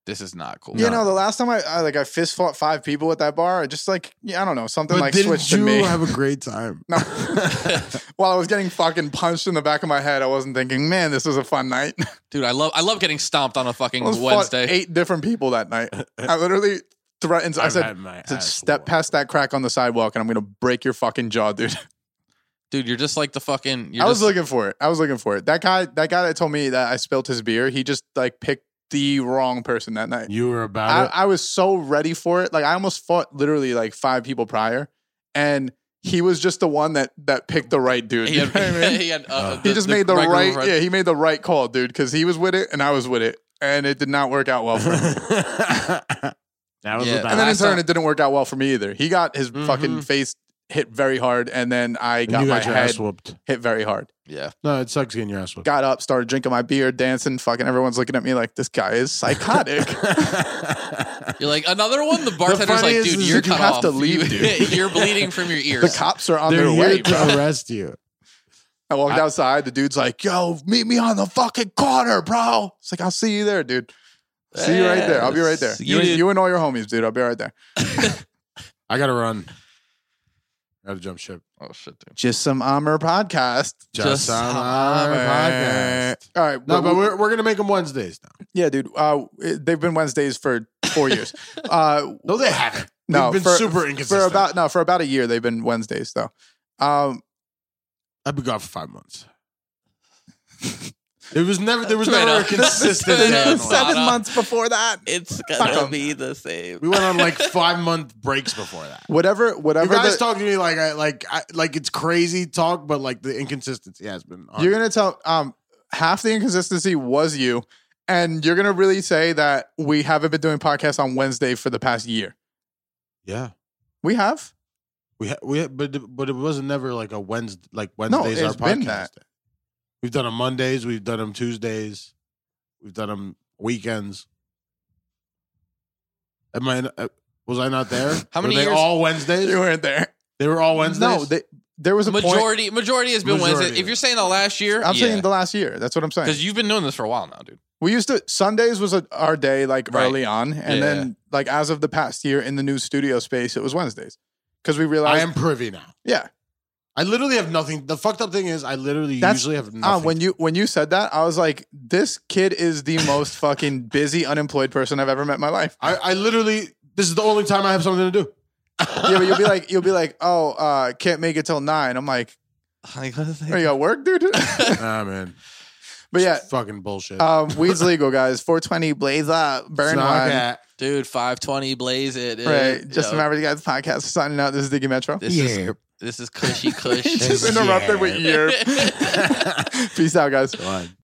Speaker 3: this is not cool.
Speaker 2: You know, the last time I, I like I fist fought five people at that bar, I just like yeah, I don't know something
Speaker 4: But
Speaker 2: like
Speaker 4: didn't
Speaker 2: switched
Speaker 4: you
Speaker 2: in me.
Speaker 4: have a great time?
Speaker 2: no. While I was getting fucking punched in the back of my head, I wasn't thinking, man, this was a fun night.
Speaker 3: dude, I love I love getting stomped on a fucking
Speaker 2: I was fought
Speaker 3: Wednesday.
Speaker 2: eight different people that night. I literally threatened. I
Speaker 4: I've
Speaker 2: said,
Speaker 4: had my
Speaker 2: I said,
Speaker 4: ass
Speaker 2: step
Speaker 4: whooped.
Speaker 2: past that crack on the sidewalk, and I'm gonna break your fucking jaw, dude.
Speaker 3: Dude, you're just like the fucking. You're
Speaker 2: I was
Speaker 3: just,
Speaker 2: looking for it. I was looking for it. That guy, that guy that told me that I spilled his beer, he just like picked the wrong person that night.
Speaker 4: You were about
Speaker 2: I,
Speaker 4: it.
Speaker 2: I was so ready for it. Like I almost fought literally like five people prior, and he was just the one that that picked the right dude.
Speaker 3: He
Speaker 2: You
Speaker 3: had,
Speaker 2: know what I mean?
Speaker 3: he, had, uh,
Speaker 4: Uh,
Speaker 2: He just made the
Speaker 3: regular
Speaker 2: right,
Speaker 3: red-
Speaker 2: yeah, he made the right call, dude, because he was with it and I was with it, and it did not work out well for him.
Speaker 4: that was
Speaker 3: Yeah.
Speaker 2: and then
Speaker 4: about
Speaker 2: in
Speaker 3: Last
Speaker 2: turn,
Speaker 3: time-
Speaker 2: it didn't work out well for me either. He got his fucking
Speaker 3: Mhm.
Speaker 2: face hit very hard, and then I got
Speaker 4: Mm-hmm. you
Speaker 2: my
Speaker 4: got your
Speaker 2: head
Speaker 4: ass whooped.
Speaker 2: hit very hard.
Speaker 3: yeah.
Speaker 4: No, it sucks getting your ass whooped.
Speaker 2: Got up, started drinking my beer, dancing. Fucking everyone's looking at me like this guy is psychotic.
Speaker 3: You're like another one. The bartender's like,
Speaker 4: funniest
Speaker 3: dude,
Speaker 4: is
Speaker 3: you're
Speaker 2: that you
Speaker 3: cut
Speaker 2: have
Speaker 3: off.
Speaker 2: to leave,
Speaker 3: You-
Speaker 2: dude.
Speaker 3: you're bleeding from your
Speaker 2: the
Speaker 3: ears.
Speaker 2: cops are on
Speaker 4: They're
Speaker 2: their
Speaker 4: here
Speaker 2: way,
Speaker 4: to
Speaker 2: bro.
Speaker 4: arrest you.
Speaker 2: I walked
Speaker 4: I-
Speaker 2: outside. The dude's like, "Yo, meet me on the fucking corner, bro." It's like, "I'll see you there, dude. See you right there. I'll be right there.
Speaker 3: See
Speaker 2: You,
Speaker 3: you, dude.
Speaker 2: you and all your homies, dude. I'll be right there."
Speaker 4: I gotta run. I gotta jump ship.
Speaker 3: oh shit, dude.
Speaker 2: Just some armor podcast.
Speaker 4: Just,
Speaker 3: Just on
Speaker 4: on our
Speaker 3: our
Speaker 4: podcast.
Speaker 2: All right,
Speaker 4: No, but we're, we're gonna make them Wednesdays now.
Speaker 2: yeah, dude. Uh, it- they've been Wednesdays for four years. Uh,
Speaker 4: No, they haven't.
Speaker 2: no,
Speaker 4: We've been
Speaker 2: for,
Speaker 4: super
Speaker 2: for
Speaker 4: inconsistent.
Speaker 2: about no for about a year they've been Wednesdays though. Um,
Speaker 4: I've been gone for five months. There was never there was never a
Speaker 3: Tomato.
Speaker 4: consistent
Speaker 3: Tomato.
Speaker 4: day. in the
Speaker 3: Seven
Speaker 4: life.
Speaker 3: months
Speaker 2: before that.
Speaker 3: It's
Speaker 2: Fuck 'em.
Speaker 3: be the same.
Speaker 4: We went on like five month breaks before that.
Speaker 2: Whatever,
Speaker 4: You
Speaker 2: whatever.
Speaker 4: guys
Speaker 2: the-
Speaker 4: talk to me like I like I, like it's crazy talk, but like the inconsistency has been. on.
Speaker 2: You're gonna tell um half the inconsistency was you, and you're gonna really say that we haven't been doing podcasts on Wednesday for the past year.
Speaker 4: yeah.
Speaker 2: We have.
Speaker 4: We ha- we ha- but but it wasn't never like a Wednesday like
Speaker 2: No,
Speaker 4: Wednesdays
Speaker 2: it's
Speaker 4: our podcast.
Speaker 2: been that.
Speaker 4: day. We've done them Mondays. We've done them Tuesdays. We've done them weekends. Am I? uh, Was I not there?
Speaker 3: How many
Speaker 4: Were they
Speaker 3: years-
Speaker 4: all Wednesdays?
Speaker 2: You weren't there.
Speaker 4: They were all Wednesdays.
Speaker 2: No, they, there was a point.
Speaker 3: Majority, majority has been
Speaker 4: Majority.
Speaker 3: Wednesday. If you're saying the last year,
Speaker 2: I'm saying the last year. That's what I'm saying.
Speaker 3: because you've been doing this for a while now, dude.
Speaker 2: We used to Sundays was a, our day like
Speaker 3: Right.
Speaker 2: early on, and
Speaker 3: Yeah.
Speaker 2: then like as of the past year in the new studio space, it was Wednesdays because we realized
Speaker 4: I am privy now.
Speaker 2: yeah.
Speaker 4: I literally have nothing. The fucked up thing is, I literally
Speaker 2: That's-
Speaker 4: usually have nothing.
Speaker 2: Uh, when you when you said that, I was like, this kid is the most fucking busy unemployed person I've ever met in my life.
Speaker 4: I, I literally, this is the only time I have something to do.
Speaker 2: Yeah, but you'll be like, you'll be like, oh, uh, can't make it till nine. I'm like, are you at work, dude? but
Speaker 4: ah man,
Speaker 2: yeah,
Speaker 4: fucking bullshit.
Speaker 2: um, weed's legal, guys. 420 blaze up, burn
Speaker 4: Knock
Speaker 2: one.
Speaker 4: at-
Speaker 3: dude, five twenty, blaze it. dude.
Speaker 2: Right, just
Speaker 3: Yo,
Speaker 2: an average guys podcast signing out. This is Diggy Metro.
Speaker 3: This
Speaker 4: Yeah.
Speaker 3: is this is cushy cush.
Speaker 2: Just
Speaker 4: Yeah.
Speaker 2: interrupted with your. Peace out, guys.
Speaker 4: Go on.